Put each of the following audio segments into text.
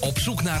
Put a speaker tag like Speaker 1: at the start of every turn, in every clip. Speaker 1: Op zoek naar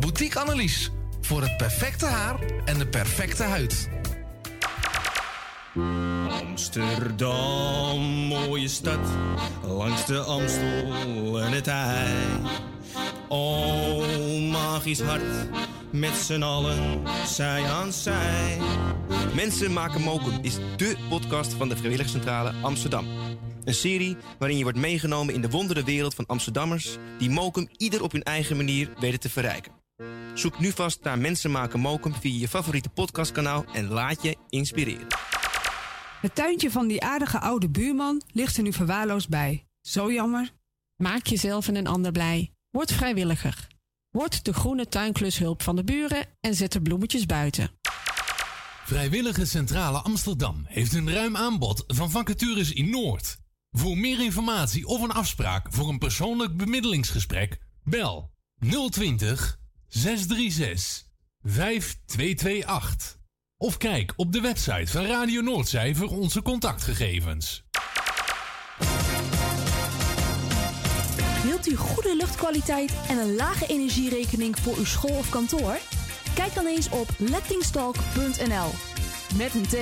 Speaker 1: Boutique Annelies. Voor het perfecte haar en de perfecte huid.
Speaker 2: Amsterdam, mooie stad, langs de Amstel en het IJ. O, magisch hart, met z'n allen, zij aan zij.
Speaker 3: Mensen maken mokum is dé podcast van de Vrijwilligcentrale Amsterdam. Een serie waarin je wordt meegenomen in de wondere wereld van Amsterdammers die mokum ieder op hun eigen manier weten te verrijken. Zoek nu vast naar Mensen maken mokum via je favoriete podcastkanaal en laat je inspireren.
Speaker 4: Het tuintje van die aardige oude buurman ligt er nu verwaarloosd bij. Zo jammer.
Speaker 5: Maak jezelf en een ander blij. Word vrijwilliger. Word de groene tuinklushulp van de buren en zet de bloemetjes buiten.
Speaker 6: Vrijwillige Centrale Amsterdam heeft een ruim aanbod van vacatures in Noord. Voor meer informatie of een afspraak voor een persoonlijk bemiddelingsgesprek, bel 020 636 5228. Of kijk op de website van Radio Noordzij voor onze contactgegevens.
Speaker 7: Wilt u goede luchtkwaliteit en een lage energierekening voor uw school of kantoor? Kijk dan eens op lettingstalk.nl. Met een T.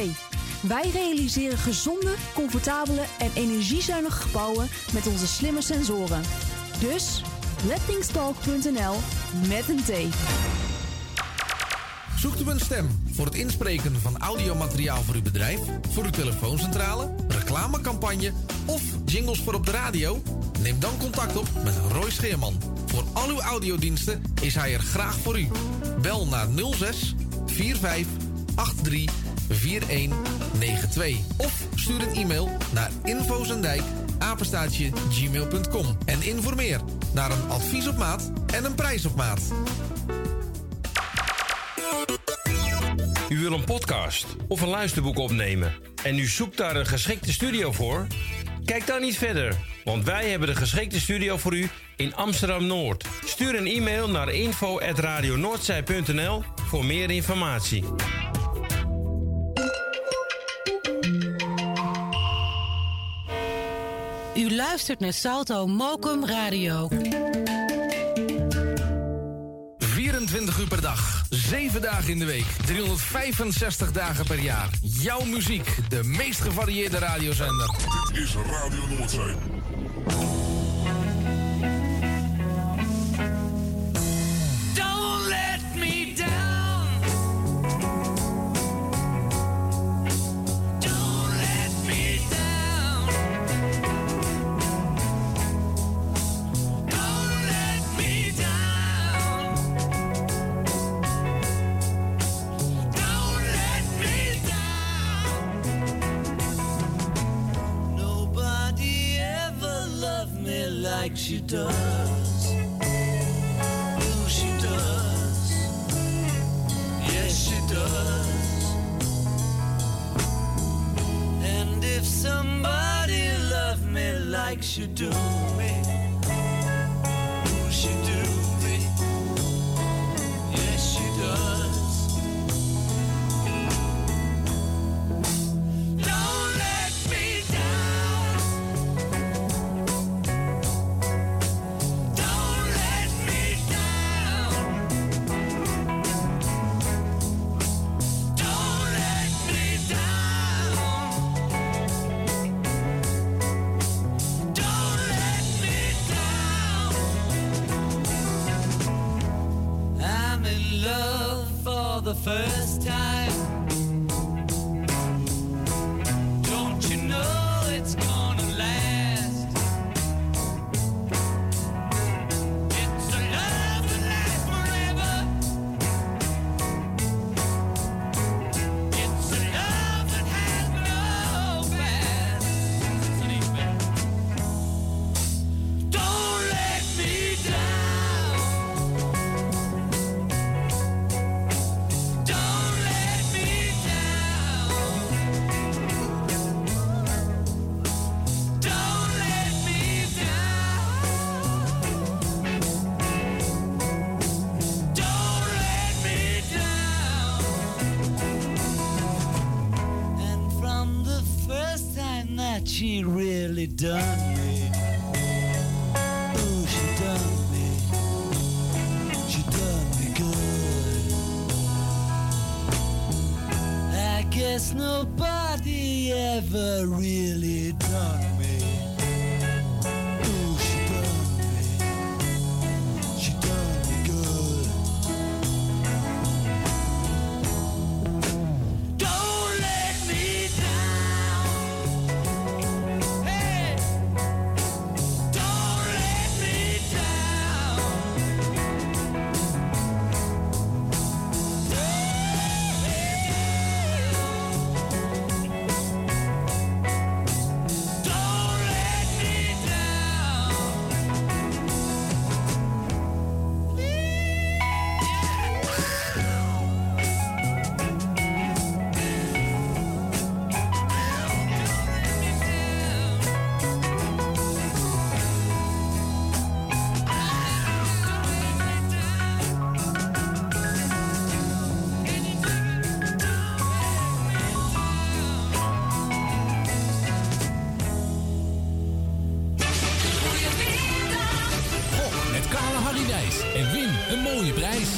Speaker 7: Wij realiseren gezonde, comfortabele en energiezuinige gebouwen met onze slimme sensoren. Dus lettingstalk.nl met een T.
Speaker 1: Zoekt u een stem voor het inspreken van audiomateriaal voor uw bedrijf, voor uw telefooncentrale, reclamecampagne of jingles voor op de radio? Neem dan contact op met Roy Scheerman. Voor al uw audiodiensten is hij er graag voor u. Bel naar 06 45 83 4192 of stuur een e-mail naar infozendijk apenstaatje gmail.com en informeer naar een advies op maat en een prijs op maat.
Speaker 2: U wil een podcast of een luisterboek opnemen en u zoekt daar een geschikte studio voor? Kijk dan niet verder, want wij hebben de geschikte studio voor u in Amsterdam Noord. Stuur een e-mail naar info@radionoordzij.nl voor meer informatie.
Speaker 8: U luistert naar Salto Mokum Radio.
Speaker 1: 24 uur per dag, 7 dagen in de week, 365 dagen per jaar. Jouw muziek, de meest gevarieerde radiozender.
Speaker 9: Dit is Radio Noordzee.
Speaker 10: Don't let me down. Don't let me down. Don't let me down. Don't let me down. Nobody ever loved me like she does. Oh, she does. Yes, she does. And if somebody loved me like she do me, oh, she do me. Yes, she does. Don't let me down. Don't let me down. Don't let me down. Don't let me down. I'm in love for the first time. Don't you know it's gonna last? It's a love that lasts forever. It's a love that has no past. Don't let me down.
Speaker 11: that she really done me. Ooh, she done me. She done me good. I guess nobody ever really done me. Ooh, she done me. She done me good. Don't let me down. Hey, don't let me down. Don't let me down.
Speaker 6: Gok met Kale Harry Wijs en win een mooie prijs.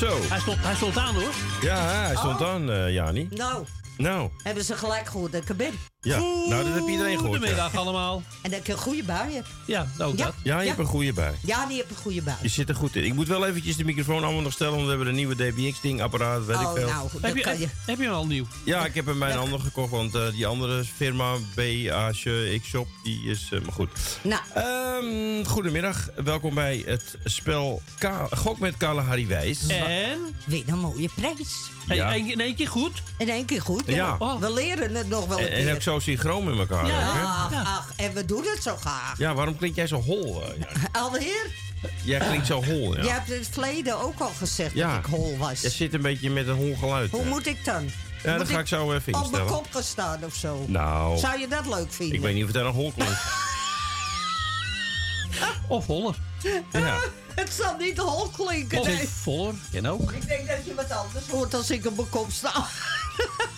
Speaker 2: Zo.
Speaker 12: Hij stond, hij stond aan hoor.
Speaker 2: Ja, hij stond aan, eh, Jani.
Speaker 13: Oh. Nou,
Speaker 2: Nou,
Speaker 13: hebben ze gelijk gehoord dat ik er ben.
Speaker 2: ja. Nou, dat heb iedereen gehoord.
Speaker 12: Goedemiddag
Speaker 2: ja.
Speaker 12: allemaal.
Speaker 13: En dat ik een goede bui heb.
Speaker 12: Ja, ook dat.
Speaker 2: Ja, je hebt een goede bij.
Speaker 13: Ja, die heb een goede bui.
Speaker 2: Je zit er goed in. Ik moet wel eventjes de microfoon allemaal nog stellen, want we hebben een nieuwe DBX-ding-apparaat, weet
Speaker 13: Oh,
Speaker 2: ik veel.
Speaker 13: nou, dat
Speaker 12: Heb je,
Speaker 13: kan je.
Speaker 12: heb, heb je hem al nieuw?
Speaker 2: Ja, ik heb hem bij een ander gekocht, want eh, die andere firma, BAC X-Shop, die is... eh, maar goed.
Speaker 13: Nou.
Speaker 2: Ehm, goedemiddag, welkom bij het spel Ka Gok met Kale Harry Wijs.
Speaker 12: En?
Speaker 13: Weer een mooie prijs.
Speaker 2: Ja. En,
Speaker 12: In één keer goed?
Speaker 13: In één keer goed.
Speaker 2: Ja. Eh,
Speaker 13: Ja. We leren het nog wel een
Speaker 2: en
Speaker 13: keer.
Speaker 2: ook zo synchroon met elkaar. ook, hè?
Speaker 13: Ach, ach, en we doen het zo graag.
Speaker 2: Ja, waarom klink jij zo hol? eh, Jan?
Speaker 13: Alweer?
Speaker 2: Jij klinkt zo hol, ja.
Speaker 13: Je hebt in het verleden ook al gezegd dat ik hol was.
Speaker 2: Je zit een beetje met een hol geluid.
Speaker 13: Hoe
Speaker 2: eh.
Speaker 13: moet ik dan?
Speaker 2: Ja, dat
Speaker 13: Moet
Speaker 2: ga ik zo even
Speaker 13: Op mijn
Speaker 2: instellen.
Speaker 13: kop gaan staan of zo.
Speaker 2: Nou.
Speaker 13: Zou je dat leuk vinden?
Speaker 2: Ik weet niet of het daar een hol klinkt.
Speaker 12: Of holler.
Speaker 2: Ja.
Speaker 13: Het zal niet hol klinken.
Speaker 12: Of
Speaker 13: nee.
Speaker 12: voller. Ken ook.
Speaker 13: Ik denk dat je wat anders hoort als ik op mijn kop sta.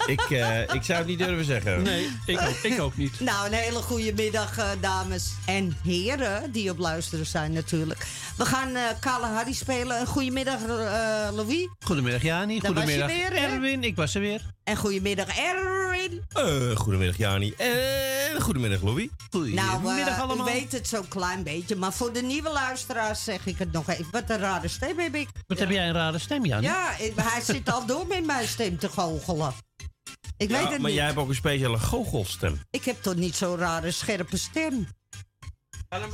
Speaker 2: Ik, eh, ik zou het niet durven zeggen.
Speaker 12: Nee, ik, ook- ik ook niet.
Speaker 13: Nou, een hele goede middag, eh, dames en heren die op luisteren zijn natuurlijk. We gaan eh Kale Harry spelen. Een goedemiddag, eh Louis.
Speaker 12: Goedemiddag Jani.
Speaker 13: Daar was je
Speaker 12: Goedemiddag
Speaker 13: weer, hè?
Speaker 12: Erwin. Ik was er weer.
Speaker 13: En goedemiddag, Erwin.
Speaker 2: Eh, goedemiddag Jani. En goedemiddag Louis.
Speaker 13: Nou, eh,
Speaker 12: Goedemiddag allemaal.
Speaker 13: u weet het zo'n klein beetje. Maar voor de nieuwe luisteraars zeg ik het nog even. Wat een rare stem heb ik.
Speaker 12: Wat heb jij een rare stem Jani?
Speaker 13: Ja, ik- hij zit al door met mijn stem te goochelen. Ik
Speaker 2: Ja,
Speaker 13: weet het
Speaker 2: maar
Speaker 13: niet.
Speaker 2: jij hebt ook een speciale goochelstem.
Speaker 13: Ik heb toch niet zo'n rare scherpe stem.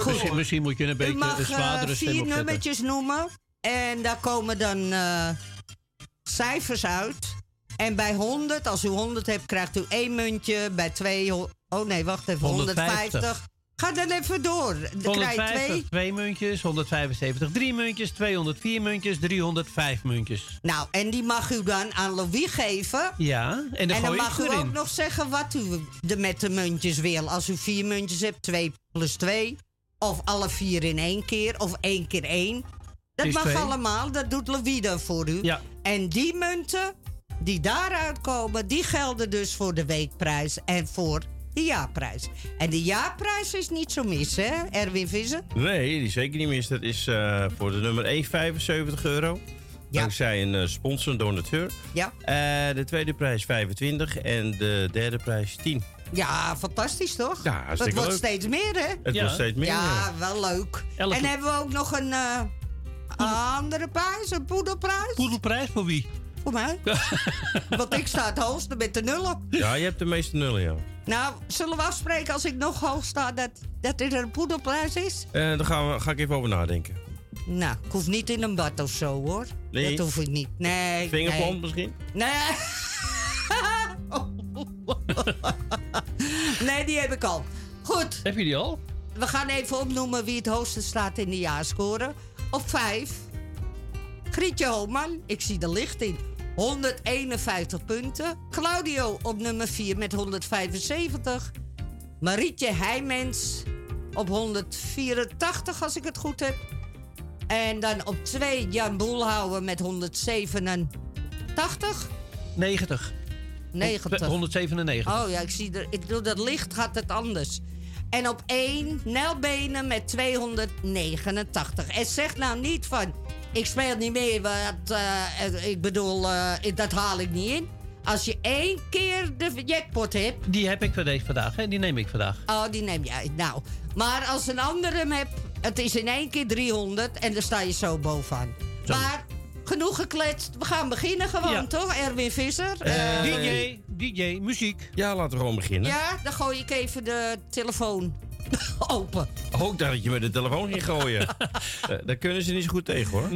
Speaker 12: Misschien, misschien moet je een
Speaker 13: U
Speaker 12: beetje
Speaker 13: mag
Speaker 12: een
Speaker 13: eh,
Speaker 12: zwaardere stem
Speaker 13: vier
Speaker 12: opzetten.
Speaker 13: nummertjes noemen. En daar komen dan eh, cijfers uit. En bij 100, als u 100 hebt, krijgt u één muntje. Bij 200, oh nee, wacht even, 150.
Speaker 12: 150.
Speaker 13: Ga dan even door. Dan krijg je
Speaker 12: 150,
Speaker 13: twee.
Speaker 12: twee muntjes. 175, drie muntjes. 204 muntjes. 305 muntjes.
Speaker 13: Nou, en die mag u dan aan Louis geven.
Speaker 12: Ja, en dan,
Speaker 13: en dan
Speaker 12: gooi ik
Speaker 13: mag u
Speaker 12: erin.
Speaker 13: ook nog zeggen wat u er met de muntjes wil. Als u vier muntjes hebt, twee plus twee. Of alle vier in één keer. Of één keer één. Dat
Speaker 12: Is
Speaker 13: mag
Speaker 12: twee.
Speaker 13: allemaal. Dat doet Louis dan voor u.
Speaker 12: Ja.
Speaker 13: En die munten die daaruit komen, die gelden dus voor de weekprijs en voor de jaarprijs. En de jaarprijs is niet zo mis, hè, Erwin Visser?
Speaker 2: Nee, die zeker niet mis. Dat is eh, voor de nummer 1 75 euro. Dankzij een eh, sponsor, een donateur.
Speaker 13: Ja.
Speaker 2: Eh, de tweede prijs 25 en de derde prijs 10.
Speaker 13: Ja, fantastisch toch?
Speaker 2: Ja, hartstikke
Speaker 13: Het wordt
Speaker 2: leuk.
Speaker 13: steeds meer, hè?
Speaker 2: Het Ja. wordt steeds meer,
Speaker 13: Ja,
Speaker 2: ja.
Speaker 13: wel leuk.
Speaker 2: Elke-
Speaker 13: En hebben we ook nog een eh, andere prijs, een poedelprijs?
Speaker 12: Poedelprijs voor wie?
Speaker 13: Voor mij. Want ik sta het hoogste met de nullen.
Speaker 2: Ja, je hebt de meeste nullen, ja.
Speaker 13: Nou, zullen we afspreken als ik nog hoog sta dat, dat er een poedelprijs is?
Speaker 2: Eh daar gaan we, ga ik even over nadenken.
Speaker 13: Nou, ik hoef niet in een bad of zo, hoor.
Speaker 2: Nee.
Speaker 13: Dat hoef ik niet. Nee.
Speaker 2: Vingerpomp
Speaker 13: nee.
Speaker 2: misschien?
Speaker 13: Nee. Oh. nee, die heb ik al. Goed.
Speaker 12: Heb je die al?
Speaker 13: We gaan even opnoemen wie het hoogste staat in de jaarscore. Op vijf. Grietje Holman, ik zie er licht in. 151 punten. Claudio op nummer 4 met 175. Marietje Heijmens op 184 als ik het goed heb. En dan op 2 Jan Boelhouwer met 187.
Speaker 12: 90. Eh,
Speaker 13: 90.
Speaker 12: 197.
Speaker 13: Oh ja, ik zie er. Ik doe dat licht, gaat het anders. En op 1, Nelbenen met 289. En zeg nou niet van. Ik speel niet mee, want eh, eh, ik bedoel, eh, ik- dat haal ik niet in. Als je één keer de jackpot hebt,
Speaker 12: Die heb ik voor deze vandaag, hè? Die neem ik vandaag.
Speaker 13: Oh, die neem jij. Nou, maar als een ander hem hebt, het is in één keer 300 en dan sta je zo bovenaan. Maar genoeg gekletst, we gaan beginnen gewoon, toch? Erwin Visser. Eh,
Speaker 12: DJ, DJ, muziek.
Speaker 2: Ja, laten we gewoon beginnen.
Speaker 13: Ja, dan gooi ik even de telefoon open.
Speaker 2: Ook dat je met de telefoon ging gooien. Eh, daar kunnen ze niet zo goed tegen hoor.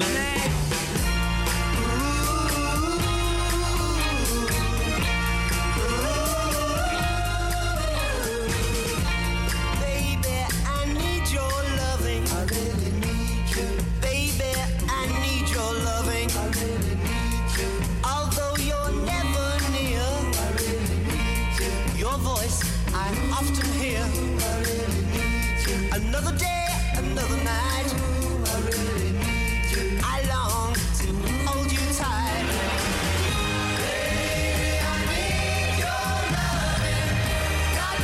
Speaker 10: Baby, I need your loving. I really need you. Baby, I need your loving. I really need you. Although you're never near, I really need you. Your voice I often hear. I really need you. Another day, another night. I really need you. I long to hold you tight. Baby, I need your loving. Got to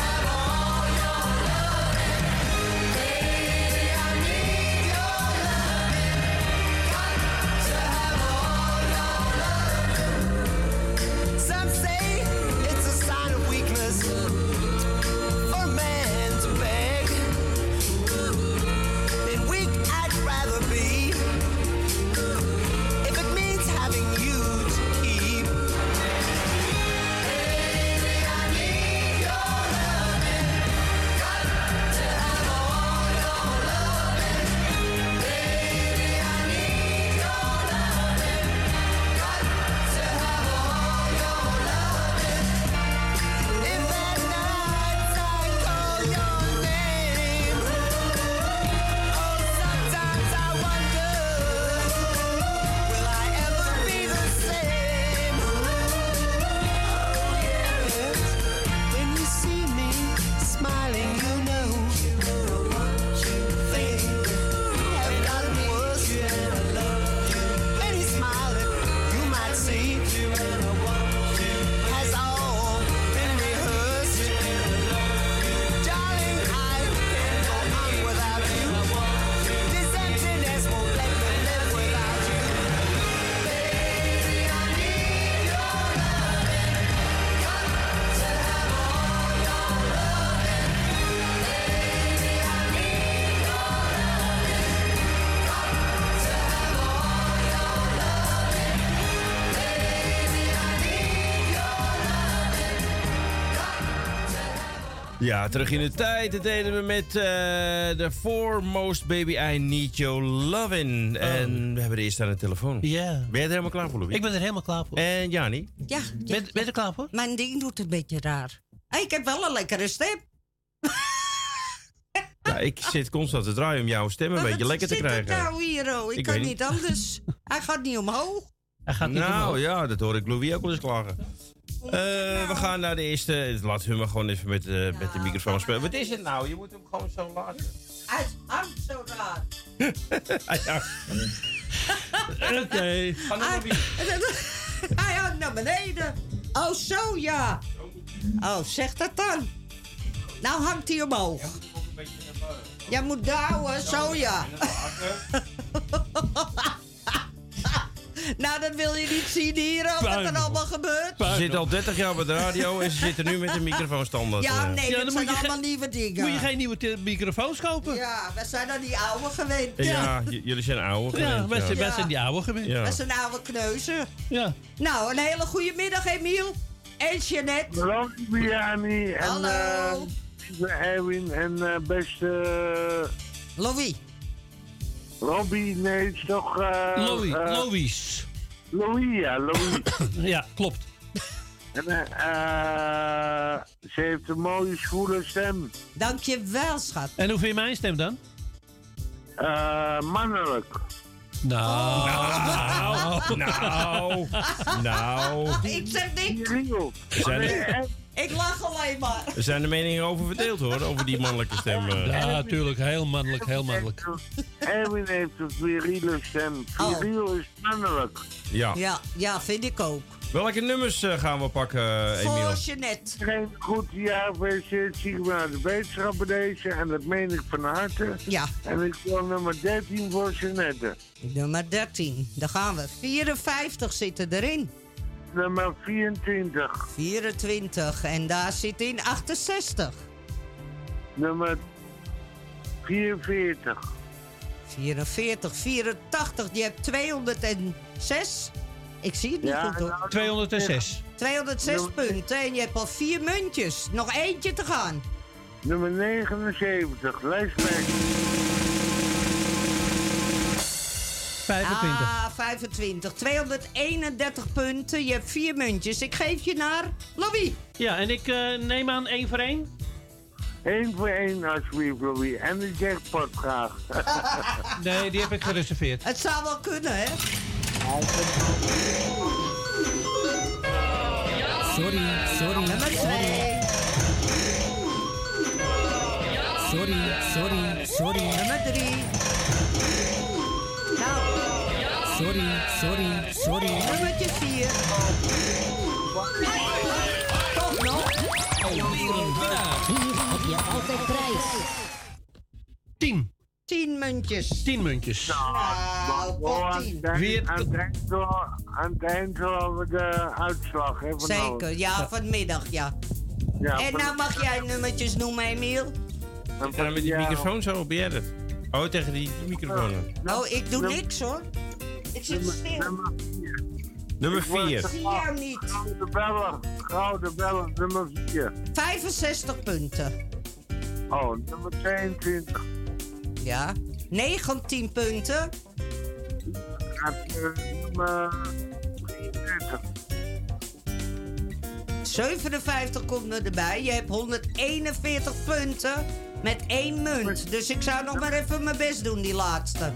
Speaker 10: have all your loving. Baby, I need your loving. Got to have all your loving. Some say it's a sign of weakness for man to beg. Been weak, I'd rather be. If it means having you to keep. Baby, I need your loving. Got to have all your loving. Baby, I need your loving. Got to have all your loving. If at night I call your name, oh, sometimes I wonder, will I ever be the same? Oh, yes. When you see me smiling, you know things have gotten worse. When he's smiling, you might see has all been rehearsed. Darling, I can't go on without you. This emptiness won't let me live without you. Baby, I need your loving. Got to have all your loving. Baby, I need your loving. Got to have all your loving. Baby, I need your loving.
Speaker 2: Ja, terug in de tijd. Dat deden we met eh, de The Foremost Baby I Need Your Lovin'. En we hebben de eerste aan de telefoon.
Speaker 12: Ja.
Speaker 2: Ben jij er helemaal klaar voor, Louis?
Speaker 12: Ik ben er helemaal klaar voor.
Speaker 2: En Jani?
Speaker 13: Ja. Ben,
Speaker 12: je er klaar voor?
Speaker 13: Mijn ding doet een beetje raar. Ah, Ik heb wel een lekkere stem.
Speaker 2: Ja, ik zit constant te draaien om jouw stem een
Speaker 13: Wat
Speaker 2: beetje lekker te
Speaker 13: zit er
Speaker 2: krijgen.
Speaker 13: nou hier, oh? Ik,
Speaker 2: Ik
Speaker 13: kan
Speaker 2: weet
Speaker 13: niet.
Speaker 2: niet.
Speaker 13: anders. Hij gaat niet omhoog.
Speaker 12: Hij gaat niet
Speaker 2: nou
Speaker 12: omhoog.
Speaker 2: ja, dat hoor ik Louis ook wel eens klagen. Eh, we gaan naar de eerste. Laten we maar gewoon even met, eh, met de microfoon spelen. Wat is het nou? Je moet hem gewoon zo laten.
Speaker 13: Hij is arm zo raar.
Speaker 2: Ah, ja. Oké.
Speaker 13: Hij hangt naar beneden. Oh, zo ja. Oh, zeg dat dan. Nou hangt hij omhoog. Jij moet douwen, zo ja. Nou, dat wil je niet zien hier, oh, wat er
Speaker 2: Puinhoop.
Speaker 13: allemaal gebeurt.
Speaker 2: Ze zit al 30 jaar op de radio en ze zitten nu met een microfoon standaard.
Speaker 13: Ja,
Speaker 2: eh.
Speaker 13: Ah, nee,
Speaker 12: Ja,
Speaker 13: dat
Speaker 12: dan
Speaker 13: zijn
Speaker 12: moet je
Speaker 13: allemaal
Speaker 12: geen-
Speaker 13: nieuwe dingen.
Speaker 12: Moet je geen nieuwe te- microfoons kopen?
Speaker 13: Ja, we zijn aan die oude gewend.
Speaker 2: Ja, j- jullie zijn ouder.
Speaker 12: Ja,
Speaker 2: gewend,
Speaker 12: wij zijn- wij
Speaker 13: Ja.
Speaker 12: zijn die oude gewend.
Speaker 2: Ja.
Speaker 13: Dat is een oude kneuzen.
Speaker 12: Ja.
Speaker 13: Nou, een hele goede middag, Emiel. En Jeanette.
Speaker 14: Hallo, Biani. En,
Speaker 13: Hallo.
Speaker 14: eh, lieve Erwin en eh, beste...
Speaker 13: Louis.
Speaker 14: Robbie, nee, het is toch... eh,
Speaker 12: Louis,
Speaker 14: eh,
Speaker 12: Louis.
Speaker 14: Louis, ja, Louis.
Speaker 12: ja, klopt.
Speaker 14: En, eh, eh, ze heeft een mooie, zwoele stem.
Speaker 13: Dankjewel, schat.
Speaker 12: En hoe vind je mijn stem dan?
Speaker 14: Eh, mannelijk.
Speaker 12: Nou.
Speaker 2: Nou. Nou. Nou.
Speaker 13: Ik zeg niks.
Speaker 2: Zijn er-
Speaker 13: Ik lach alleen maar.
Speaker 2: Er zijn de meningen over verdeeld hoor, over die mannelijke stem. eh.
Speaker 12: Ja, tuurlijk. Heel mannelijk, heel mannelijk.
Speaker 14: Erwin heeft een viriele stem. Viriel is mannelijk.
Speaker 2: Ja.
Speaker 13: Oh. Ja, ja, vind ik ook.
Speaker 2: Welke nummers eh, gaan we pakken, eh, Emiel?
Speaker 13: Voor Jeanette.
Speaker 14: Geen goed jaar gefeliciteerd. Sigma de wetenschap bij deze. En dat meen ik van harte.
Speaker 13: Ja.
Speaker 14: En ik wil nummer 13 voor Jeanette.
Speaker 13: Nummer 13. Daar gaan we. 54 zitten erin.
Speaker 14: Nummer 24.
Speaker 13: 24. En daar zit in 68.
Speaker 14: Nummer 44.
Speaker 13: 44, 84. Je hebt 206. Ik zie het niet
Speaker 12: Ja,
Speaker 13: goed hoor.
Speaker 12: nou, 206.
Speaker 13: 206 punten. En je hebt al vier muntjes. Nog eentje te gaan.
Speaker 14: Nummer 79. Lijstmerk.
Speaker 12: 25.
Speaker 13: Ah, 25. 231 punten. Je hebt vier muntjes. Ik geef je naar Louis.
Speaker 12: Ja, en ik eh, neem aan één voor één.
Speaker 14: 1 voor 1 alsjeblieft, Louis. En de jackpot graag.
Speaker 12: Nee, die heb ik gereserveerd.
Speaker 13: Het zou wel kunnen, hè?
Speaker 10: Sorry, sorry. Sorry, sorry, sorry.
Speaker 13: Nummer drie.
Speaker 10: Sorry, sorry, sorry.
Speaker 13: Nummertje vier.
Speaker 10: Oh,
Speaker 13: Toch nog?
Speaker 10: Hier heb je altijd prijs.
Speaker 12: Tien.
Speaker 13: Tien muntjes.
Speaker 12: Tien muntjes.
Speaker 13: Nou,
Speaker 14: Oh,
Speaker 13: pot
Speaker 14: aan,
Speaker 13: tien.
Speaker 14: het eind, aan, het eind wel- aan het eind wel we de uitslag hè, van
Speaker 12: nou?
Speaker 13: Zeker, ja,
Speaker 14: van
Speaker 13: vanmiddag, ja.
Speaker 14: Ja,
Speaker 13: en
Speaker 14: van-
Speaker 13: nou mag jij nummertjes noemen, Emiel?
Speaker 2: En dan met die microfoon zo, ben jij dat? Oh, tegen die microfoon. aan.
Speaker 12: Nou,
Speaker 13: Oh, ik doe niks hoor. Ik zit stil.
Speaker 2: Nummer
Speaker 13: Ik
Speaker 2: 4.
Speaker 13: zie jou niet.
Speaker 14: Gouden bellen, gouden bellen, nummer 4.
Speaker 13: 65 punten.
Speaker 14: Oh, nummer 22.
Speaker 13: Ja. 19 punten.
Speaker 14: Gaat, eh, nummer 33.
Speaker 13: 57 komt er erbij. Je hebt 141 punten met één munt. Dus ik zou nog maar even mijn best doen, die laatste.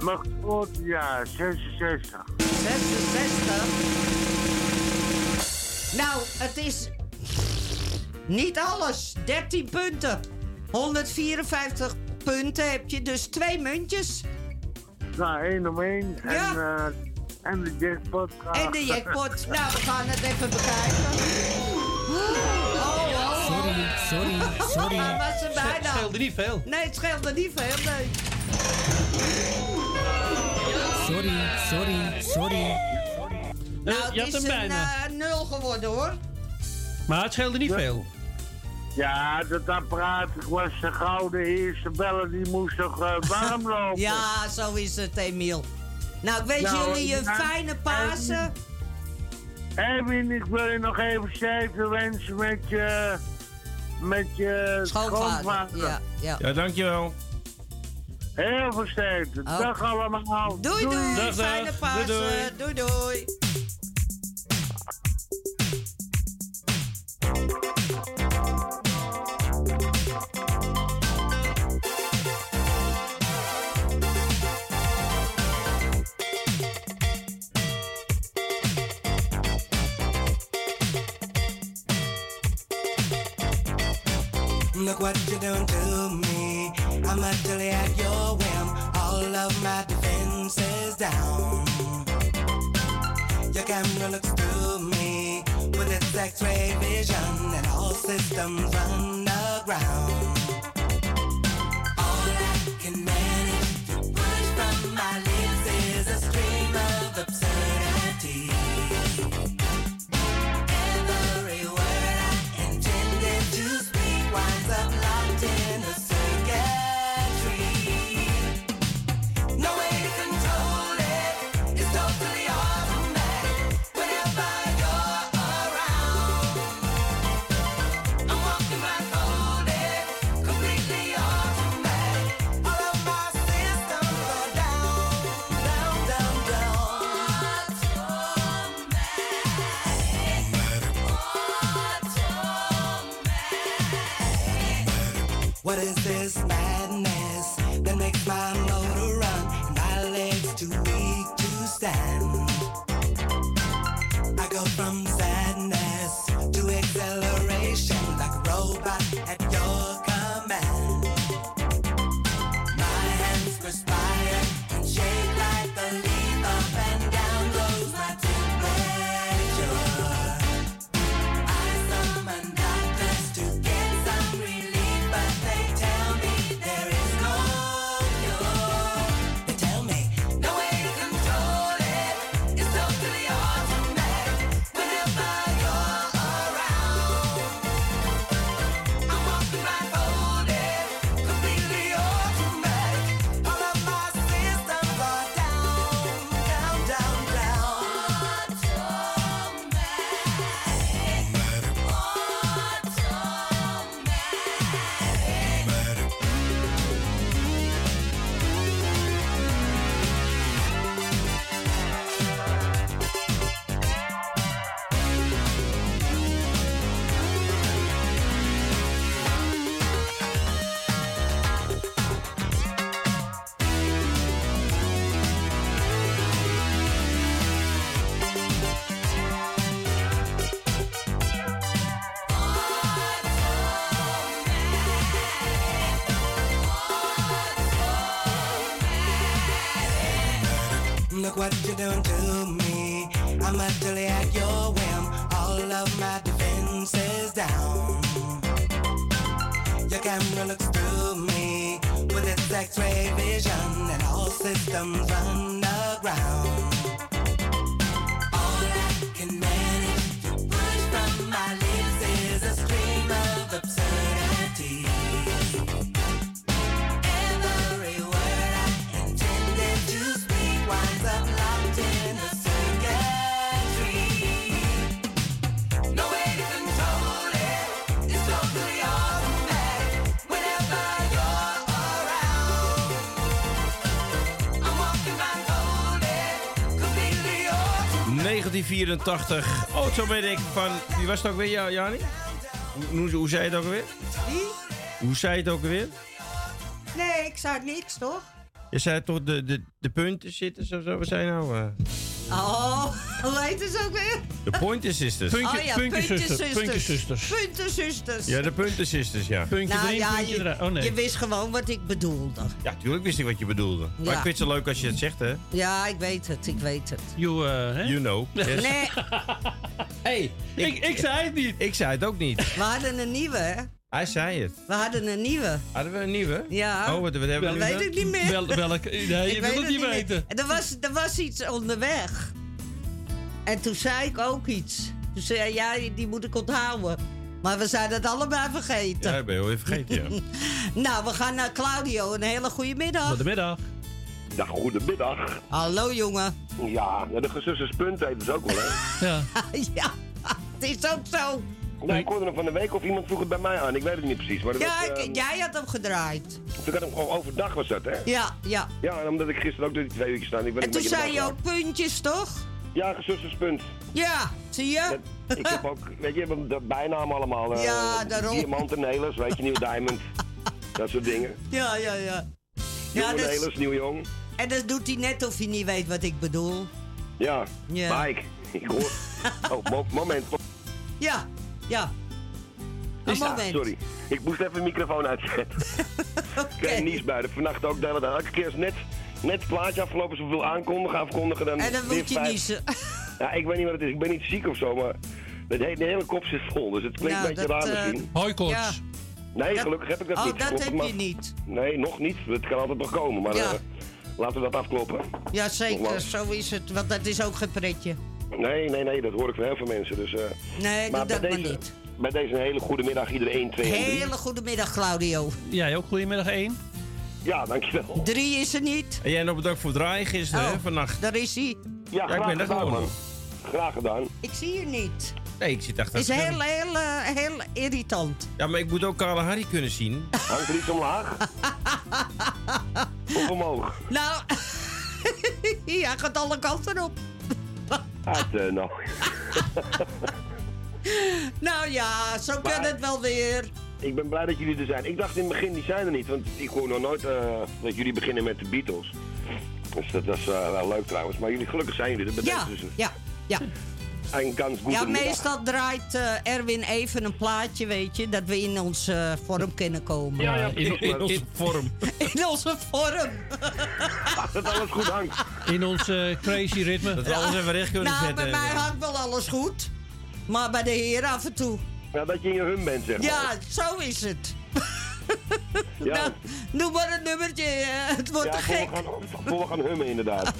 Speaker 14: Mijn geboortejaar, 66.
Speaker 13: 66. Nou, het is niet alles. 13 punten. 154 punten heb je, dus twee muntjes.
Speaker 14: Nou, 1 om 1. En, eh, en de jackpot.
Speaker 13: En de jackpot. Nou, we gaan het even bekijken. Oh, oh, oh.
Speaker 10: Sorry, sorry,
Speaker 14: Eh,
Speaker 10: sorry.
Speaker 13: Waar was ze bijna?
Speaker 12: Het scheelde niet veel.
Speaker 13: Nee, het scheelde niet veel. Nee.
Speaker 10: Sorry, sorry, sorry.
Speaker 12: Nou, je
Speaker 13: Het
Speaker 12: hebt
Speaker 13: is
Speaker 12: hem
Speaker 13: een
Speaker 12: bijna.
Speaker 13: eh, nul geworden, hoor.
Speaker 12: Maar het scheelde
Speaker 13: eh,
Speaker 12: niet veel.
Speaker 14: Ja, dat apparaat was de gouden eerste bellen, die moest toch eh, warm lopen?
Speaker 13: Ja, zo is het, Emiel. Nou, ik wens
Speaker 14: Nou,
Speaker 13: jullie een
Speaker 14: nou,
Speaker 13: fijne Pasen.
Speaker 14: Erwin, ik wil je nog even sterkte wensen met je. met je.
Speaker 13: Schoonvader, ja, ja.
Speaker 2: Ja, dankjewel.
Speaker 14: Heel veel sterkte.
Speaker 13: Oh.
Speaker 14: Dag allemaal.
Speaker 13: Doei, doei. Fijne Pasen. doei. doei.
Speaker 15: Look what you done to me. I'm utterly at your whim. All of my defenses down. Your camera looks through me with its X-ray vision, and all systems run aground. All I can manage to push from my lips is a stream of absurdity. Every word I intended to speak winds up locked in a circuitry. No way to control it. It's totally automatic. Whenever you're around, I'm walking blindfolded, completely automatic. All of my systems are down, down, down, down. What is this madness that makes my motor run and my legs
Speaker 16: too weak to stand. I go from sadness to exhilaration like a robot at your command. My hands perspire and shake like the leaf up and down goes my temperature. I summon doctors to get some relief, but they tell me there is no cure. They tell me no way to control it. It's totally automatic whenever you're around. I'm walking right folded, completely automatic. All of my systems are down, down, down, down. Look what you're doing to me. I'm utterly at your whim. All of my defenses down. Your camera looks through me with its X-ray vision, and all systems run aground. All I can manage to push from my lips is a stream of absurdity. Every word I intended to speak winds up locked in a circuitry. No way to control it. It's totally automatic. Whenever you're around, I'm walking by golden, completely automatic.
Speaker 2: 1984. Oh, zo ben ik van. Wie was het ook weer, Ja- Jani? Hoe, hoe, hoe zei je het ook weer?
Speaker 13: Wie?
Speaker 2: Hoe zei je het ook weer?
Speaker 13: Nee, ik zou niks, toch?
Speaker 2: Je zei toch de, de, de punten zitten zo, zo. Wat zijn nou? eh?
Speaker 13: Oh, hoe heet het ook weer?
Speaker 2: de Pointer Sisters.
Speaker 13: Puntje, oh ja, puntjeszusters.
Speaker 17: puntjezusters.
Speaker 13: Puntjezusters.
Speaker 2: Dus- Ja, de Pointer Sisters, ja.
Speaker 17: Puntje
Speaker 13: nou
Speaker 17: erin,
Speaker 13: ja,
Speaker 17: puntje
Speaker 13: je,
Speaker 17: eruit. Oh nee.
Speaker 13: je wist gewoon wat ik bedoelde.
Speaker 2: Ja, tuurlijk wist ik wat je bedoelde. Maar ik vind het zo leuk als je het zegt, hè?
Speaker 13: Ja, ik weet het, ik weet het.
Speaker 17: You, eh, hè?
Speaker 2: You know. Yes.
Speaker 13: Nee,
Speaker 2: Hey, ik, ik zei het niet. Ik zei het ook niet.
Speaker 13: we hadden een nieuwe, hè?
Speaker 2: Hij zei het.
Speaker 13: We hadden een nieuwe.
Speaker 2: Hadden we een nieuwe?
Speaker 13: Ja.
Speaker 2: Oh, wat, wat hebben
Speaker 13: dat
Speaker 2: we
Speaker 13: weet
Speaker 2: nu
Speaker 13: ik niet meer.
Speaker 17: Wel, welk? Nee, je wil het niet
Speaker 13: meer.
Speaker 17: weten.
Speaker 13: En Er was, er was iets onderweg. En toen zei ik ook iets. Toen zei hij, ja, die moet ik onthouden. Maar we zijn het allebei vergeten.
Speaker 2: dan? Ja, ik ben heel even vergeten, ja.
Speaker 13: Nou, we gaan naar Claudio. Een hele goede middag.
Speaker 17: Goedemiddag.
Speaker 18: Ja, goedemiddag.
Speaker 13: Hallo, jongen.
Speaker 18: Ja, ja de gezusters punt heet het ook wel, hè?
Speaker 17: Ja.
Speaker 13: ja, het is ook zo.
Speaker 18: Nee, ik hoorde hem van de week of iemand vroeg het bij mij aan. Ik weet het niet precies. Maar dat
Speaker 13: Ja,
Speaker 18: was,
Speaker 13: ik-
Speaker 18: eh,
Speaker 13: jij had hem gedraaid.
Speaker 18: Toen had hem gewoon overdag was dat, hè?
Speaker 13: Ja, ja.
Speaker 18: Ja, en omdat ik gisteren ook door die twee uurtjes staan. Ik ben
Speaker 13: En toen zei je ook puntjes, toch?
Speaker 18: Ja, gezusserspunt.
Speaker 13: Ja, zie je?
Speaker 18: Ik heb ook, weet je, de bijnaam allemaal. eh,
Speaker 13: Ja, daarom.
Speaker 18: Diamantenelers, weet je, Nieuw Diamond. dat soort dingen.
Speaker 13: Ja, ja, ja.
Speaker 18: Ja,
Speaker 13: Ja, dus- dat is-
Speaker 18: Nelers, Nieuw Jong.
Speaker 13: En dan doet hij net of hij niet weet wat ik bedoel.
Speaker 18: Ja.
Speaker 13: Ja.
Speaker 18: Mike, ik hoor... Oh, mo- moment.
Speaker 13: Ja, ja. Een
Speaker 18: Ah,
Speaker 13: moment.
Speaker 18: sorry, ik moest even de microfoon uitzetten. Ik kreeg niets buiten. Vannacht ook. Dat, elke keer is net, net het plaatje afgelopen. Zoveel aankondigen, afkondigen. Dan
Speaker 13: En dan
Speaker 18: weer
Speaker 13: moet je
Speaker 18: vijf-
Speaker 13: niezen.
Speaker 18: Ja, ik weet niet wat het is. Ik ben niet ziek of zo, maar de, he- de hele kop zit vol. Dus het klinkt
Speaker 13: Ja,
Speaker 18: een beetje
Speaker 13: dat,
Speaker 18: raar
Speaker 13: eh,
Speaker 18: misschien.
Speaker 13: Hoi, Kots. ja.
Speaker 18: Nee,
Speaker 13: Dat-
Speaker 18: gelukkig heb ik dat
Speaker 13: Oh,
Speaker 18: niet.
Speaker 13: dat
Speaker 18: Klopt het
Speaker 13: heb
Speaker 18: maar.
Speaker 13: je niet.
Speaker 18: Nee, nog niet. Het kan altijd nog komen. Maar
Speaker 13: Ja.
Speaker 18: eh, laten we dat afkloppen.
Speaker 13: Ja, zeker.
Speaker 18: Nogmaals.
Speaker 13: Zo is het. Want dat is ook geen pretje.
Speaker 18: Nee, nee, nee. Dat hoor ik van heel veel mensen. Dus, eh,
Speaker 13: Nee, doe dat
Speaker 18: bij
Speaker 13: maar
Speaker 18: deze,
Speaker 13: niet.
Speaker 18: Bij deze een hele goede middag. Iedereen 1, 2 en 3.
Speaker 13: Hele goede middag, Claudio.
Speaker 17: Jij ook goedemiddag één.
Speaker 18: Ja, dankjewel.
Speaker 13: Drie is er niet. Oh,
Speaker 2: En jij nog bedankt voor het draaien gisteren, hè? Vannacht.
Speaker 13: Daar is hij.
Speaker 18: Ja,
Speaker 2: ik
Speaker 18: graag
Speaker 2: ben er
Speaker 18: gedaan,
Speaker 2: gewoon.
Speaker 18: man. Graag gedaan.
Speaker 13: Ik zie je niet.
Speaker 2: Nee, ik zit achter
Speaker 13: Is
Speaker 2: het
Speaker 13: heel,
Speaker 2: scherm.
Speaker 13: heel, eh, heel irritant.
Speaker 2: Ja, maar ik moet ook Kale Harry kunnen zien.
Speaker 18: Hangt er iets omlaag? of omhoog?
Speaker 13: Nou, hij gaat alle kanten op.
Speaker 18: Ah, eh, nou.
Speaker 13: Nou ja, zo kan
Speaker 18: Maar-
Speaker 13: het wel weer.
Speaker 18: Ik ben blij dat jullie er zijn. Ik dacht in het begin, die zijn er niet. Want ik hoor nog nooit eh, dat jullie beginnen met de Beatles. Dus dat was eh, wel leuk trouwens. Maar jullie, gelukkig zijn jullie er. Bij
Speaker 13: Ja,
Speaker 18: deze dus
Speaker 13: ja, ja.
Speaker 18: een kans goed.
Speaker 13: Ja, meestal draait eh, Erwin even een plaatje, weet je, dat we in onze eh, vorm kunnen komen.
Speaker 18: Ja, ja, precies.
Speaker 12: in- in- in-
Speaker 2: vorm.
Speaker 13: In onze vorm.
Speaker 18: Dat alles goed hangt.
Speaker 12: In ons eh, crazy ritme. Dat
Speaker 2: we alles even recht
Speaker 13: Nou, bij mij hangt wel alles goed. Maar bij de heren af en toe.
Speaker 18: Ja, dat je in je hum bent, zeg maar.
Speaker 13: Ja, zo is het.
Speaker 18: Ja,
Speaker 13: Noem maar een nummertje, eh, het wordt
Speaker 18: ja,
Speaker 13: te
Speaker 18: voor
Speaker 13: gek.
Speaker 18: we gaan- voor we gaan hummen, inderdaad.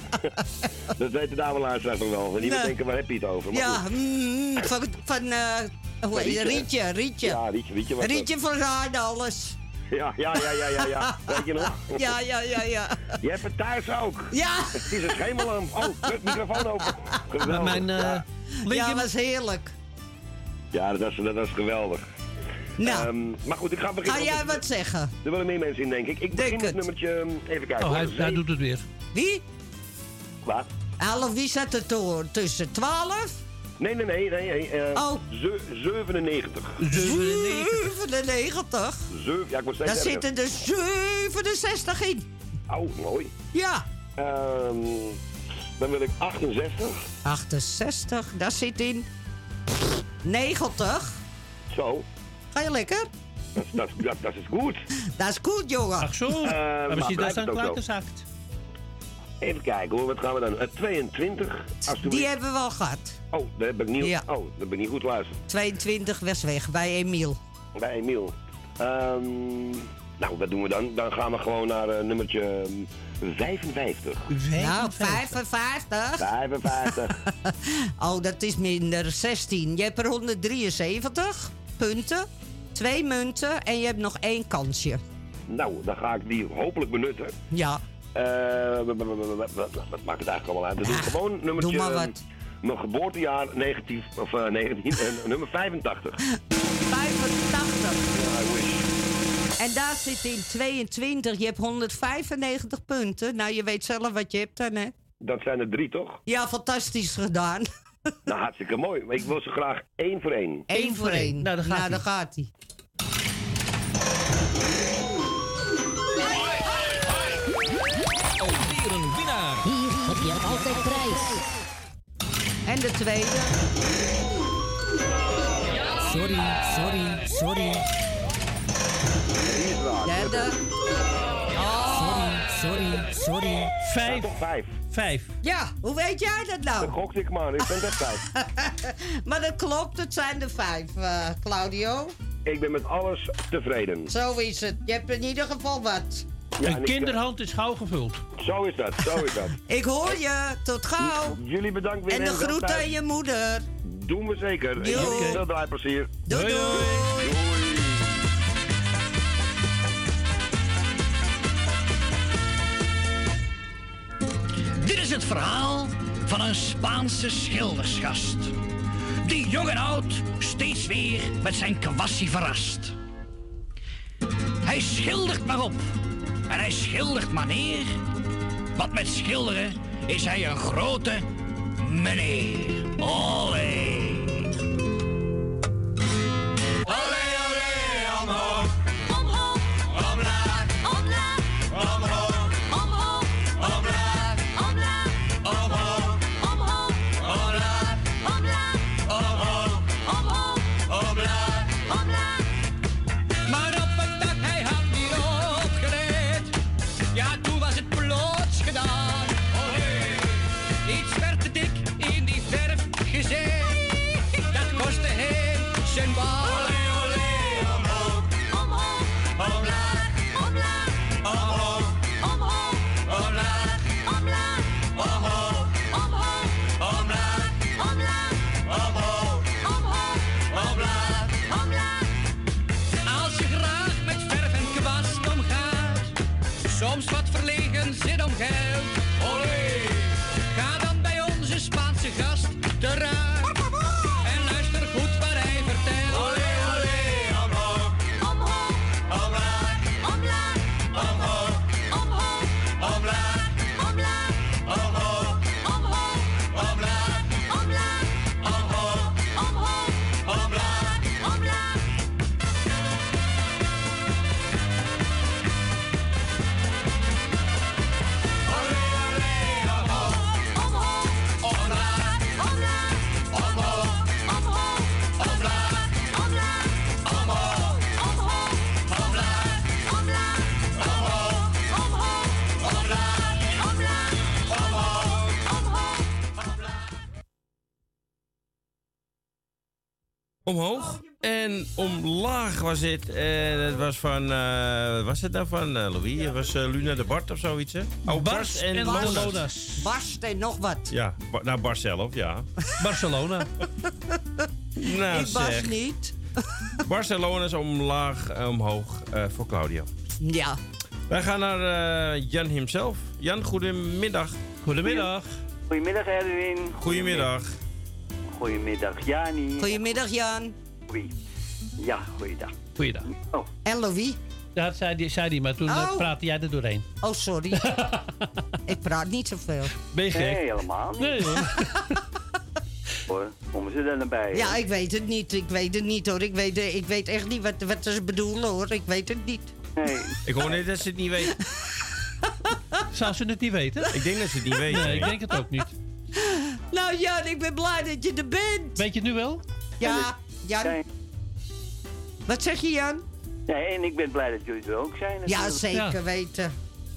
Speaker 18: dat weten de damelaars nog wel. En die
Speaker 13: Nee.
Speaker 18: denken, waar heb je het over? Maar
Speaker 13: Ja,
Speaker 18: goed.
Speaker 13: mm, van, van eh, hoe heet het? Rietje, Rietje.
Speaker 18: Ja, Rietje, Rietje. was
Speaker 13: Rietje
Speaker 18: dat.
Speaker 13: verraadt alles.
Speaker 18: Ja, ja, ja, ja, ja, ja. Weet je nog?
Speaker 13: Ja, ja, ja, ja.
Speaker 18: Je hebt het thuis ook.
Speaker 13: Ja.
Speaker 18: Het is een schemelamp. Oh, de microfoon open. Geweldig.
Speaker 12: Maar mijn, eh,
Speaker 18: ja.
Speaker 13: Ja, was heerlijk.
Speaker 18: Ja, dat was, dat was geweldig.
Speaker 13: Nou. Oh,
Speaker 18: Ehm, maar goed, ik ga beginnen.
Speaker 13: Ga
Speaker 18: want
Speaker 13: jij
Speaker 18: er-
Speaker 13: wat zeggen?
Speaker 18: Er willen meer mensen in, denk ik. Ik begin met nummertje... ehm, Even
Speaker 2: eh,
Speaker 18: kijken.
Speaker 12: Oh,
Speaker 18: hoor.
Speaker 12: hij,
Speaker 18: Zeven-
Speaker 12: hij doet het weer.
Speaker 13: Wie?
Speaker 18: Wat?
Speaker 13: Half wie zat er toen? Tussen 12?
Speaker 18: Nee, nee, nee. nee, nee eh,
Speaker 13: Oh.
Speaker 18: ze- 97.
Speaker 13: 97.
Speaker 18: Zeven- ja, ik word steeds
Speaker 13: Daar
Speaker 18: erger.
Speaker 13: zitten er 67 in.
Speaker 18: Oh, mooi.
Speaker 13: Ja.
Speaker 18: Ehm, dan wil ik 68.
Speaker 13: 68, daar zit in 90.
Speaker 18: Zo.
Speaker 13: Ga je lekker?
Speaker 18: Dat, dat, dat, dat is goed.
Speaker 13: Dat is goed, jongen.
Speaker 12: Ach zo.
Speaker 18: Eh, maar
Speaker 12: maar misschien
Speaker 18: blijft
Speaker 12: daar
Speaker 18: het
Speaker 12: staan
Speaker 18: ook zo.
Speaker 12: klaargezakt.
Speaker 18: Even kijken hoor, wat gaan we dan? Eh, 22. alsjeblieft.
Speaker 13: Die hebben we al gehad.
Speaker 18: Oh, daar heb ik niet,
Speaker 13: Ja.
Speaker 18: oh, daar ben ik niet goed luisterd.
Speaker 13: 22 was weg bij Emiel.
Speaker 18: Bij Emiel. Ehm, nou, wat doen we dan? Dan gaan we gewoon naar eh, nummertje ehm, 55.
Speaker 13: Nou, 55.
Speaker 18: 55.
Speaker 13: Oh, dat is minder. 16. Je hebt er 173 punten, twee munten en je hebt nog één kansje.
Speaker 18: nou, dan ga ik die hopelijk benutten.
Speaker 13: Ja.
Speaker 18: Eh, wat- wat- wat- wat- wat- wat maakt het eigenlijk allemaal uit? Dan doe ik gewoon nummertje...
Speaker 13: Ah, doe maar wat.
Speaker 18: ehm, Mijn geboortejaar 19, of, eh, 19, eh, nummer 85.
Speaker 13: 85.
Speaker 18: Ja, I wish.
Speaker 13: En daar zit in 22. Je hebt 195 punten. Nou, je weet zelf wat je hebt dan, hè?
Speaker 18: Dat zijn er drie, toch?
Speaker 13: Ja, fantastisch gedaan.
Speaker 18: Nou, hartstikke mooi. Maar ik wil ze graag één voor één.
Speaker 13: Eén voor één. Nou, daar gaat hij.
Speaker 10: Alweer een winnaar. Hier heb je altijd prijs.
Speaker 13: En de tweede.
Speaker 10: Sorry, sorry, sorry.
Speaker 13: Derde.
Speaker 18: Oh.
Speaker 13: Oh.
Speaker 12: Eh,
Speaker 10: Sorry, sorry.
Speaker 12: Vijf.
Speaker 18: Nou, vijf.
Speaker 12: Vijf.
Speaker 13: Ja, hoe weet jij dat nou?
Speaker 18: Dat gokte ik maar. Ik ben dat vijf.
Speaker 13: maar dat klopt, het zijn er vijf, eh, Claudio.
Speaker 18: Ik ben met alles tevreden.
Speaker 13: Zo is het. Je hebt in ieder geval wat.
Speaker 18: Ja, en
Speaker 12: een
Speaker 18: ik, eh,
Speaker 12: kinderhand is gauw gevuld.
Speaker 18: Zo is dat, zo is dat.
Speaker 13: Ik hoor je. Tot gauw.
Speaker 18: Jullie bedankt weer.
Speaker 13: En de groet
Speaker 18: weltijd.
Speaker 13: aan je moeder.
Speaker 18: Doen we zeker. En Jullie veel draaiplezier.
Speaker 13: Doei doei.
Speaker 19: Dit is het verhaal van een Spaanse schildersgast. Die jong en oud steeds weer met zijn kwassie verrast. Hij schildert maar op en hij schildert maar neer. Wat met schilderen is hij een grote meneer. Olé!
Speaker 10: Olé, olé, omhoog. Omhoog. Omlaag. Omlaag. Omhoog. Omhoog. Omlaag. Omlaag. Omhoog. Omhoog. Omlaag. Omlaag. Omhoog. Omhoog. Omlaag. Omlaag. Maar op het dak, hij had niet opgelet. Ja, toen was het plots gedaan. Olé. Iets werd te dik in die verf gezet. Dat kostte hem zijn baan. Olé, olé, omhoog. Omhoog. Omlaag. Omlaag. Omhoog. Omhoog. Omlaag. Omlaag. Omhoog. Omhoog. Omlaag. Omlaag. Omhoog. Omhoog. Omlaag. Omlaag. Als je graag met verf en kwast omgaat, soms wat verlegen zit om geld. Olé! Ga dan bij onze Spaanse gast te raad en luister goed waar hij vertelt. Olé, olé, omhoog. Omhoog. Omlaag. Omlaag. Omhoog. Omhoog. Omlaag. Omlaag. Omhoog. Omhoog. Omlaag. Omlaag. Omhoog. Omhoog. Omlaag. Omlaag. Olé, olé,
Speaker 2: omhoog en omlaag was het. En het was van, eh, wat was het nou van eh, Louis? Het was eh, Luna de Bart of zoiets, hè? Oh, Bas en, Lodas.
Speaker 13: Barst en nog wat.
Speaker 2: Ja, Ba- nou, Bars zelf, ja.
Speaker 12: Barcelona.
Speaker 2: nou,
Speaker 13: ik was
Speaker 2: zeg.
Speaker 13: niet.
Speaker 2: Barcelona is omlaag, eh, omhoog eh, voor Claudio.
Speaker 13: Ja.
Speaker 2: Wij gaan naar eh, Jan himself. Jan, goedemiddag. Goedemiddag.
Speaker 14: Goedemiddag Erwin.
Speaker 2: Goedemiddag.
Speaker 14: Goedemiddag Jani.
Speaker 13: Goedemiddag Jan.
Speaker 14: Ja, goeiedag.
Speaker 12: Goeiedag.
Speaker 18: Oh.
Speaker 13: En Louis?
Speaker 12: Dat zei die, zei die maar toen eh,
Speaker 13: Oh.
Speaker 12: praatte jij er doorheen.
Speaker 13: Oh, sorry. ik praat niet zoveel.
Speaker 12: Ben je gek?
Speaker 14: Nee, helemaal niet.
Speaker 12: Nee, hoor.
Speaker 14: hoor. Komen ze er dan bij?
Speaker 13: Ja, ik weet het niet. Ik weet het niet hoor. Ik weet, eh, ik weet echt niet wat, wat ze bedoelen hoor. Ik weet het niet.
Speaker 14: Nee.
Speaker 2: Ik hoor net dat ze het niet weet.
Speaker 12: Zou ze het niet weten?
Speaker 2: Ik denk dat ze het niet weet.
Speaker 12: Nee, ik denk het ook niet.
Speaker 13: Nou Jan, ik ben blij dat je er bent.
Speaker 12: Weet je het nu wel?
Speaker 13: Ja, Jan.
Speaker 14: Zijn.
Speaker 13: Wat zeg je Jan?
Speaker 14: Nee, en ik ben blij dat jullie er ook zijn.
Speaker 13: Ja,
Speaker 14: natuurlijk.
Speaker 13: zeker weten.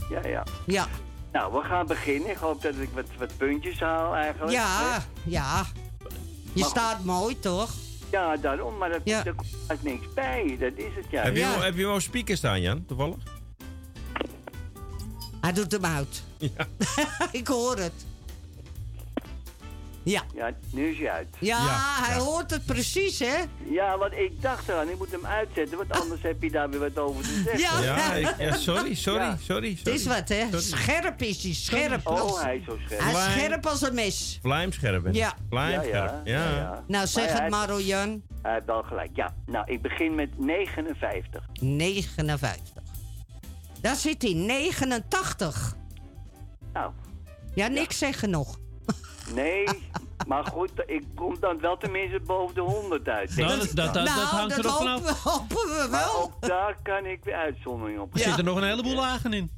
Speaker 14: Ja, ja.
Speaker 13: Ja.
Speaker 14: Nou, we gaan beginnen. Ik hoop dat ik wat, wat puntjes haal eigenlijk.
Speaker 13: Ja, ja. Je
Speaker 14: Maar-
Speaker 13: staat mooi toch?
Speaker 14: Ja, daarom. Maar dat, daar komt uit niks bij. Dat is het ja.
Speaker 2: Heb je, wel- heb je wel een speaker staan, Jan, toevallig?
Speaker 13: Hij doet hem uit. ik hoor het. Ja.
Speaker 14: Ja, nu is hij uit.
Speaker 13: Ja, hij hoort het precies, hè?
Speaker 14: Ja, want ik dacht eraan, ik moet hem uitzetten, want anders heb je daar weer wat over te zeggen.
Speaker 13: Ah. Ja. Ja, ik-
Speaker 2: ja, sorry, sorry,
Speaker 14: Ja.
Speaker 2: sorry,
Speaker 13: Het is wat, hè? Scherp is hij, scherp. als-
Speaker 14: Oh, hij is zo scherp.
Speaker 13: Hij is scherp als een mes.
Speaker 2: Vlijmscherp, hè?
Speaker 13: Ja.
Speaker 2: Vlijmscherp, ja.
Speaker 14: ja,
Speaker 13: Nou, zeg
Speaker 14: Maar
Speaker 13: het
Speaker 14: hij-
Speaker 13: maar, hoor, Jan.
Speaker 14: Hij heeft wel gelijk, ja. Nou, ik begin met 59.
Speaker 13: 59. Daar zit hij, 89.
Speaker 14: Nou,
Speaker 13: Ja, niks zeggen nog.
Speaker 14: nee, maar goed, ik kom dan wel tenminste boven de 100 uit. denk
Speaker 12: Nou,
Speaker 14: ik
Speaker 12: dat- dat-
Speaker 14: dan.
Speaker 12: dat- Nou, dat hangt dat er ook hopen vanaf.
Speaker 13: we- hopen we
Speaker 14: Maar ook daar kan ik weer uitzondering op
Speaker 12: Er
Speaker 14: geven.
Speaker 12: zitten nog een heleboel lagen in.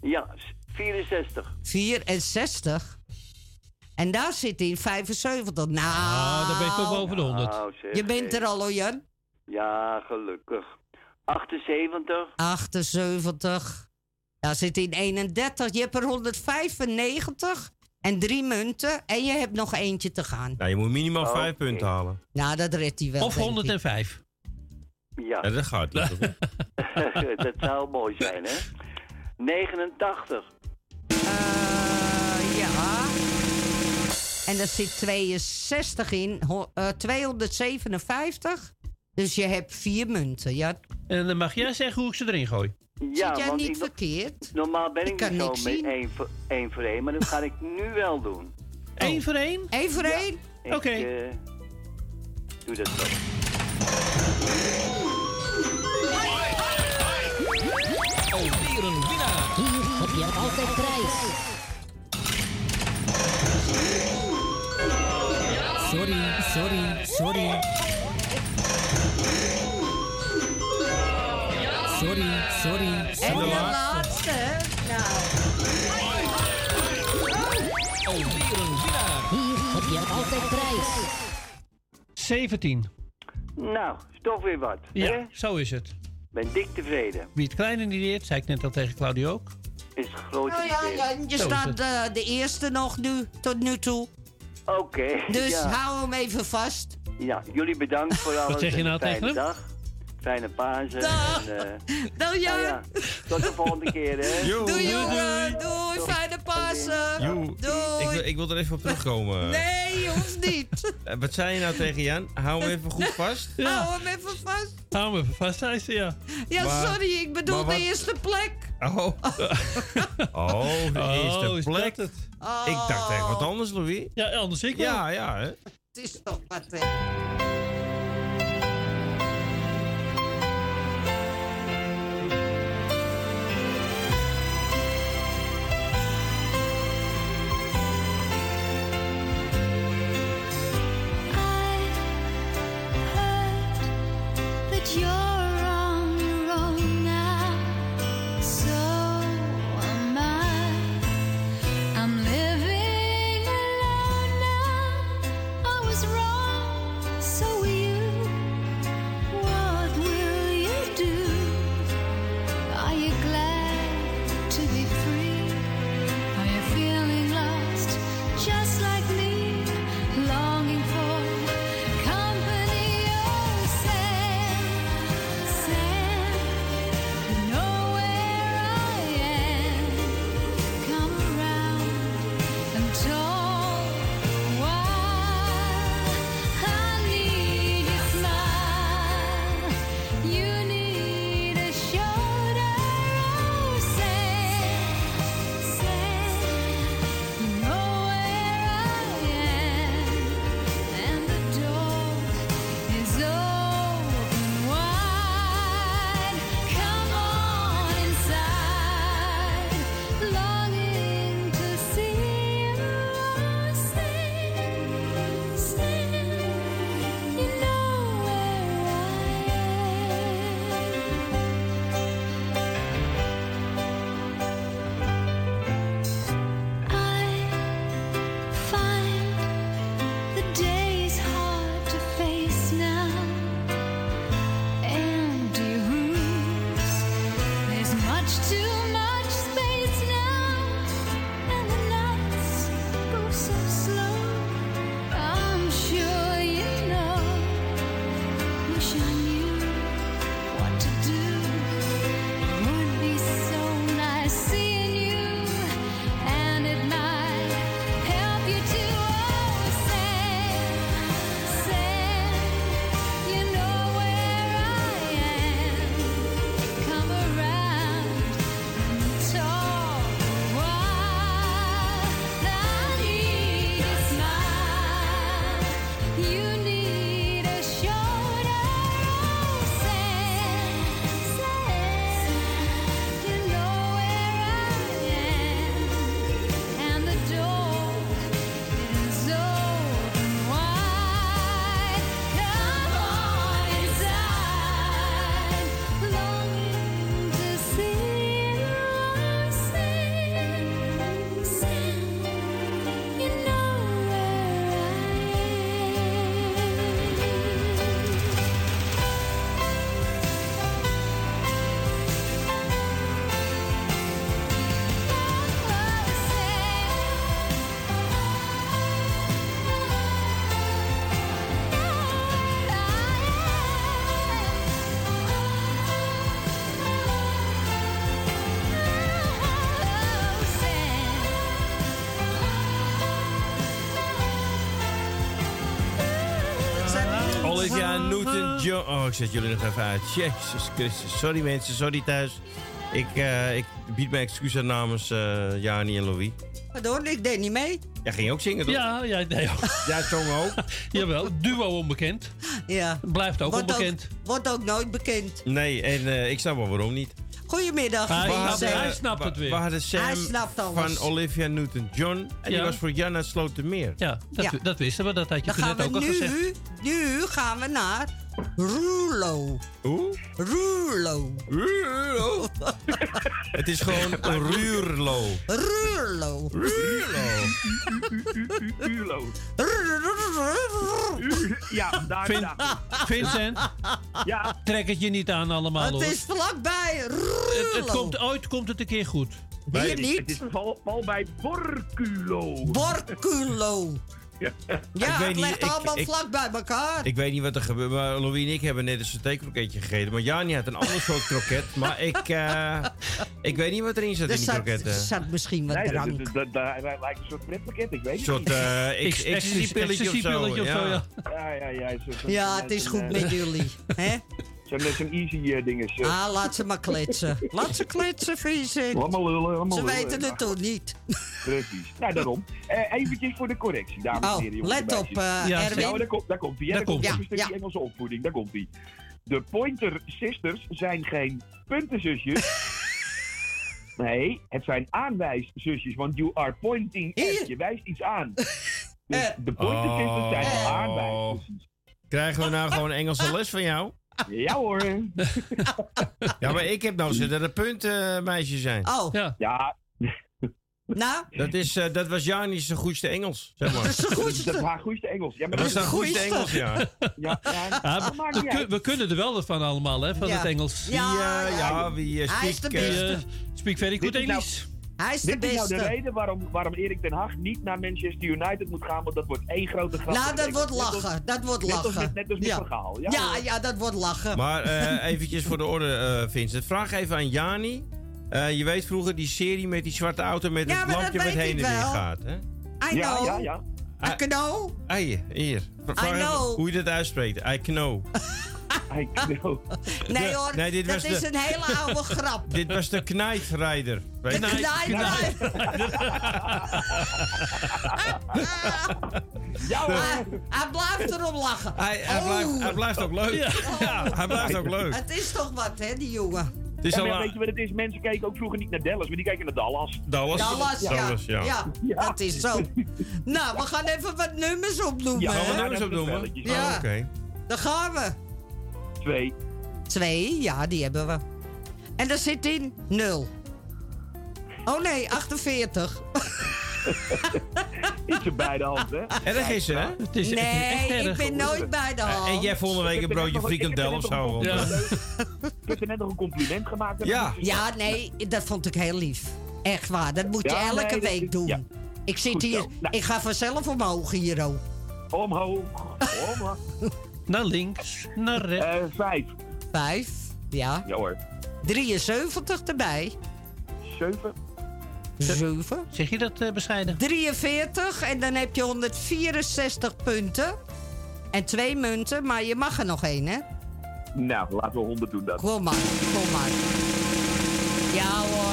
Speaker 14: Ja, s- 64.
Speaker 13: 64. En daar zit hij, 75. Nou,
Speaker 12: Ah, dan ben je toch boven de 100.
Speaker 14: Nou, zeg,
Speaker 13: Je bent er al, hoor, Jan.
Speaker 14: Ja, gelukkig. 78.
Speaker 13: 78. Daar zit hij in 31. Je hebt er 195 en drie munten. En je hebt nog eentje te gaan.
Speaker 2: Nou, je moet minimaal vijf punten halen.
Speaker 13: Nou, dat redt hij wel.
Speaker 12: Of
Speaker 13: denk ik.
Speaker 12: 105.
Speaker 14: Ja.
Speaker 2: dat gaat niet. hoor.
Speaker 14: dat zou mooi zijn, hè? 89.
Speaker 13: Ja. En daar zit 62 in. ho- eh, 257. Dus je hebt vier munten. Ja.
Speaker 12: En dan mag jij zeggen hoe ik ze erin gooi.
Speaker 14: Ja,
Speaker 13: Zit jij
Speaker 14: want
Speaker 13: niet
Speaker 14: ik-
Speaker 13: verkeerd?
Speaker 14: Normaal ben
Speaker 13: Ik
Speaker 14: ik,
Speaker 13: kan
Speaker 14: niet
Speaker 13: niks
Speaker 14: zo met
Speaker 13: zien.
Speaker 14: één voor, één voor één, maar dat ga ik nu wel doen. Oh.
Speaker 12: Eén voor één?
Speaker 13: Eén voor één?
Speaker 14: Ik,
Speaker 12: Oké.
Speaker 14: eh, doe dat zo.
Speaker 11: oh,
Speaker 10: Alweer een winnaar. Hier heb je altijd prijs.
Speaker 20: Sorry, sorry, sorry. Sorry, sorry,
Speaker 13: En de
Speaker 20: sorry.
Speaker 13: laatste. hè? Nou,
Speaker 20: Alweer een winnaar. Hier heb je altijd prijs.
Speaker 12: 17.
Speaker 14: Nou, is toch weer wat. hè?
Speaker 12: Ja, zo is het.
Speaker 14: Ben dik tevreden.
Speaker 12: Wie het kleine niet leert, zei ik net al tegen Claudio ook.
Speaker 14: Is het grote
Speaker 13: nou ja,
Speaker 14: idee.
Speaker 13: Jan, je
Speaker 12: Zo is
Speaker 13: staat
Speaker 12: het.
Speaker 13: eh, de eerste nog nu, tot nu toe.
Speaker 14: Oké.
Speaker 13: Dus
Speaker 14: ja.
Speaker 13: hou hem even vast.
Speaker 14: ja, jullie bedankt voor alles.
Speaker 12: zeg je
Speaker 14: en
Speaker 12: nou
Speaker 14: een fijne
Speaker 12: tegen hem?
Speaker 14: dag. Fijne Pasen.
Speaker 13: Dag.
Speaker 14: En, eh,
Speaker 13: Nou ja,
Speaker 14: nou ja, tot de volgende keer, hè.
Speaker 13: doei jongen, doei, fijne Pasen.
Speaker 2: Joe, ik, wil-
Speaker 13: Doei.
Speaker 2: ik wil er even op terugkomen.
Speaker 13: Nee, je hoeft niet.
Speaker 2: Eh, Wat zei je nou tegen Jan? Hou hem even goed vast.
Speaker 13: Hou hem even vast.
Speaker 12: Hou me even vast, zei ze, ja.
Speaker 13: Ja,
Speaker 2: Maar-
Speaker 13: sorry, ik bedoel
Speaker 2: maar wat-
Speaker 13: de eerste plek.
Speaker 2: Oh, oh de eerste
Speaker 12: Oh, is dat
Speaker 2: plek. Ik dacht echt wat anders, Louis.
Speaker 12: Ja, anders ik wel.
Speaker 2: Ja, ja. Hè?
Speaker 13: Het is toch wat, hè?
Speaker 10: that you're on your own now. So am I. I'm living alone now. I was wrong, so were you. What will you do? Are you glad to be free? Are you feeling lost, just like me, longing for company? Oh, oh,
Speaker 2: ja, Newton John. Oh, ik zet jullie nog even uit. Jezus Christus. Sorry mensen, sorry thuis. Ik, eh, ik bied mijn excuus aan namens eh Jani en Louis.
Speaker 13: Pardon, ik deed niet mee.
Speaker 2: Jij ging ook zingen, toch?
Speaker 12: Ja, jij deed ook.
Speaker 2: Jij zong ook.
Speaker 12: Jawel, duo onbekend.
Speaker 13: Ja.
Speaker 12: Blijft ook
Speaker 13: Wordt
Speaker 12: onbekend.
Speaker 13: wordt ook nooit bekend.
Speaker 2: Nee, en eh, ik snap wel waarom niet.
Speaker 13: Goedemiddag.
Speaker 12: Ah,
Speaker 2: We
Speaker 13: Sam.
Speaker 2: hadden- We hadden Sam
Speaker 13: Hij snapt alles.
Speaker 2: van Olivia Newton-John. En die
Speaker 12: Ja.
Speaker 2: was voor Janna Slotermeer.
Speaker 12: Ja, dat,
Speaker 13: Ja.
Speaker 12: dat wisten we. Dat had je
Speaker 13: Dan
Speaker 12: toen
Speaker 13: gaan
Speaker 12: net ook
Speaker 13: we
Speaker 12: al gezegd.
Speaker 13: nu, nu gaan we naar Rulo.
Speaker 2: Hoe?
Speaker 13: Rulo.
Speaker 2: Rulo. Het is gewoon een Ruurlo.
Speaker 13: Rulo.
Speaker 10: Rulo.
Speaker 13: Ja,
Speaker 10: daar,
Speaker 12: Vin-
Speaker 10: daar.
Speaker 12: Vincent?
Speaker 10: Ja.
Speaker 12: Trek het je niet aan allemaal
Speaker 13: Het
Speaker 12: hoor.
Speaker 13: is vlakbij Rulo.
Speaker 12: Het- het komt, ooit komt het een keer goed.
Speaker 13: Hier niet.
Speaker 10: Het is val, val bij Borculo.
Speaker 13: Borculo.
Speaker 10: Ja.
Speaker 13: Ja,
Speaker 2: Ik weet
Speaker 13: het
Speaker 2: niet,
Speaker 13: ligt
Speaker 2: ik-
Speaker 13: allemaal
Speaker 2: ik-
Speaker 13: vlak bij elkaar.
Speaker 2: Ik weet niet wat er gebeurt, maar Louis en ik hebben net een satékroketje gegeten. Maar Jani had een ander soort kroket. Maar ik, eh, ik weet niet wat erin zat
Speaker 13: Er
Speaker 2: in die
Speaker 13: zat-
Speaker 2: kroketten.
Speaker 13: zat misschien wat
Speaker 2: Nee, dat-
Speaker 13: drank.
Speaker 2: dat-
Speaker 10: Dat, dat, dat lijkt een soort pretpakket, ik weet
Speaker 2: Een
Speaker 10: het
Speaker 2: soort
Speaker 10: niet.
Speaker 2: eh, ex- ecstasy-pilletje of zo.
Speaker 12: ecstasy-pilletje of zo, ja.
Speaker 10: Ja, ja, ja. Zo, zo,
Speaker 13: Ja, het is goed met jullie. hè?
Speaker 10: eh, Zo'n zo'n easy eh, dingetje.
Speaker 13: Ah, laat ze maar kletsen. Laat ze kletsen, Vincent.
Speaker 10: Laat maar lullen, laat maar
Speaker 13: Ze
Speaker 10: lullen.
Speaker 13: weten het toch niet?
Speaker 10: Precies. Nou, daarom. Eh eventjes voor de correctie, dames en
Speaker 13: Oh,
Speaker 10: heren. jongens
Speaker 13: let
Speaker 10: en meisjes.
Speaker 13: op, eh, Ja, Erwin.
Speaker 10: Ja, maar daar, komt, daar komt ie. hè.
Speaker 12: Daar
Speaker 10: Daar komt
Speaker 12: komt-ie.
Speaker 10: een stukje Engelse opvoeding. Daar komt ie. De Pointer Sisters zijn geen puntenzusjes. nee, het zijn aanwijszusjes. Want you are pointing at. Je wijst iets aan. Dus de Pointer Sisters zijn
Speaker 2: Oh.
Speaker 10: aanwijszusjes.
Speaker 2: Krijgen we nou gewoon Engelse les van jou?
Speaker 10: Ja hoor.
Speaker 2: Ja, maar ik heb nou zitten dat er punten meisje zijn.
Speaker 13: Oh,
Speaker 12: Ja.
Speaker 10: Ja.
Speaker 13: nou,
Speaker 2: Dat, is, eh, dat was Jani's goedste Engels, zeg maar.
Speaker 10: Dat is haar goeiste Engels. Ja, maar
Speaker 2: Dat was haar goedste
Speaker 10: Goeiste.
Speaker 2: Engels, ja.
Speaker 10: Ja, ja,
Speaker 12: Ah,
Speaker 10: dat
Speaker 12: we-
Speaker 10: maakt
Speaker 12: we,
Speaker 10: niet uit.
Speaker 12: kun- we kunnen er wel wat van allemaal, hè, van
Speaker 13: Ja.
Speaker 12: het Engels.
Speaker 13: Ja,
Speaker 2: Ja, ja, wie eh,
Speaker 13: Hij is de
Speaker 2: speak, eh,
Speaker 13: beste.
Speaker 12: Speak very good
Speaker 10: Dit is nou-
Speaker 12: English.
Speaker 13: Hij is de
Speaker 10: Dit is nou de
Speaker 13: beste.
Speaker 10: reden waarom, waarom Erik ten Hag niet naar Manchester United moet gaan, want dat wordt één grote grap.
Speaker 13: Nou, dat wordt
Speaker 10: Net als-
Speaker 13: lachen. Dat wordt
Speaker 10: Net als,
Speaker 13: lachen.
Speaker 10: net, net als met
Speaker 13: Ja.
Speaker 10: Van Gaal. Ja,
Speaker 13: Ja, ja, dat wordt lachen.
Speaker 2: Maar eh, eventjes voor de orde, eh Vincent. Vraag even aan Jani. Eh, je weet vroeger die serie met die zwarte auto met
Speaker 13: Ja,
Speaker 2: het
Speaker 13: maar dat
Speaker 2: lampje wat
Speaker 13: weet
Speaker 2: heen en
Speaker 13: ik
Speaker 2: weer
Speaker 13: wel.
Speaker 2: gaat. Hè?
Speaker 13: I
Speaker 10: Ja,
Speaker 13: know.
Speaker 10: ja, ja.
Speaker 13: I know.
Speaker 2: Hey, hier. Vraag even
Speaker 13: know.
Speaker 2: Hoe je dat uitspreekt. I know.
Speaker 10: I know.
Speaker 13: Nee hoor,
Speaker 2: Nee, dit
Speaker 13: dat
Speaker 2: was
Speaker 13: is
Speaker 2: de-
Speaker 13: een hele oude grap.
Speaker 2: Dit was de knijtrijder. Weet je? nou,
Speaker 13: Nee, nee.
Speaker 10: Ja, hoor.
Speaker 13: Hij, hij blijft erom lachen.
Speaker 2: Hij, hij,
Speaker 13: Oh.
Speaker 2: blijft, hij blijft ook leuk. Ja, hij blijft ook leuk.
Speaker 13: Het is toch wat, hè, die jongen.
Speaker 2: Het is
Speaker 10: Ja,
Speaker 2: al
Speaker 10: maar
Speaker 2: aan-
Speaker 10: weet je wat het is? Mensen keken ook vroeger niet naar Dallas, maar die kijken naar Dallas.
Speaker 2: Dallas.
Speaker 13: Dallas, ja.
Speaker 2: Dallas, ja.
Speaker 13: ja. dat is zo. Nou, we gaan even wat nummers opnoemen,
Speaker 10: Ja, nou
Speaker 2: Gaan
Speaker 13: hè.
Speaker 2: we nummers
Speaker 10: dat is
Speaker 2: opnoemen?
Speaker 10: een spelletje.
Speaker 13: Ja.
Speaker 2: Oh, Oké.
Speaker 13: Daar gaan we.
Speaker 10: Twee.
Speaker 13: Twee, ja, die hebben we. En daar zit in nul. Oh nee, 48.
Speaker 10: Iets er bij de hand, hè?
Speaker 2: En dat is ze, hè?
Speaker 12: Het is, het is echt
Speaker 13: Nee, ik
Speaker 12: erg.
Speaker 13: ben nooit bij de hand.
Speaker 2: Eh, En jij volgende week een broodje frikandel of zo. want,
Speaker 12: Ja.
Speaker 2: eh,
Speaker 10: Ik heb er net nog een compliment gemaakt.
Speaker 2: Ja.
Speaker 13: Ja, nee, dat vond ik heel lief. Echt waar, dat moet je
Speaker 10: Ja,
Speaker 13: elke
Speaker 10: nee, dat
Speaker 13: week
Speaker 10: is-
Speaker 13: doen.
Speaker 10: ja.
Speaker 13: Ik zit
Speaker 10: Goed zo.
Speaker 13: hier,
Speaker 10: Nou.
Speaker 13: ik ga vanzelf omhoog hier ook.
Speaker 10: Omhoog. Omhoog.
Speaker 12: Naar links, naar rechts.
Speaker 10: Eh, vijf.
Speaker 13: Vijf, ja.
Speaker 10: Ja hoor.
Speaker 13: 73 erbij.
Speaker 10: Zeven.
Speaker 13: Zeven.
Speaker 12: Zeg je dat eh, bescheiden?
Speaker 13: 43 en dan heb je 164 punten. En twee munten, maar je mag er nog één, hè?
Speaker 10: Nou, laten we honderd doen dan.
Speaker 13: Kom maar, kom maar. Ja hoor.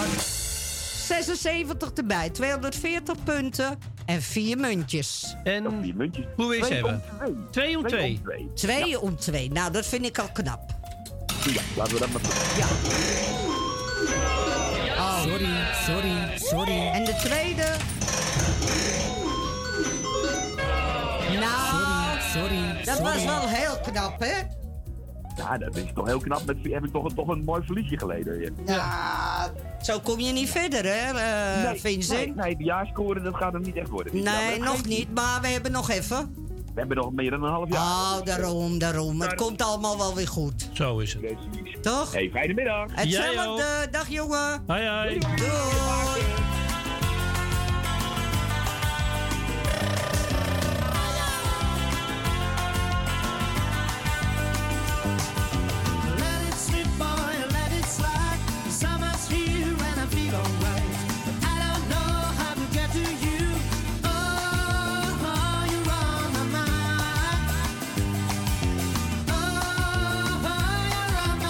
Speaker 13: 76 erbij, 240 punten en vier muntjes.
Speaker 10: Of
Speaker 12: En
Speaker 10: vier muntjes.
Speaker 12: hoe wil je ze
Speaker 10: Twee
Speaker 12: hebben?
Speaker 10: om twee.
Speaker 12: Twee om twee.
Speaker 10: twee.
Speaker 13: Twee om twee, nou dat vind ik al knap.
Speaker 10: Ja, laten we dat maar doen.
Speaker 13: Ja.
Speaker 21: Sorry, sorry, sorry.
Speaker 13: En de tweede. Nou,
Speaker 21: Sorry,
Speaker 13: dat was
Speaker 21: sorry.
Speaker 13: wel heel knap, hè?
Speaker 10: Ja, dat is toch heel knap. Met, heb ik toch, een- toch een mooi verliesje geleden. Ja.
Speaker 13: Ja, Nou, zo kom je niet verder, hè, eh,
Speaker 10: nee,
Speaker 13: Vincent?
Speaker 10: nee, de jaarscoren, dat gaat hem niet echt worden.
Speaker 13: Nee,
Speaker 10: Ja, maar dat
Speaker 13: nog
Speaker 10: geeft
Speaker 13: niet, maar we hebben nog even.
Speaker 10: We hebben nog meer dan een half jaar.
Speaker 13: Oh, daarom, daarom. Het
Speaker 10: Daarom.
Speaker 13: komt allemaal wel weer goed,
Speaker 12: Zo is het.
Speaker 10: Precies.
Speaker 13: toch?
Speaker 10: Hey, fijne middag.
Speaker 12: Jij
Speaker 13: Hetzelfde, eh, dag jongen.
Speaker 12: Hai, hai.
Speaker 13: Doei.
Speaker 10: Let it slip, boy, let it slide. Summer's here and I feel alright. But I don't know how to get to you. Oh, you're on my mind. Oh, Oh,
Speaker 15: Oh,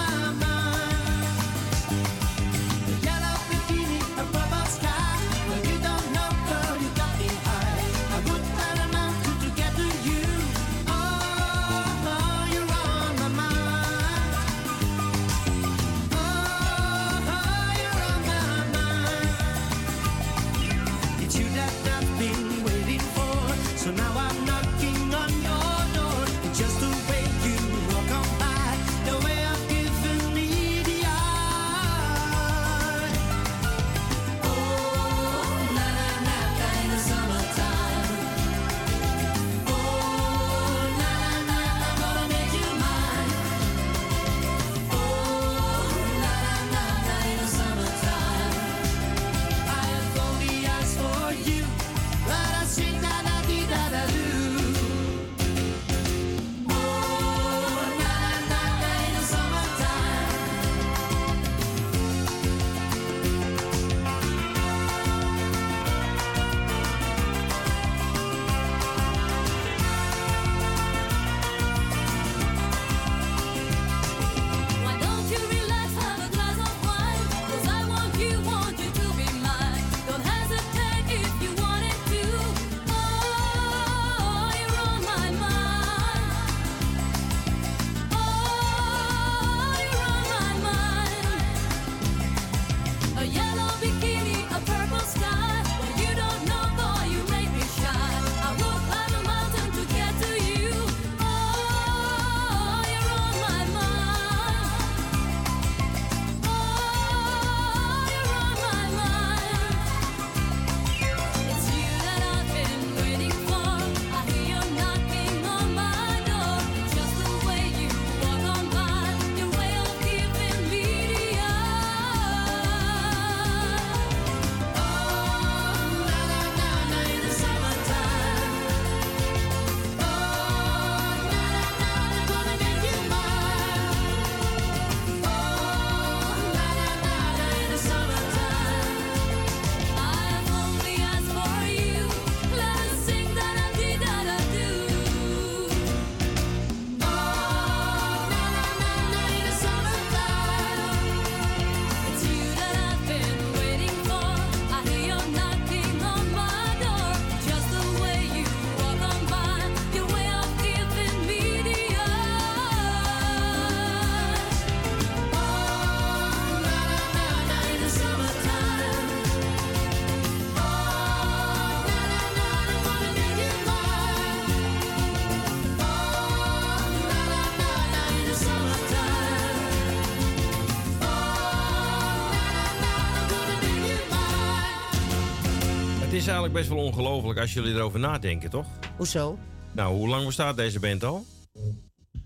Speaker 2: is eigenlijk best wel ongelooflijk als jullie erover nadenken, toch?
Speaker 13: Hoezo?
Speaker 2: Nou, hoe lang bestaat deze band al?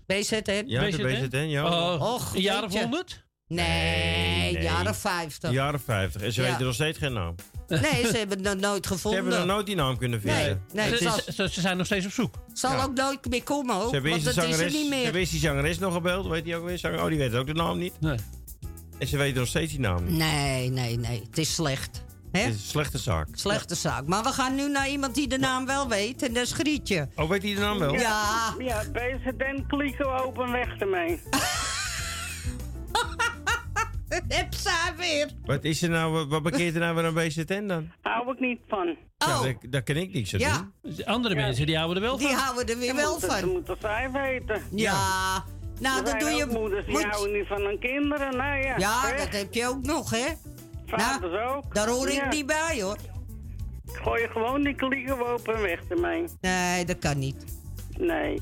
Speaker 13: BZN?
Speaker 2: Ja, de BZN, ja.
Speaker 13: Och,
Speaker 12: een jaar of
Speaker 13: jeetje.
Speaker 12: 100?
Speaker 13: Nee,
Speaker 2: Nee.
Speaker 13: jaren 50.
Speaker 2: Jaren 50. En ze
Speaker 13: Ja.
Speaker 2: weten nog steeds geen naam.
Speaker 13: Nee, ze hebben het nooit
Speaker 2: Ze
Speaker 13: gevonden.
Speaker 2: hebben nog nooit die naam kunnen vinden.
Speaker 13: Nee,
Speaker 12: ze,
Speaker 13: het is-
Speaker 12: ze- ze- ze zijn nog steeds op zoek.
Speaker 13: Zal
Speaker 2: Ja.
Speaker 13: ook nooit meer komen,
Speaker 2: Ze
Speaker 13: hoor.
Speaker 2: hebben
Speaker 13: Want
Speaker 2: eerst die
Speaker 13: dat is er
Speaker 2: zangeres,
Speaker 13: niet
Speaker 2: ze
Speaker 13: meer.
Speaker 2: hebben eerst die zangeres nog gebeld. Weet die ook weer? Zanger- Oh, die weet ook de naam niet.
Speaker 12: Nee.
Speaker 2: En ze weten nog steeds die naam niet.
Speaker 13: Nee, nee, nee. Het is slecht. Hè?
Speaker 2: Het is een slechte zaak.
Speaker 13: Slechte zaak. Maar we gaan nu naar iemand die de naam wel weet. En dat is Grietje.
Speaker 2: Oh, weet die de naam wel?
Speaker 13: Ja.
Speaker 17: Ja, BZN klikken we open weg ermee.
Speaker 13: Heb ze weer.
Speaker 2: Wat is er nou? wat- Wat bekeert er nou weer een BZN dan?
Speaker 17: Hou ik niet van.
Speaker 2: Ja, daar, daar kan ik niks aan
Speaker 13: Oh, Ja.
Speaker 2: doen.
Speaker 12: Andere mensen, die houden er wel van.
Speaker 13: Die houden er weer wel
Speaker 17: Dat
Speaker 13: van.
Speaker 17: moeten zij weten.
Speaker 13: Ja. Nou,
Speaker 17: Er
Speaker 13: dat
Speaker 17: zijn
Speaker 13: doe je...
Speaker 17: ook moeders die
Speaker 13: moet-
Speaker 17: houden niet van hun kinderen. Nou ja,
Speaker 13: Ja,
Speaker 17: hè?
Speaker 13: dat heb je ook nog, hè? Nou,
Speaker 17: vaders ook.
Speaker 13: Daar hoor ik
Speaker 17: Ja.
Speaker 13: niet bij, hoor.
Speaker 17: Gooi gewoon die klikken we open weg ermee.
Speaker 13: Nee, dat kan niet.
Speaker 17: Nee,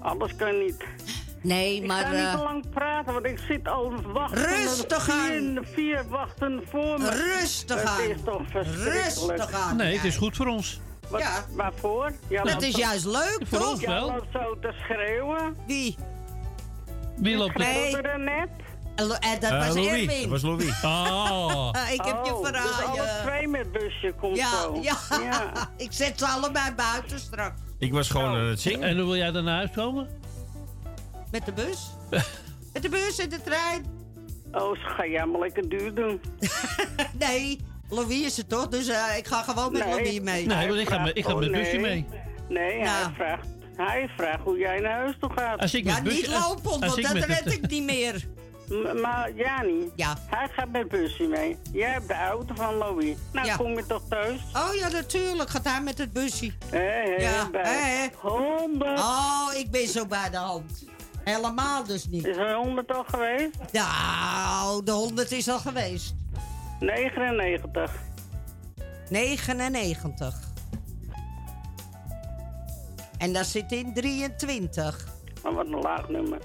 Speaker 17: alles kan niet.
Speaker 13: Nee,
Speaker 17: ik
Speaker 13: maar...
Speaker 17: ga niet
Speaker 13: eh,
Speaker 17: te lang praten, want ik zit al wachten.
Speaker 13: Rustig
Speaker 17: vier, Vier wachten voor me.
Speaker 13: Rustig
Speaker 17: dat
Speaker 13: aan.
Speaker 17: is toch verschrikkelijk.
Speaker 13: Rustig aan.
Speaker 12: Nee, het is goed voor ons.
Speaker 17: Wat,
Speaker 13: Ja.
Speaker 17: Waarvoor? Ja,
Speaker 13: Dat
Speaker 17: loopt
Speaker 13: is
Speaker 17: zo-
Speaker 13: juist leuk,
Speaker 12: Voor
Speaker 13: toch?
Speaker 12: ons wel.
Speaker 17: Ja, loopt zo te schreeuwen.
Speaker 13: Wie?
Speaker 12: Wie loopt er?
Speaker 13: Nee.
Speaker 17: Schreeuwde er net.
Speaker 13: Lo- eh, dat
Speaker 2: Eh,
Speaker 13: was
Speaker 2: Louis.
Speaker 13: Erwin.
Speaker 2: Dat was Louis.
Speaker 12: Oh.
Speaker 13: Eh, ik heb je
Speaker 17: Oh, Dus
Speaker 13: verhaal. eh.
Speaker 17: alle twee met busje komt
Speaker 13: ja,
Speaker 17: zo.
Speaker 13: ja.
Speaker 17: Ja.
Speaker 13: ik zet ze allebei buiten straks.
Speaker 2: Ik was gewoon
Speaker 13: Nou.
Speaker 2: aan het zingen.
Speaker 12: En hoe wil jij dan naar huis komen?
Speaker 13: Met de bus? Met de bus en de trein?
Speaker 17: Oh, ze ga jij maar lekker duur doen.
Speaker 13: Nee, Louis is er toch? Dus eh, ik ga gewoon met
Speaker 17: Nee.
Speaker 13: Louis mee.
Speaker 12: Nee, want ik ga, met- ik ga
Speaker 17: Oh,
Speaker 12: met het busje
Speaker 17: nee.
Speaker 12: mee.
Speaker 17: Nee,
Speaker 13: Nou.
Speaker 17: hij, vraagt, hij vraagt hoe jij naar huis toe gaat.
Speaker 12: Als ik
Speaker 13: ja,
Speaker 12: met busje,
Speaker 13: niet lopend,
Speaker 12: als, als
Speaker 13: want dat
Speaker 12: met
Speaker 13: red
Speaker 12: het-
Speaker 13: ik niet meer.
Speaker 17: M- maar Jani,
Speaker 13: Ja.
Speaker 17: hij gaat met busje mee. Jij hebt de auto van Louis. Nou,
Speaker 13: Ja.
Speaker 17: kom je toch thuis?
Speaker 13: Oh ja, natuurlijk. Gaat hij met het busje.
Speaker 17: Hé, hé,
Speaker 13: Ja,
Speaker 17: bij.
Speaker 13: hè, hè.
Speaker 17: Honderd.
Speaker 13: Oh, ik ben zo bij de hand. Helemaal dus niet.
Speaker 17: Is er honderd al geweest?
Speaker 13: Nou, de 100 is al geweest.
Speaker 17: 99.
Speaker 13: 99. En daar zit in 23.
Speaker 17: Maar wat een laag nummer.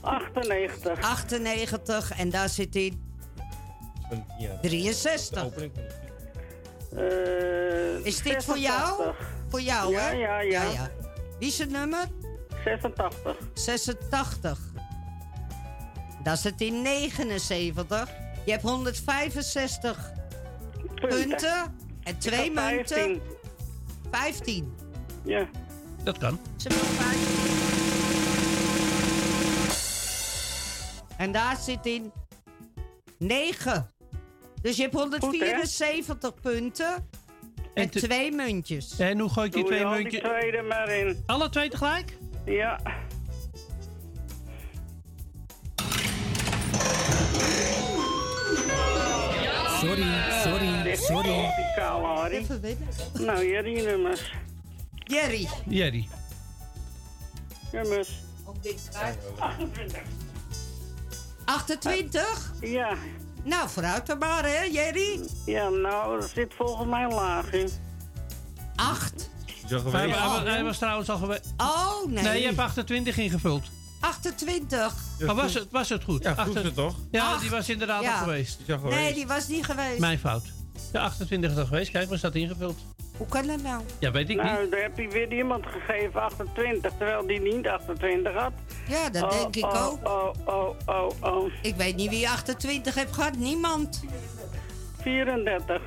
Speaker 17: 98.
Speaker 13: 98 en daar zit in
Speaker 2: Ja.
Speaker 13: 63.
Speaker 2: Opening van de-
Speaker 17: Eh,
Speaker 13: Is dit voor jou?
Speaker 17: 86.
Speaker 13: Voor jou,
Speaker 17: Ja,
Speaker 13: hè?
Speaker 17: ja, ja.
Speaker 13: Wie is het nummer?
Speaker 17: 86.
Speaker 13: 86. Daar zit in 79. Je hebt 165 punten en
Speaker 17: Ik
Speaker 13: twee
Speaker 17: had 15.
Speaker 13: munten. 15.
Speaker 17: Ja.
Speaker 12: Dat kan.
Speaker 13: Ze wil 15. En daar zit in 9. Dus je hebt 174 punten en
Speaker 12: En te-
Speaker 13: twee muntjes.
Speaker 12: En hoe gooi ik die
Speaker 17: Doe je
Speaker 12: twee
Speaker 17: al
Speaker 12: muntjes...
Speaker 17: die tweede maar in.
Speaker 12: Alle twee tegelijk?
Speaker 17: Ja.
Speaker 21: Sorry, sorry, sorry.
Speaker 17: Die kale Harry.
Speaker 13: Even winnen.
Speaker 17: Nou, ja, die nummers.
Speaker 13: Jerry.
Speaker 12: Jerry.
Speaker 17: Nummers.
Speaker 13: Op dit kaart. 28?
Speaker 17: Ja.
Speaker 13: Nou, vooruit dan maar, hè, Jerry.
Speaker 17: Ja, nou, er zit volgens mij laag in.
Speaker 13: 8.
Speaker 2: Zo geweest.
Speaker 12: Hij, wa- hij wa- hij was trouwens al geweest...
Speaker 13: Oh, nee.
Speaker 12: Nee, je hebt 28 ingevuld.
Speaker 13: 28.
Speaker 12: Maar was het, was het goed?
Speaker 2: Ja, goed
Speaker 12: Achter-
Speaker 2: ze toch?
Speaker 12: ja
Speaker 13: Acht.
Speaker 12: die was inderdaad
Speaker 13: Ja.
Speaker 12: al geweest.
Speaker 2: Zo geweest.
Speaker 13: Nee, die was niet geweest.
Speaker 12: Mijn fout. De 28 is al geweest. Kijk, was dat ingevuld?
Speaker 13: Hoe kan dat nou?
Speaker 12: Ja, weet ik niet.
Speaker 17: Nou, daar heb je weer iemand gegeven 28, terwijl die niet 28 had.
Speaker 13: Ja, dat
Speaker 17: Oh,
Speaker 13: denk ik
Speaker 17: oh,
Speaker 13: ook.
Speaker 17: Oh, oh, oh, oh.
Speaker 13: Ik weet niet wie 28 heeft gehad. Niemand.
Speaker 17: 34.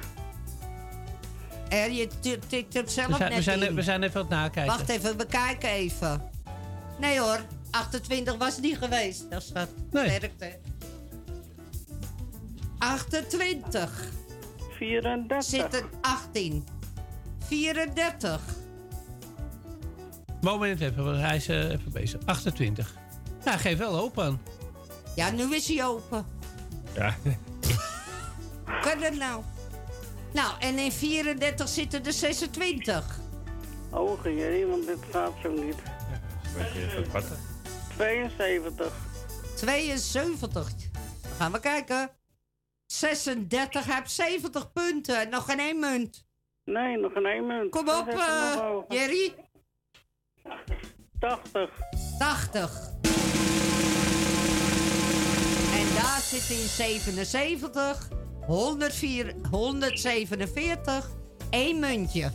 Speaker 13: Hè, je t- tikt het zelf
Speaker 12: We zijn, we,
Speaker 13: net
Speaker 12: zijn,
Speaker 13: in.
Speaker 12: we zijn even aan het nakijken.
Speaker 13: Wacht even, we kijken even. Nee hoor, 28 was niet geweest. Dat is wat
Speaker 12: Nee.
Speaker 13: werkte. 28.
Speaker 17: 34.
Speaker 13: Zit er 18. 34.
Speaker 12: Moment even, want hij is eh, even bezig. 28. Nou, geef wel hoop aan.
Speaker 13: Ja, nu is hij open.
Speaker 2: Ja.
Speaker 13: Kan dat nou? Nou, en in 34 zitten er 26.
Speaker 17: Oh, jee, want dit gaat zo niet.
Speaker 2: Weet je, dat wat?
Speaker 17: 72.
Speaker 13: 72. Dan gaan we kijken. 36, hij heeft 70 punten. Nog geen één munt.
Speaker 17: Nee, nog een één minuut.
Speaker 13: Kom
Speaker 17: Dat
Speaker 13: op,
Speaker 17: is er
Speaker 13: eh,
Speaker 17: nog over.
Speaker 13: Jerry.
Speaker 17: 80.
Speaker 13: 80. En daar zit in 77. 104, 147, één muntje.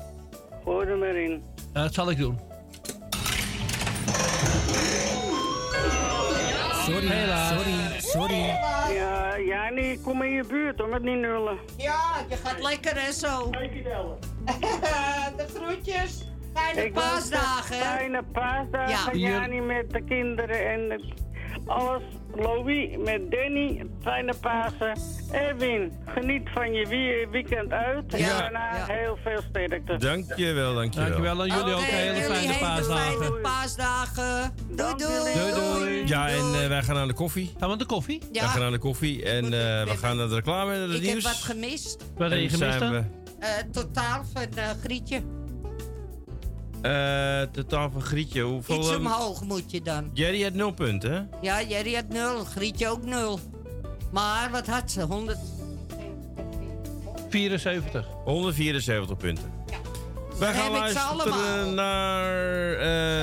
Speaker 17: Gooi er maar in.
Speaker 12: Eh, Dat zal ik doen.
Speaker 17: Sorry,
Speaker 12: Helaas.
Speaker 17: sorry, sorry. Ja, ja, nee, kom in je buurt om het niet nullen.
Speaker 13: Ja, je gaat lekker hè zo. de groetjes. Fijne
Speaker 17: Ik wou
Speaker 13: paasdagen.
Speaker 17: zeggen, Fijne paasdagen,
Speaker 13: Ja.
Speaker 17: Jani met de kinderen en het- alles. Louis met Danny, fijne Pasen. Edwin, geniet van je wie- weekend uit. En daarna heel veel sterkte.
Speaker 2: Dankjewel, dankjewel.
Speaker 12: Dankjewel aan jullie ook. Een hele fijne paasdagen.
Speaker 13: Fijne paasdagen. Doei doei.
Speaker 12: Doei doei.
Speaker 2: Ja, en eh, wij gaan aan de koffie.
Speaker 12: Gaan we aan de koffie?
Speaker 13: Ja.
Speaker 2: Wij gaan aan de koffie en eh, we gaan naar de reclame en naar het
Speaker 13: Ik heb
Speaker 2: nieuws.
Speaker 13: wat gemist.
Speaker 12: Wat heb je
Speaker 2: En
Speaker 12: gemist
Speaker 2: zijn
Speaker 12: dan?
Speaker 13: Eh, totaal van eh, Grietje.
Speaker 2: we, eh, totaal van Grietje, hoeveel...
Speaker 13: Iets
Speaker 2: eh,
Speaker 13: omhoog moet je dan.
Speaker 2: Jerry had nul punten, hè?
Speaker 13: Ja, Jerry had nul. Grietje ook nul. Maar wat had ze? 100.
Speaker 12: 74.
Speaker 2: 174 punten. Wij gaan
Speaker 13: Heb ik ze allemaal?
Speaker 2: luisteren naar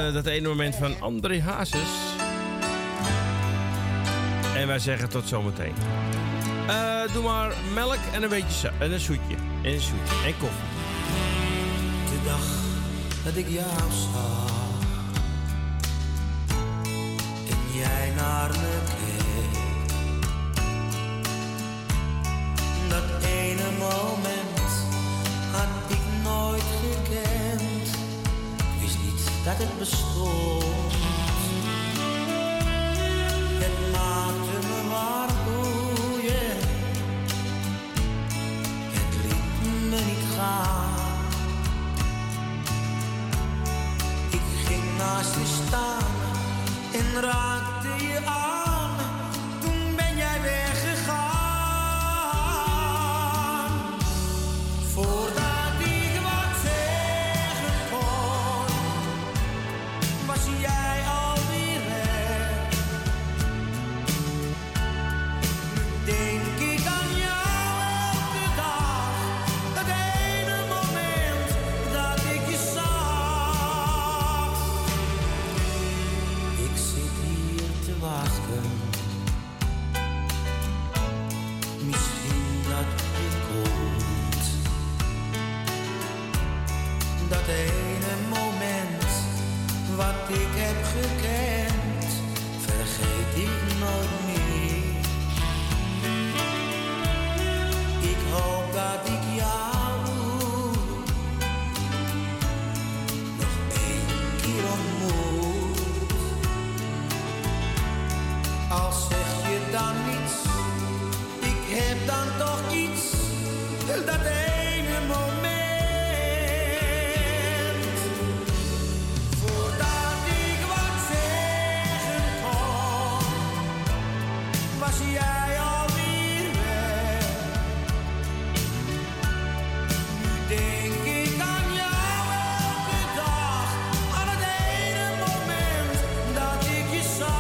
Speaker 2: eh, dat ene moment van André Hazes. En wij zeggen tot zometeen. Eh, doe maar melk en een beetje zo- en een zoetje. En een zoetje. En koffie.
Speaker 10: De dag dat ik jou zag en jij naar me keek. Dat ene moment had ik nooit gekend. Ik wist niet dat het bestond. Het maakte me maar boeien. Het liet me niet gaan. Ik ging naast je staan en raakte je aan. Toen ben jij weggegaan. Voordat ik wat zeggen kon, was jij alweer weg. Nu denk ik aan jou elke dag, dat ene moment dat ik je zag. Ik zit hier te wachten. Misschien dat je komt. Dat ene moment wat ik heb gekend, vergeet ik nooit meer. Ik hoop dat ik jou nog één keer ontmoet. Al zeg je dan niets, ik heb dan toch iets. Dat ene moment. Voordat ik wat zeggen kon, was jij alweer weg. Nu denk ik aan jou elke dag, aan het ene moment dat ik je zag.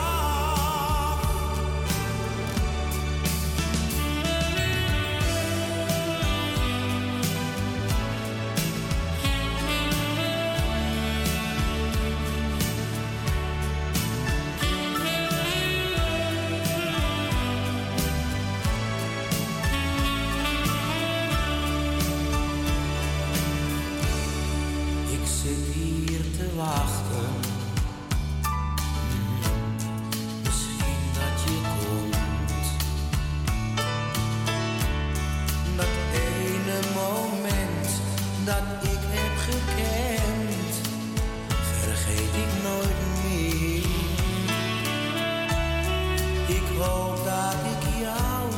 Speaker 10: Ik zit hier te wachten. Mm, Misschien dat je komt. Dat ene moment dat ik heb gekend, vergeet ik nooit meer. Ik hoop dat ik jou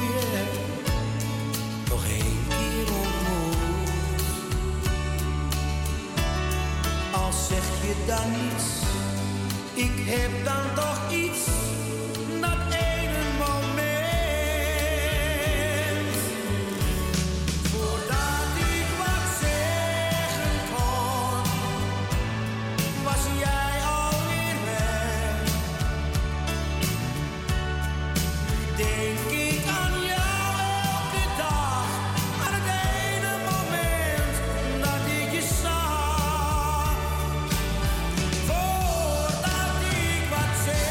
Speaker 10: yeah, nog één keer ontmoet. Al zeg je dan niets, ik heb dan toch iets. Dat ene moment. Voordat ik wat zeggen kon, was jij alweer weg. Nu denk ik aan jou elke dag, aan het ene moment dat ik je zag. Voordat ik wat zeggen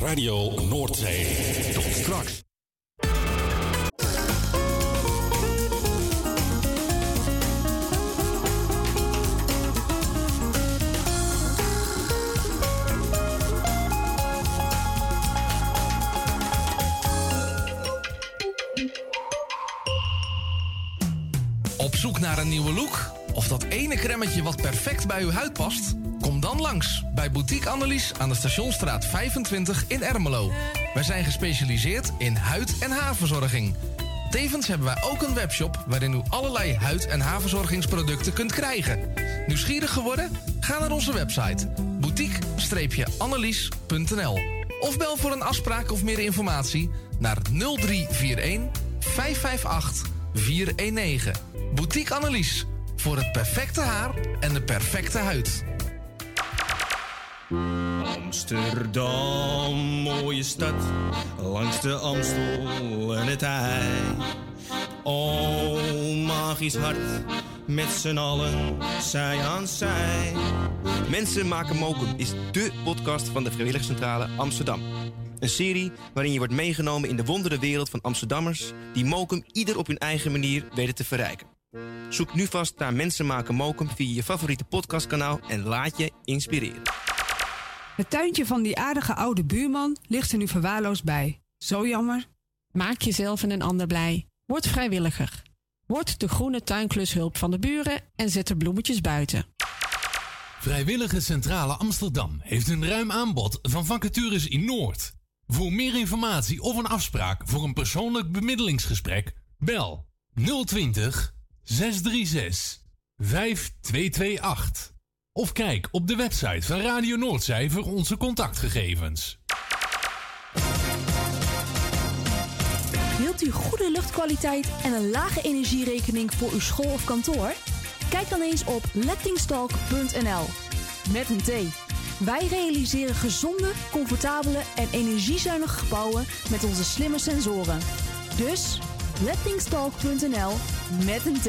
Speaker 22: Radio Noordzee. Tot straks.
Speaker 1: Op zoek naar een nieuwe look? Of dat ene cremmetje wat perfect bij uw huid past? Kom dan langs bij Boutique Annelies aan de Stationstraat 25 in Ermelo. Wij zijn gespecialiseerd in huid- en haarverzorging. Tevens hebben wij ook een webshop waarin u allerlei huid- en haarverzorgingsproducten kunt krijgen. Nieuwsgierig geworden? Ga naar onze website boutique-annelies.nl of bel voor een afspraak of meer informatie naar 0341 558 419. Boutique Annelies. Voor het perfecte haar en de perfecte huid.
Speaker 23: Amsterdam, mooie stad, langs de Amstel en het IJ. O, magisch hart, met z'n allen, zij aan zij.
Speaker 20: Mensen maken mokum is dé podcast van de Vrijwilligcentrale Amsterdam. Een serie waarin je wordt meegenomen in de wondere wereld van Amsterdammers die mokum ieder op hun eigen manier weten te verrijken. Zoek nu vast naar Mensen maken mokum via je favoriete podcastkanaal en laat je inspireren.
Speaker 3: Het tuintje van die aardige oude buurman ligt er nu verwaarloosd bij. Zo jammer.
Speaker 5: Maak jezelf en een ander blij. Word vrijwilliger. Word de groene tuinklushulp van de buren en zet de bloemetjes buiten.
Speaker 6: Vrijwillige Centrale Amsterdam heeft een ruim aanbod van vacatures in Noord. Voor meer informatie of een afspraak voor een persoonlijk bemiddelingsgesprek, bel 020 636 5228. Of kijk op de website van Radio Noordzij voor onze contactgegevens.
Speaker 7: Wilt u goede luchtkwaliteit en een lage energierekening voor uw school of kantoor? Kijk dan eens op lettingstalk.nl. Met een T. Wij realiseren gezonde, comfortabele en energiezuinige gebouwen met onze slimme sensoren. Dus lettingstalk.nl met een T.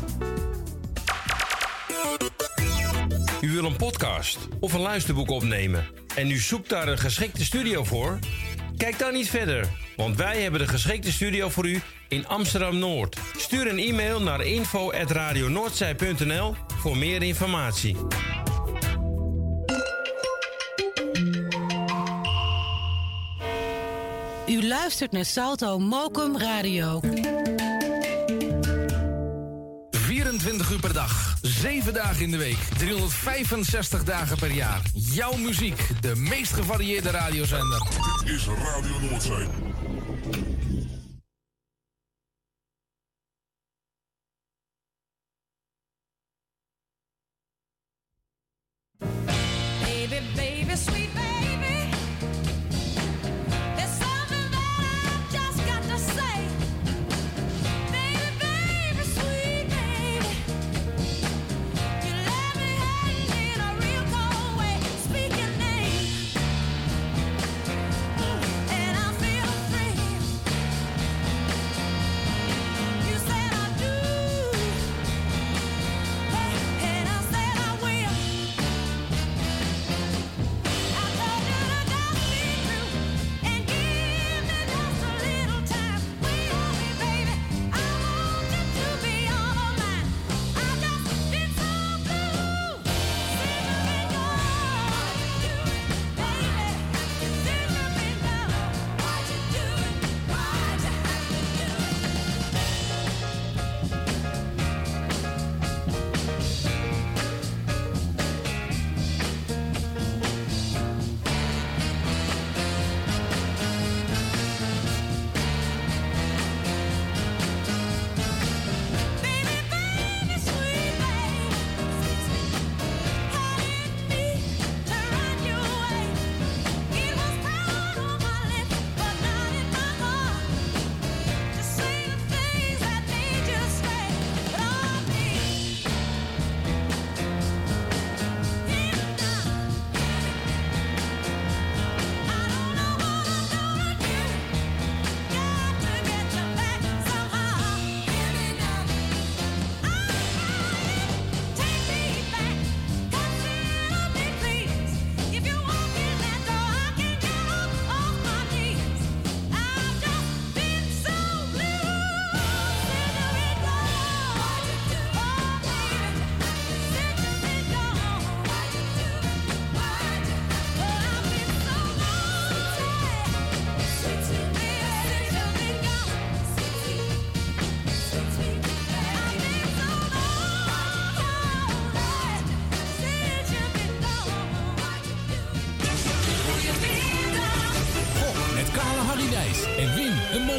Speaker 2: U wil een podcast of een luisterboek opnemen en u zoekt daar een geschikte studio voor? Kijk dan niet verder, want wij hebben de geschikte studio voor u in Amsterdam Noord. Stuur een e-mail naar info@radionoordzij.nl voor meer informatie.
Speaker 8: U luistert naar Salto Mokum Radio.
Speaker 1: 24 uur per dag, 7 dagen in de week, 365 dagen per jaar. Jouw muziek, de meest gevarieerde radiozender.
Speaker 22: Dit is Radio Noordzee.
Speaker 10: Baby, baby, sweet baby. There's something that I just got to say. Baby, baby, sweet baby. You left me hanging in a real cold way. Speak your name. Mm, And I feel free. You said I do. And I said I will. I told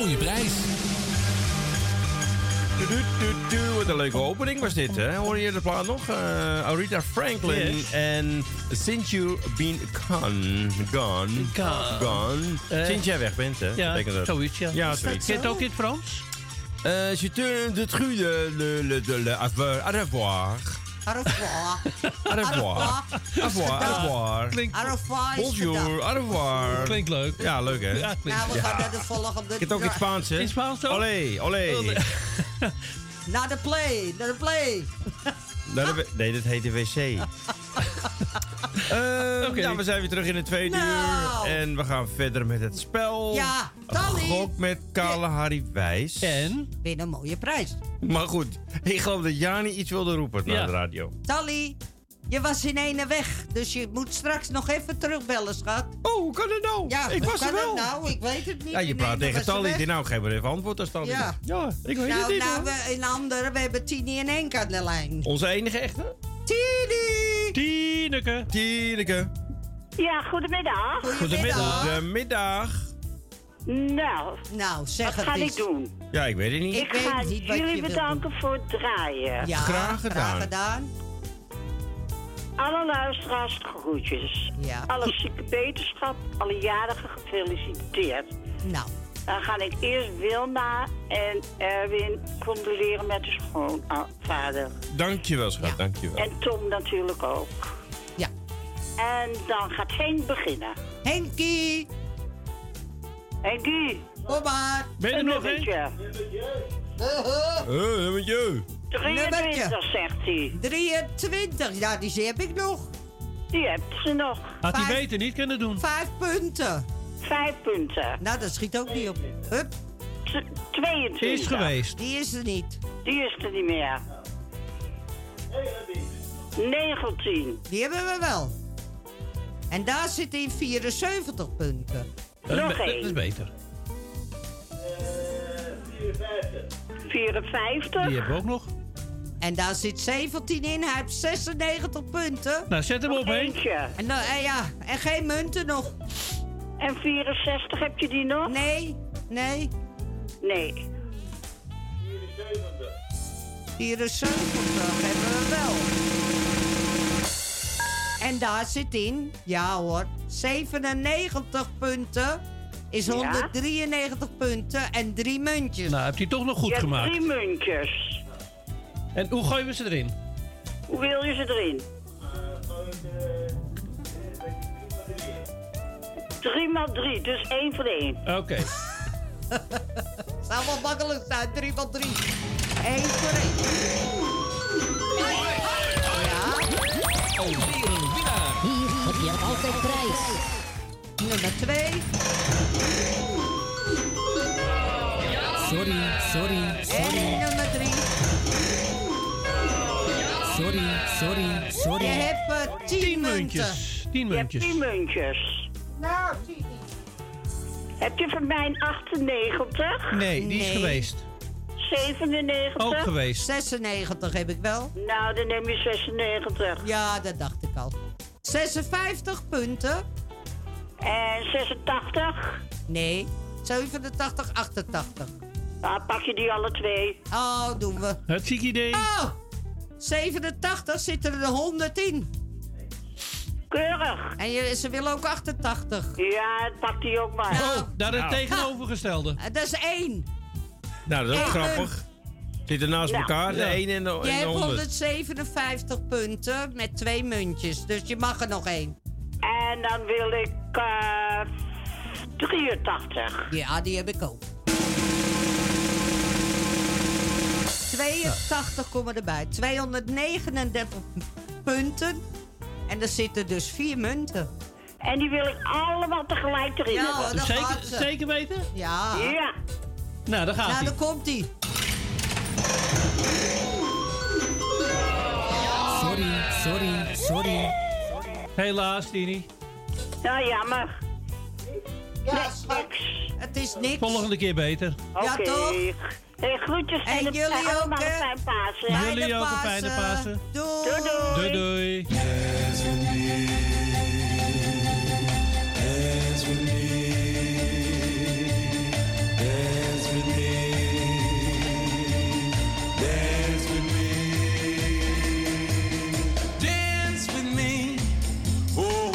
Speaker 6: goede prijs.
Speaker 2: Du- du- du- du. Wat een leuke opening was dit, hè? Hoor je de plaat nog? Eh Aretha Franklin
Speaker 12: Yes.
Speaker 2: en Since You Been Gone. Gone.
Speaker 12: Gone.
Speaker 2: Gone.
Speaker 12: Eh,
Speaker 2: Sinds jij weg bent, hè?
Speaker 12: ja,
Speaker 2: Betekent dat.
Speaker 12: zoiets, ja.
Speaker 2: Ja,
Speaker 12: Is dat
Speaker 2: zoiets.
Speaker 12: zo? Ken je het ook in het Frans?
Speaker 2: Eh, je tourne de tru de le le de le au revoir. Au revoir. Au revoir. Au revoir.
Speaker 13: Klinkt- Au revoir is
Speaker 2: Bonjour,
Speaker 13: gedaan.
Speaker 2: au revoir. Klinkt leuk. Ja, leuk hè?
Speaker 12: Ja,
Speaker 13: Nou, we gaan naar de volgende.
Speaker 2: Ik heb het ook in Spaans hè?
Speaker 12: In Spaans ook?
Speaker 2: Olé, olé.
Speaker 13: Naar de play, naar de play.
Speaker 2: Nou, dat we- Nee, dat heet de wc. Eh, Nou, we zijn weer terug in het tweede
Speaker 13: Nou.
Speaker 2: uur. En we gaan verder met het spel.
Speaker 13: Ja, Tally.
Speaker 2: Gok met Kale Harry Wijs. En?
Speaker 13: Win een mooie prijs.
Speaker 2: Maar goed, ik geloof dat Jani iets wilde roepen naar
Speaker 13: Ja.
Speaker 2: de radio.
Speaker 13: Tally, je was in ene weg. Dus je moet straks nog even terugbellen, schat.
Speaker 2: Oh, hoe kan dat nou?
Speaker 13: Ja,
Speaker 2: Ik
Speaker 13: hoe
Speaker 2: was
Speaker 13: kan
Speaker 2: er wel.
Speaker 13: dat nou? Ik weet het niet.
Speaker 2: Ja, je
Speaker 13: In
Speaker 2: praat
Speaker 13: ene
Speaker 2: tegen
Speaker 13: was ze
Speaker 2: Tally.
Speaker 13: weg.
Speaker 2: Die nou, geef maar even antwoord als Tally.
Speaker 13: Ja.
Speaker 2: ik weet
Speaker 13: nou,
Speaker 2: het niet
Speaker 13: Nou,
Speaker 2: hoor.
Speaker 13: we, een andere, we hebben Tini en Henk aan de lijn.
Speaker 2: Onze enige echte?
Speaker 13: Tini!
Speaker 2: Tieneke. Tieneke.
Speaker 17: Ja, goedemiddag.
Speaker 2: Goedemiddag.
Speaker 17: Nou,
Speaker 13: nou zeg
Speaker 17: wat
Speaker 13: het
Speaker 17: ga ik
Speaker 13: eens.
Speaker 17: doen?
Speaker 2: Ja, ik weet het niet.
Speaker 17: Ik, ga
Speaker 13: niet wat je
Speaker 17: jullie
Speaker 13: wilt
Speaker 17: bedanken voor het draaien.
Speaker 13: Ja,
Speaker 2: Graag gedaan. graag
Speaker 17: Alle luisteraars de groetjes.
Speaker 13: Ja.
Speaker 17: Alle zieke beterschap, alle jarigen gefeliciteerd.
Speaker 13: Nou.
Speaker 17: Dan ga ik eerst Wilma en Erwin condoleren met de schoonvader.
Speaker 2: Dankjewel, schat. Dankjewel.
Speaker 17: En Tom natuurlijk ook.
Speaker 13: Ja.
Speaker 17: En dan gaat Henk beginnen.
Speaker 13: Henkie!
Speaker 17: Henkie!
Speaker 13: Kom maar!
Speaker 17: Ben je er nog, Henk?
Speaker 2: Hé, met je.
Speaker 17: 23 zegt hij.
Speaker 13: 23, ja, die heb ik nog.
Speaker 17: Die heb ze nog.
Speaker 12: Had hij
Speaker 13: Vijf-
Speaker 12: weten, niet kunnen doen.
Speaker 13: Vijf punten.
Speaker 17: Vijf punten.
Speaker 13: Nou, dat schiet ook niet op. Hup.
Speaker 17: 22.
Speaker 12: Die is geweest.
Speaker 13: Die is er niet.
Speaker 17: Die is er niet meer. 19.
Speaker 13: Die hebben we wel. En daar zit in 74 punten.
Speaker 17: Eh,
Speaker 12: Dat is be- Dat is beter.
Speaker 17: 54.
Speaker 12: Die hebben we ook nog.
Speaker 13: En daar zit 17 in. Hij heeft 96 punten.
Speaker 12: Nou, zet hem op, Henk.
Speaker 13: En, dan- en ja, en geen munten nog.
Speaker 17: En 64 heb je die nog?
Speaker 13: Nee, nee.
Speaker 17: Nee.
Speaker 13: 74 hebben we wel. En daar zit in, ja hoor, 97 punten is
Speaker 17: Ja.
Speaker 13: 193 punten en drie muntjes.
Speaker 12: Nou, hebt hij toch nog goed
Speaker 17: je hebt
Speaker 12: gemaakt.
Speaker 17: drie muntjes.
Speaker 12: En hoe gooien we ze erin?
Speaker 17: Hoe wil je ze erin? Drie maal drie, dus één voor één.
Speaker 12: Oké.
Speaker 13: Het zou wel makkelijk nou, zijn, 3 van 3. 1 voor 1.
Speaker 7: Oh, weer een winnaar. Hier heb je altijd prijs.
Speaker 13: Nummer 2.
Speaker 7: Sorry, sorry, sorry.
Speaker 13: En nummer 3.
Speaker 7: Sorry, sorry, sorry.
Speaker 13: Je hebt 10 munten.
Speaker 12: Tien muntjes.
Speaker 17: Tien muntjes.
Speaker 13: Nou, zie
Speaker 17: Heb je van mij een 98?
Speaker 12: Nee, die is geweest.
Speaker 17: 97?
Speaker 12: Ook geweest.
Speaker 13: 96 heb ik wel.
Speaker 17: Nou, dan neem je 96.
Speaker 13: Ja, dat dacht ik al. 56 punten.
Speaker 17: En 86?
Speaker 13: Nee, 87, 88.
Speaker 17: Nou, Dan pak je die alle twee.
Speaker 13: Oh, doen we.
Speaker 12: Het ziek idee.
Speaker 13: Oh, 87 zitten er 100 in.
Speaker 17: Keurig.
Speaker 13: En je, ze willen ook 88.
Speaker 17: Ja, pak die ook maar.
Speaker 12: Oh, daar het tegenovergestelde.
Speaker 13: Nou. Eh, Dat is 1.
Speaker 2: Nou, dat is ook
Speaker 13: Eén
Speaker 2: grappig. Zitten naast
Speaker 13: Ja.
Speaker 2: elkaar, de
Speaker 13: Ja.
Speaker 2: 1 en de
Speaker 13: Je
Speaker 2: en de
Speaker 13: hebt
Speaker 2: 100.
Speaker 13: 157 punten met twee muntjes. Dus je mag er nog één.
Speaker 17: En dan wil ik eh 83.
Speaker 13: Ja, die heb ik ook. 82 komen erbij. 239 punten. En er zitten dus vier munten.
Speaker 17: En die wil ik allemaal tegelijk erin
Speaker 13: Ja,
Speaker 17: hebben.
Speaker 13: dat
Speaker 12: Zeker-
Speaker 13: gaat ze.
Speaker 12: zeker weten?
Speaker 13: Ja.
Speaker 17: Ja.
Speaker 12: Nou, daar gaat
Speaker 13: Nou,
Speaker 12: hij.
Speaker 13: daar komt hij.
Speaker 7: Sorry, sorry, sorry.
Speaker 12: Helaas, Tini.
Speaker 17: Nou, jammer.
Speaker 13: Ja, schat. Het is niks.
Speaker 12: Volgende keer beter.
Speaker 13: Ja,
Speaker 17: Oké.
Speaker 13: toch?
Speaker 17: Hey, groetjes
Speaker 13: En
Speaker 17: en, een-
Speaker 13: jullie ook,
Speaker 17: allemaal
Speaker 13: hè?
Speaker 17: een fijn Pasen.
Speaker 12: Jullie ook een fijne Pasen.
Speaker 13: Doei.
Speaker 12: Doei doei.
Speaker 10: Dance with me. Dance Oh,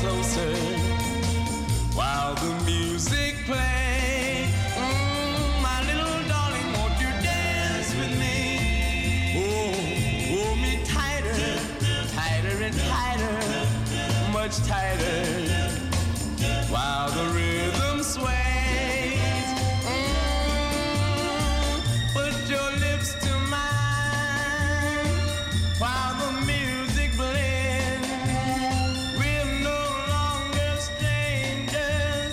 Speaker 10: closer while the music plays. Mm, my little darling, won't you dance with me? Oh, hold me tighter, tighter and tighter, much tighter, while the rhythm sways. Mm, put your lips to mine while the music blends. We're no longer strangers.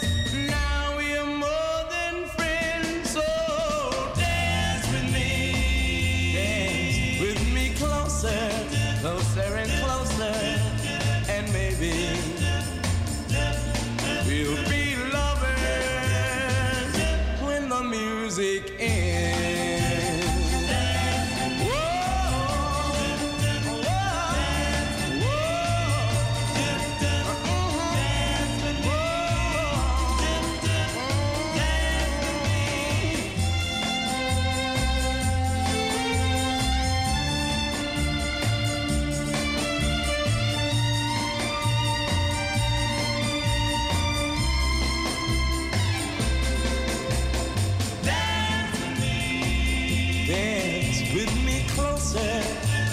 Speaker 10: Now we are more than friends. So dance with me. Dance with me closer, closer and closer. And maybe we'll be lovers when the music ends. Dance with me closer,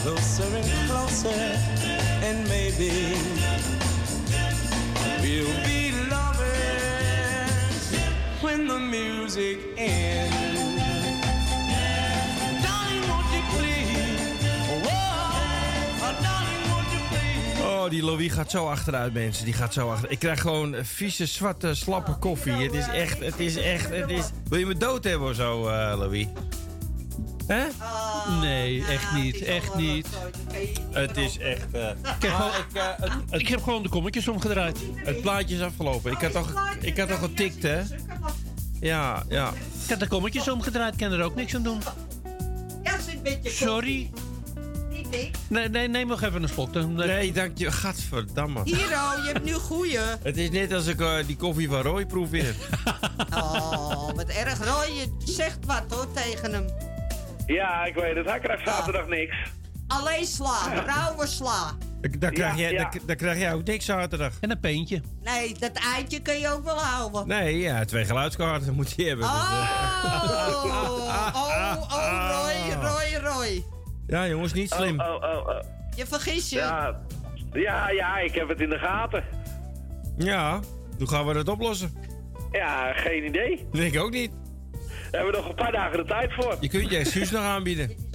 Speaker 10: closer and closer, and maybe we'll be lovers when the music ends. Darling, won't you please? Whoa, oh, darling, won't you please?
Speaker 2: Oh, die Louis gaat zo achteruit, mensen. Die gaat zo achteruit. Ik krijg gewoon vieze, zwarte, slappe
Speaker 13: Oh,
Speaker 2: koffie. Het is echt, het is echt, het is... Wil je me dood hebben of zo, eh, Louis? Hè?
Speaker 13: Oh,
Speaker 12: Oh,
Speaker 2: nee,
Speaker 12: nou,
Speaker 2: echt niet. Echt niet. Het is echt... eh, ik, heb gewoon, ik, eh, het- het- ik heb gewoon de kommetjes omgedraaid. Het plaatje is afgelopen.
Speaker 12: Oh,
Speaker 2: Ik had al, ge- ik had al getikt, hè? Ja, ja.
Speaker 12: Ik had de kommetjes omgedraaid, ik kan er ook niks aan doen.
Speaker 13: Ja, zit een beetje
Speaker 12: Sorry. Nou,
Speaker 13: Niet ik.
Speaker 12: Nee, nee, neem nog even een slok.
Speaker 2: Nee, dank je. Gadverdamme.
Speaker 13: Hier, oh, je hebt nu goeie.
Speaker 2: Het is net als ik eh, die koffie van Roy proef weer.
Speaker 13: Oh, wat erg. Roy, je zegt wat hoor tegen hem.
Speaker 22: Ja, ik weet het. Hij krijgt zaterdag niks.
Speaker 13: Alleen sla, rauwe sla.
Speaker 2: Daar krijg,
Speaker 22: Ja,
Speaker 2: jij,
Speaker 22: ja.
Speaker 2: daar, daar krijg jij ook niks zaterdag.
Speaker 12: En een peentje.
Speaker 13: Nee, dat eitje kun je ook wel houden.
Speaker 2: Nee, ja, twee geluidskaarten moet je hebben. Dus, eh,
Speaker 13: Oh, oh, oh, Roy, Roy, Roy.
Speaker 2: ja, jongens, niet slim.
Speaker 22: Oh, oh, oh.
Speaker 13: Je vergis je.
Speaker 22: Ja. ja, ja, ik heb het in de gaten.
Speaker 2: eh, Ja, hoe gaan we dat oplossen?
Speaker 22: Ja, geen idee.
Speaker 2: Nee, ik ook niet.
Speaker 22: Daar hebben we nog een paar dagen de tijd voor.
Speaker 2: Je kunt je excuus nog aanbieden.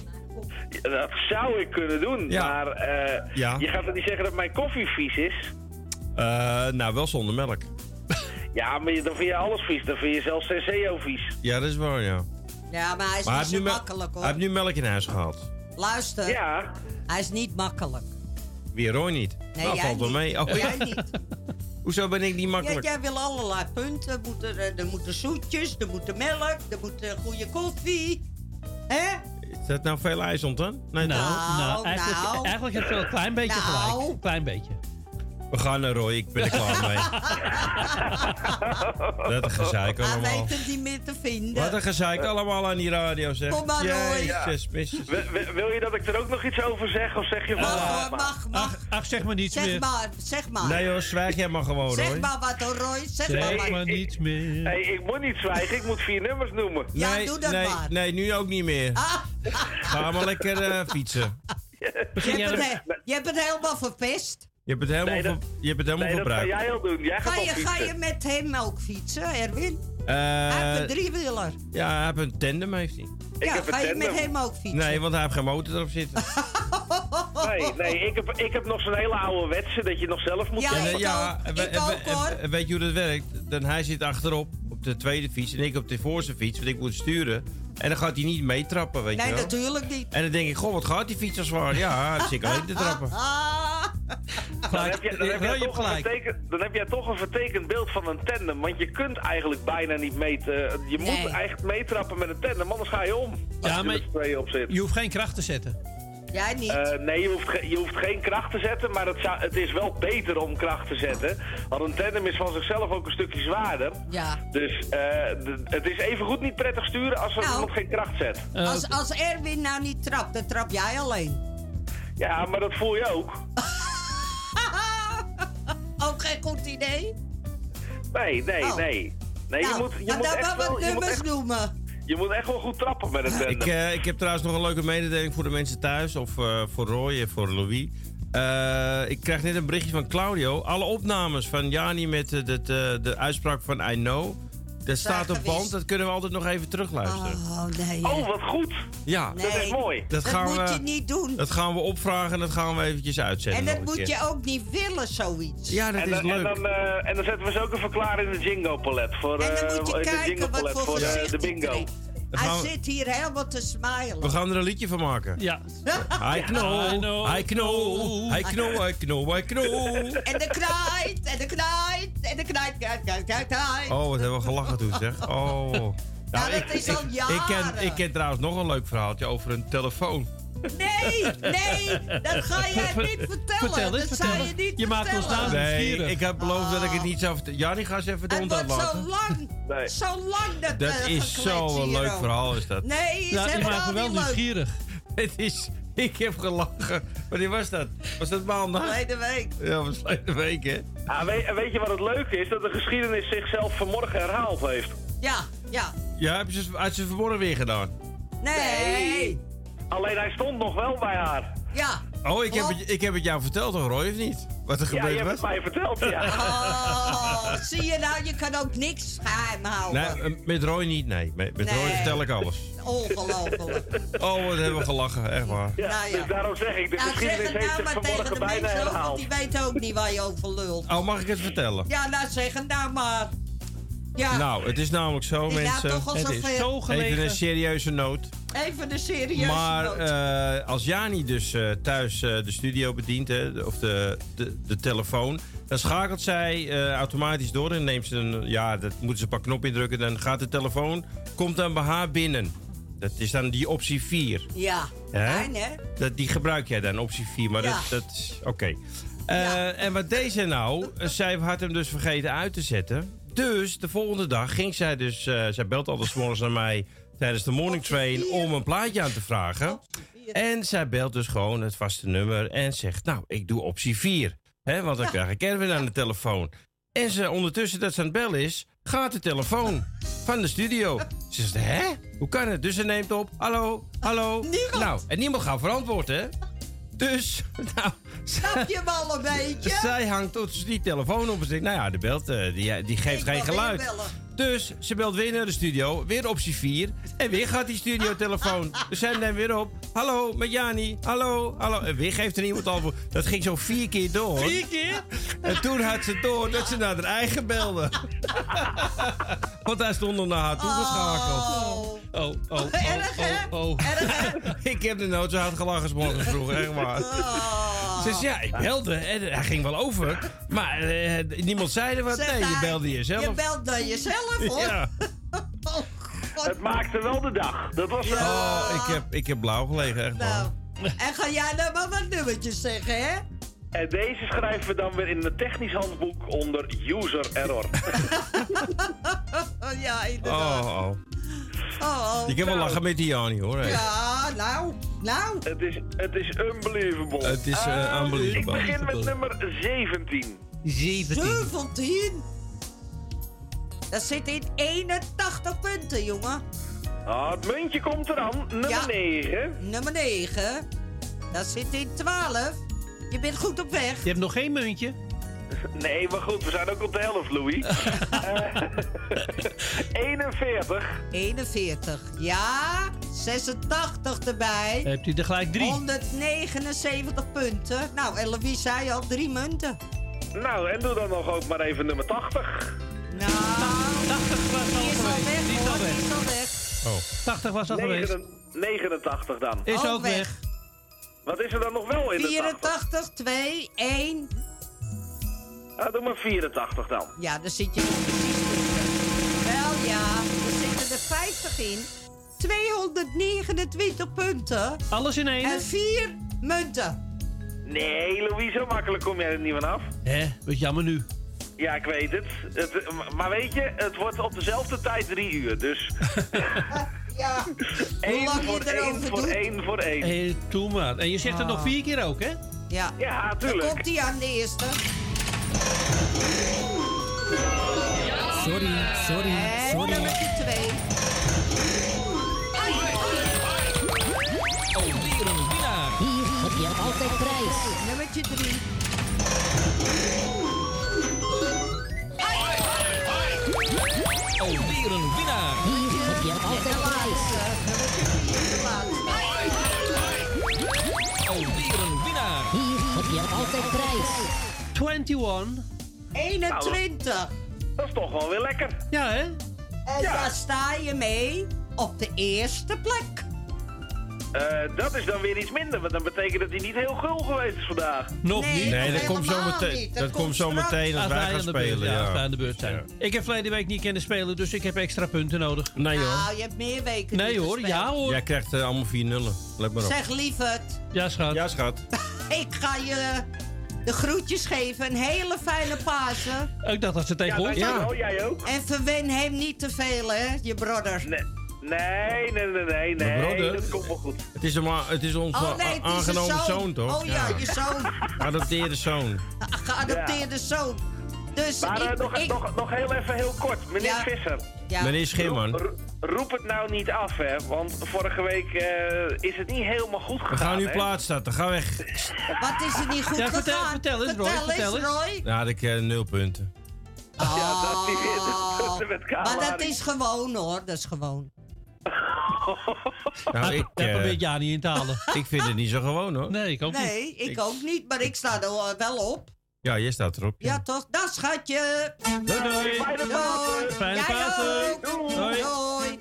Speaker 22: Ja, Dat zou ik kunnen doen,
Speaker 2: Ja.
Speaker 22: maar eh,
Speaker 2: Ja.
Speaker 22: je gaat er niet zeggen dat mijn koffie vies is.
Speaker 2: Eh, nou, wel zonder melk.
Speaker 22: Ja, maar je- dan vind je alles vies. Dan vind je zelfs Senseo vies.
Speaker 2: Ja, dat is waar, ja.
Speaker 13: Ja, maar hij is
Speaker 2: Maar hij
Speaker 13: Ah, niet
Speaker 2: heeft, nu
Speaker 13: zo
Speaker 2: mel-
Speaker 13: makkelijk hoor.
Speaker 2: hij heeft nu melk in huis gehad.
Speaker 13: Luister.
Speaker 22: Ja.
Speaker 13: Hij is niet makkelijk.
Speaker 2: Weer Roy niet.
Speaker 13: Nee,
Speaker 2: nou,
Speaker 13: jij
Speaker 2: valt wel
Speaker 13: niet.
Speaker 2: mee. Oh,
Speaker 13: Jij niet.
Speaker 2: Hoezo ben ik niet
Speaker 13: Jij,
Speaker 2: makkelijk?
Speaker 13: jij wil allerlei punten. Moet er, eh, er moeten zoetjes, er moeten melk, er moet eh, goede koffie. Hè?
Speaker 2: Is dat nou veel ijs om dan? Nee,
Speaker 12: Nou, nou, eigenlijk,
Speaker 13: nou.
Speaker 12: eigenlijk heb je wel een klein beetje
Speaker 13: Nou.
Speaker 12: gelijk. Een klein beetje.
Speaker 2: We gaan naar Roy, ik ben er klaar mee. Wat een gezeik
Speaker 13: Hij
Speaker 2: allemaal.
Speaker 13: weet het niet meer te vinden.
Speaker 2: Wat een gezeik allemaal aan die radio, zeg.
Speaker 13: Kom maar, Roy.
Speaker 2: Jezus, missus.
Speaker 22: Wil- wil- wil je dat ik er ook nog iets over zeg? Of zeg je van...
Speaker 13: Mag
Speaker 22: laat
Speaker 13: hoor,
Speaker 22: maar?
Speaker 13: mag, mag.
Speaker 12: Ach, zeg maar niets
Speaker 13: Zeg
Speaker 12: meer.
Speaker 13: maar, zeg maar.
Speaker 2: Nee hoor, zwijg jij maar gewoon,
Speaker 13: zeg
Speaker 2: Roy.
Speaker 13: maar wat hoor, Roy. Zeg maar wat.
Speaker 12: Zeg maar niets meer.
Speaker 22: Hey, ik moet niet zwijgen, ik moet vier nummers noemen.
Speaker 13: Ja,
Speaker 2: nee,
Speaker 13: doe dat
Speaker 2: nee,
Speaker 13: maar. Ah.
Speaker 2: nee, nu ook niet meer. Ga maar lekker eh, fietsen.
Speaker 13: Je hebt, het, he- je hebt het helemaal verpest.
Speaker 2: Je hebt het helemaal,
Speaker 22: Nee, dat-
Speaker 2: ver- je hebt het helemaal
Speaker 22: Nee, dat ga
Speaker 2: verbruikt.
Speaker 22: jij al doen. Jij gaat
Speaker 13: Ga
Speaker 22: al
Speaker 13: je, ga
Speaker 22: fietsen.
Speaker 13: je met hem ook fietsen, Erwin?
Speaker 2: Eh,
Speaker 13: Hij heeft een driewieler.
Speaker 2: ja, hij heeft een tandem, heeft hij.
Speaker 13: Ja,
Speaker 22: heb een
Speaker 13: ga je met
Speaker 22: tandem.
Speaker 13: hem ook fietsen?
Speaker 2: Nee, want hij heeft geen motor erop zitten.
Speaker 22: Nee, nee ik, heb, ik heb nog zo'n hele oude wetse dat je nog zelf moet
Speaker 13: Ja,
Speaker 2: En, eh,
Speaker 13: ik ook.
Speaker 2: en we-
Speaker 13: Ik
Speaker 2: en we-
Speaker 13: ook,
Speaker 2: en-
Speaker 13: hoor.
Speaker 2: en weet je hoe dat werkt? Dan hij zit achterop op de tweede fiets en ik op de voorste fiets, want ik moet sturen. En dan gaat hij niet meetrappen, weet
Speaker 13: Nee,
Speaker 2: je wel.
Speaker 13: natuurlijk niet.
Speaker 2: En dan denk ik, goh, wat gaat die fiets als waar? Ja, ik zit alleen te trappen.
Speaker 13: Ah,
Speaker 22: Dan heb, je, dan, heb
Speaker 12: Roy,
Speaker 22: jij
Speaker 12: je hebt
Speaker 22: toch een
Speaker 12: gelijk.
Speaker 22: verteken- dan heb jij toch een vertekend beeld van een tandem. Want je kunt eigenlijk bijna niet meten.
Speaker 13: Nee.
Speaker 22: Je moet eigenlijk meetrappen met een tandem, anders ga je om.
Speaker 12: Ja,
Speaker 22: Als je
Speaker 12: maar-
Speaker 22: met z'n tweeën op zit.
Speaker 12: Je hoeft geen kracht te zetten.
Speaker 13: jij niet.
Speaker 22: Eh, nee, je hoeft, ge- je hoeft geen kracht te zetten, maar het, zou- het is wel beter om kracht te zetten. Want een tandem is van zichzelf ook een stukje zwaarder.
Speaker 13: ja.
Speaker 22: Dus eh, d- het is evengoed niet prettig sturen als er
Speaker 13: Nou.
Speaker 22: iemand geen kracht zet.
Speaker 12: Eh,
Speaker 13: Als, als Erwin nou niet trapt, dan trap jij alleen.
Speaker 22: Ja, maar dat voel je ook.
Speaker 13: Ook geen Oh, goed idee?
Speaker 22: Nee, nee,
Speaker 13: Oh.
Speaker 22: nee. Nee, je
Speaker 13: Nou,
Speaker 22: moet, je
Speaker 13: maar
Speaker 22: moet
Speaker 13: dan
Speaker 22: echt
Speaker 13: maar wat
Speaker 22: wel, je moet
Speaker 13: nummers
Speaker 22: echt,
Speaker 13: noemen.
Speaker 22: je moet echt wel goed trappen met
Speaker 2: Ik,
Speaker 22: het tandem.
Speaker 2: eh, ik heb trouwens nog een leuke mededeling voor de mensen thuis. Of eh, voor Roy en voor Louis. Eh, ik krijg net een berichtje van Claudio. Alle opnames van Jani met eh, dat, eh, de uitspraak van I know. Dat staat op band. Dat kunnen we altijd nog even terugluisteren.
Speaker 13: Oh, nee.
Speaker 22: Oh, wat goed.
Speaker 2: ja,
Speaker 13: Nee. Dat is mooi.
Speaker 2: Dat,
Speaker 13: Dat
Speaker 2: gaan
Speaker 13: moet
Speaker 2: we,
Speaker 13: je niet doen.
Speaker 2: Dat gaan we opvragen en dat gaan we eventjes uitzenden.
Speaker 13: En
Speaker 2: nog
Speaker 13: dat
Speaker 2: een
Speaker 13: moet
Speaker 2: keer.
Speaker 13: je ook niet willen, zoiets.
Speaker 2: Ja, dat
Speaker 22: en
Speaker 2: is
Speaker 22: dan, En
Speaker 2: leuk.
Speaker 22: dan, eh, en dan zetten we ze ook een verklaring in de jingo palet. Voor,
Speaker 13: En dan
Speaker 22: eh,
Speaker 13: moet je
Speaker 22: de
Speaker 13: kijken
Speaker 22: jingo
Speaker 13: wat
Speaker 22: palet
Speaker 13: voor
Speaker 22: voor de,
Speaker 13: gezicht
Speaker 22: de
Speaker 13: die
Speaker 22: bingo.
Speaker 13: krijgt.
Speaker 2: Dan
Speaker 13: Hij
Speaker 2: gaan we-
Speaker 13: zit hier helemaal te smilen.
Speaker 2: We gaan er een liedje van maken.
Speaker 12: Ja.
Speaker 2: I know, I know, I know, I know, I know, I know.
Speaker 13: En de kraait, en de kraait, en de kraait, kraait, kraait, kraait, kraait.
Speaker 2: Oh, wat hebben we gelachen toen, zeg. Oh. Nou,
Speaker 13: dat is al
Speaker 2: Ik ken,
Speaker 13: jaren.
Speaker 2: ik ken trouwens nog een leuk verhaaltje over een telefoon.
Speaker 13: Nee, nee, dat ga jij niet vertellen.
Speaker 2: Vertel eens,
Speaker 13: dat
Speaker 2: vertel
Speaker 13: zou
Speaker 2: eens.
Speaker 13: je niet
Speaker 2: Je
Speaker 13: vertellen. Oh.
Speaker 2: Nee, ik heb beloofd dat ik het niet zou vertellen. Jannie, ga eens even de
Speaker 13: Het
Speaker 2: hond
Speaker 13: wordt zo
Speaker 2: uitlaten.
Speaker 13: lang,
Speaker 2: Nee.
Speaker 13: zo lang dat
Speaker 2: Dat
Speaker 13: eh,
Speaker 2: is
Speaker 13: geklets
Speaker 2: zo'n leuk
Speaker 13: hierover.
Speaker 2: verhaal, is dat.
Speaker 13: Nee, is
Speaker 17: Nou,
Speaker 13: helemaal niet leuk.
Speaker 2: Het is... Ik heb gelachen. Wanneer was dat? Was dat maandag?
Speaker 13: Verleden week.
Speaker 2: Ja, was verleden week, hè?
Speaker 22: Ah, weet, en weet je wat het leuke is? Dat de geschiedenis zichzelf vanmorgen herhaald heeft.
Speaker 13: Ja, ja.
Speaker 2: Ja, heb je ze, had je ze vanmorgen weer gedaan?
Speaker 13: Nee.
Speaker 22: Alleen hij stond nog wel bij haar.
Speaker 13: Ja.
Speaker 2: Oh, ik heb, het, ik heb het jou verteld, toch, Roy, of niet? Wat er
Speaker 22: Ja,
Speaker 2: gebeurd
Speaker 22: je hebt
Speaker 2: was?
Speaker 22: het mij verteld, ja.
Speaker 13: Oh, zie je nou, je kan ook niks geheim houden.
Speaker 2: Nee, eh, met Roy niet, nee. Met, met
Speaker 13: Nee.
Speaker 2: Roy vertel ik alles.
Speaker 13: Ongelooflijk.
Speaker 2: Oh, wat hebben we gelachen, echt waar.
Speaker 22: Ja,
Speaker 13: Nou ja.
Speaker 22: Dus daarom zeg ik, de
Speaker 13: Nou, zeg
Speaker 22: geschiedenis
Speaker 13: het
Speaker 22: heeft
Speaker 13: nou
Speaker 22: zich
Speaker 13: maar tegen de
Speaker 22: vanmorgen bijna
Speaker 13: mensen, ook, want
Speaker 22: herhaald.
Speaker 13: die weten ook niet waar je over lult.
Speaker 2: Oh, mag ik het vertellen?
Speaker 13: Ja, nou zeg het nou maar. Ja,
Speaker 2: Nou, het is namelijk zo,
Speaker 13: Is daar
Speaker 2: mensen.
Speaker 13: toch al
Speaker 2: het
Speaker 13: zoveel-
Speaker 2: is
Speaker 13: Zo gelegen.
Speaker 2: Even een serieuze noot.
Speaker 13: even de serieuze
Speaker 2: maar
Speaker 13: noot.
Speaker 2: eh, als Jani dus eh, thuis eh, de studio bedient, hè, de- of de, de, de telefoon, dan schakelt zij eh, automatisch door en neemt ze een, ja, dat moeten ze een paar knop indrukken, dan gaat de telefoon, komt dan bij haar binnen. Dat is dan die optie 4.
Speaker 13: ja,
Speaker 2: Hè?
Speaker 13: fijn hè?
Speaker 2: Dat, die gebruik jij dan, optie 4. Maar
Speaker 13: Ja.
Speaker 2: dat, dat is... Oké. Eh, En wat deed zij nou? Eh, Zij had hem dus vergeten uit te zetten. Dus de volgende dag ging zij dus... eh, zij belt altijd 's morgens naar mij tijdens de morning train... om een plaatje aan te vragen. En zij belt dus gewoon het vaste nummer en zegt... Nou, ik doe optie 4. hè, want dan krijg ik Erwin aan de telefoon. En ze ondertussen dat ze aan het bellen is... gaat de telefoon van de studio. Ze zegt, hè? Hoe kan het? Dus ze neemt op. Hallo, hallo. Nou, en niemand gaat verantwoorden, hè? Dus, nou...
Speaker 13: Snap je hem al een beetje?
Speaker 2: Zij hangt tot die telefoon op en zegt, nou ja, de belt, eh, die, die geeft geen
Speaker 13: wil weer
Speaker 2: geluid.
Speaker 13: bellen.
Speaker 2: Dus ze belt weer naar de studio, weer optie 4. En weer gaat die studiotelefoon. Dus zij neemt weer op. Hallo, met Jani. Hallo, hallo. En weer geeft er niemand antwoord. Dat ging zo vier keer door.
Speaker 12: Vier keer?
Speaker 2: En toen had ze door dat ze naar haar eigen belde. Want hij stond nog naar haar toegeschakeld. Oh, oh, oh,
Speaker 13: Erg, Oh.
Speaker 2: oh, oh. Ik heb de nood zo hard gelachen als morgens vroeg, echt waar. Ze zei, Dus ja, ik belde en hij ging wel over. Maar eh, niemand zei er wat.
Speaker 13: Zegt
Speaker 2: Nee, je
Speaker 13: hij,
Speaker 2: belde jezelf.
Speaker 13: Je belt naar jezelf hoor.
Speaker 2: Ja.
Speaker 22: Het maakte wel de dag. Dat was wel...
Speaker 2: Oh, ik heb, ik heb blauw gelegen, echt waar.
Speaker 13: En ga jij nou maar wat nummertjes zeggen hè?
Speaker 22: En deze schrijven we dan weer in het technisch handboek onder user error.
Speaker 13: ja,
Speaker 2: Oh,
Speaker 13: inderdaad.
Speaker 2: oh.
Speaker 13: Oh, oh.
Speaker 2: Je kan wel lachen met die Jani, hoor. hè.
Speaker 13: Ja, nou, nou.
Speaker 22: Het is, het is unbelievable.
Speaker 2: Het is, eh,
Speaker 22: Ah,
Speaker 2: unbelievable.
Speaker 22: Ik begin met nummer 17.
Speaker 12: 17.
Speaker 13: 17. Dat zit in 81 punten, jongen.
Speaker 22: Ah, het muntje komt eraan. Nummer
Speaker 13: Ja.
Speaker 22: 9.
Speaker 13: Nummer 9. Dat zit in 12. Je bent goed op weg.
Speaker 12: Je hebt nog geen muntje.
Speaker 22: Nee, maar goed, we zijn ook op de helft, Louis. Eh, 41.
Speaker 13: 41. Ja, 86 erbij.
Speaker 12: Hebt u er gelijk drie?
Speaker 13: 179 punten. Nou, en Louis zei al drie munten.
Speaker 22: Nou, en doe dan nog ook maar even nummer 80.
Speaker 13: Die is al weg, hoor. Die is al weg.
Speaker 2: Oh.
Speaker 12: 80 was al geweest.
Speaker 22: 89 dan.
Speaker 12: Is
Speaker 13: Ook
Speaker 12: ook weg.
Speaker 22: Wat is er dan nog wel in de 80?
Speaker 13: 84, 2, 1.
Speaker 22: Ah, doe maar 84 dan.
Speaker 13: Ja, daar zit je nog precies tussen. Wel ja, er zitten er 50 in. 229 punten.
Speaker 12: Alles in één?
Speaker 13: En 4 munten.
Speaker 22: Nee, Louis, zo makkelijk kom jij er niet vanaf.
Speaker 12: Hé, wat jammer nu.
Speaker 22: Ja, ik weet het. het. eh, Maar weet je, het wordt op dezelfde tijd drie uur. Dus
Speaker 13: Ja.
Speaker 22: één
Speaker 13: lang je
Speaker 22: voor
Speaker 13: het
Speaker 22: één
Speaker 13: erover
Speaker 22: voor
Speaker 13: doet.
Speaker 22: één voor één.
Speaker 12: Hé, doe maar. En je zegt het
Speaker 13: Ah.
Speaker 12: nog vier keer ook, hè?
Speaker 13: Ja,
Speaker 22: Ja,
Speaker 13: Dan
Speaker 22: tuurlijk.
Speaker 13: komt hij aan de eerste. Sorry, sorry, sorry. nummertje twee.
Speaker 21: Oh, weer een winnaar. Hier heb je altijd prijs.
Speaker 13: Nummertje drie.
Speaker 21: Oh, weer een winnaar. Hier heb je altijd prijs.
Speaker 12: Oh, weer een winnaar.
Speaker 21: Hier heb je altijd prijs.
Speaker 12: 21.
Speaker 13: 21.
Speaker 22: Dat is toch wel weer lekker.
Speaker 12: Ja, hè?
Speaker 13: En daar sta je mee op de eerste plek.
Speaker 22: Eh, dat is dan weer iets minder, want dan betekent dat hij niet heel gul geweest is vandaag.
Speaker 2: Nog niet? Nee, dat komt zo
Speaker 22: helemaal
Speaker 2: meteen.
Speaker 22: niet.
Speaker 2: Dat komt zo meteen als wij gaan
Speaker 12: aan de beurt-
Speaker 2: spelen.
Speaker 12: ja, als wij
Speaker 2: Ja.
Speaker 12: aan de beurt zijn. Ik heb verleden week niet kunnen spelen, dus ik heb extra punten nodig.
Speaker 2: Nee
Speaker 13: Nou, je hebt meer weken
Speaker 12: Nee
Speaker 13: niet
Speaker 12: hoor,
Speaker 13: gespeeld.
Speaker 12: ja hoor.
Speaker 2: Jij krijgt eh, allemaal vier nullen. Let maar op.
Speaker 13: Zeg lieverd,
Speaker 12: Ja, schat.
Speaker 2: Ja, schat.
Speaker 13: ik ga je de groetjes geven. Een hele fijne Pasen.
Speaker 12: Ik dacht dat ze tegen ons
Speaker 22: Oh, jij ook?
Speaker 13: En verwen hem niet te veel, hè, je brother.
Speaker 22: Nee, nee, nee, nee,
Speaker 2: Maar
Speaker 22: nee.
Speaker 2: brother,
Speaker 22: Dat komt wel goed.
Speaker 2: Het is, een ma- het is onze
Speaker 13: Oh nee,
Speaker 2: a-
Speaker 13: het is een
Speaker 2: aangenomen
Speaker 13: zoon.
Speaker 2: zoon. toch?
Speaker 13: Oh ja, je zoon.
Speaker 2: Adopteerde zoon.
Speaker 13: Geadopteerde zoon. Dus
Speaker 22: Maar eh,
Speaker 13: ik,
Speaker 22: nog,
Speaker 13: ik-
Speaker 22: nog, nog heel even heel kort, meneer
Speaker 13: Ja.
Speaker 22: Visser.
Speaker 13: Ja.
Speaker 2: Meneer Schimman,
Speaker 22: Roep, roep het nou niet af, hè? Want vorige week eh, is het niet helemaal goed
Speaker 2: we
Speaker 22: gegaan.
Speaker 2: gaan nu
Speaker 22: hè?
Speaker 2: plaats zetten. Ga weg.
Speaker 13: Wat is er niet goed
Speaker 12: Ja, vertel-
Speaker 13: gegaan?
Speaker 12: vertel eens, Roy, vertel eens.
Speaker 2: Ja, ik eh, nul punten.
Speaker 22: Ja, dat is het. Met
Speaker 13: Oh. Maar dat
Speaker 22: Kalahari.
Speaker 13: is gewoon hoor, dat is gewoon.
Speaker 2: Nou, ik,
Speaker 12: Daar
Speaker 2: eh,
Speaker 12: probeert ja niet in te halen.
Speaker 2: ik vind het niet zo gewoon hoor.
Speaker 12: Nee, ik ook niet.
Speaker 13: Nee, ik ook niet, maar ik sta er wel op.
Speaker 2: Ja, je staat erop.
Speaker 13: Ja, toch? Dat schatje.
Speaker 2: Doei, doei.
Speaker 22: Fijne Pasen.
Speaker 12: Fijne
Speaker 13: Jij
Speaker 12: Pasen.
Speaker 13: ook.
Speaker 12: Doei.
Speaker 13: Doei.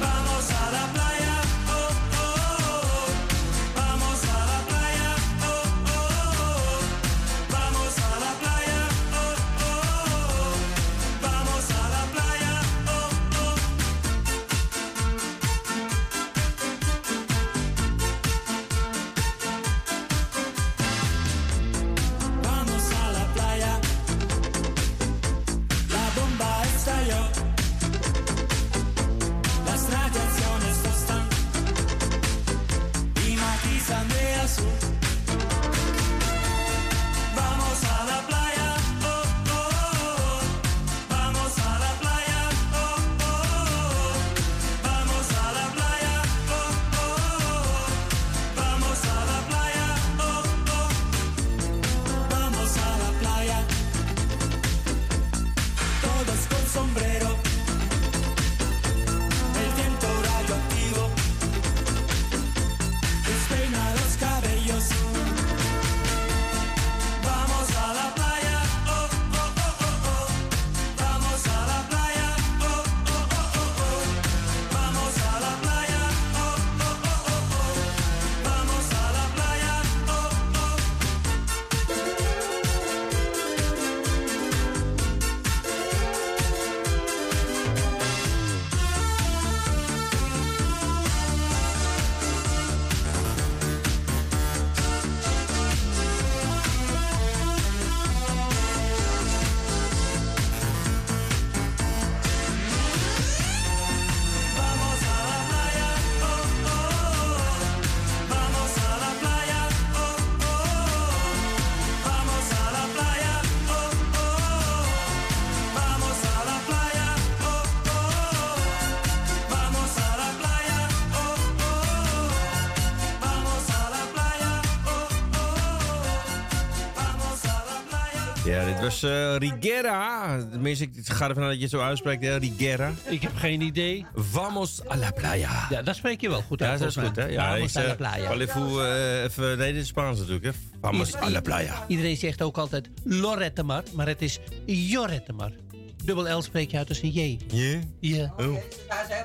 Speaker 11: Vamos a la playa, oh, oh, oh, oh. Vamos a la playa, oh, oh, oh, oh. Vamos a la playa, oh, oh, oh, oh. Vamos a la playa, oh, oh. Vamos a la playa. La bomba estalló. Las radiaciones tostan y matizan de azul. Vamos a la playa, oh, oh, oh, oh. Vamos a la playa, oh, oh, oh, oh. Vamos a la playa, oh, oh, oh, oh. Vamos a la playa, oh, oh. Vamos a la playa. Todos con sombrero. El viento radioactivo despeina los cabellos. Vamos a la playa, oh, oh, oh, oh, oh. Vamos a la playa, oh, oh, oh, oh, oh. Vamos a la playa, oh, oh, oh, oh, oh. Vamos a la playa, oh, oh. Vamos a la playa, oh, oh, oh. Vamos a la playa, oh, oh, oh. Vamos a la playa, oh, oh, oh. Vamos a la playa, oh, oh, oh. Vamos a la playa, oh, oh, oh. Vamos a la playa, oh, oh, oh. Vamos a la playa.
Speaker 2: Ja, dit was eh Rigera. Tenminste, ik ga ervan uit dat je het zo uitspreekt. Hè? Rigera.
Speaker 12: Ik heb geen idee.
Speaker 2: Vamos a la playa.
Speaker 12: Ja, dat spreek je wel goed
Speaker 2: Ja,
Speaker 12: uit.
Speaker 2: dat is
Speaker 12: volgens
Speaker 2: goed, hè?
Speaker 12: mij.
Speaker 2: Ja,
Speaker 12: Vamos
Speaker 2: ik,
Speaker 12: a la
Speaker 2: eh,
Speaker 12: playa.
Speaker 2: wel even, eh, even, nee, dit is Spaans natuurlijk, hè? Vamos a la playa.
Speaker 12: Iedereen zegt ook altijd Lorettemar, maar het is Jorrettemar. Dubbel L spreek je uit als een J.
Speaker 2: Ja?
Speaker 12: Ja.
Speaker 2: Oh.
Speaker 13: Hij is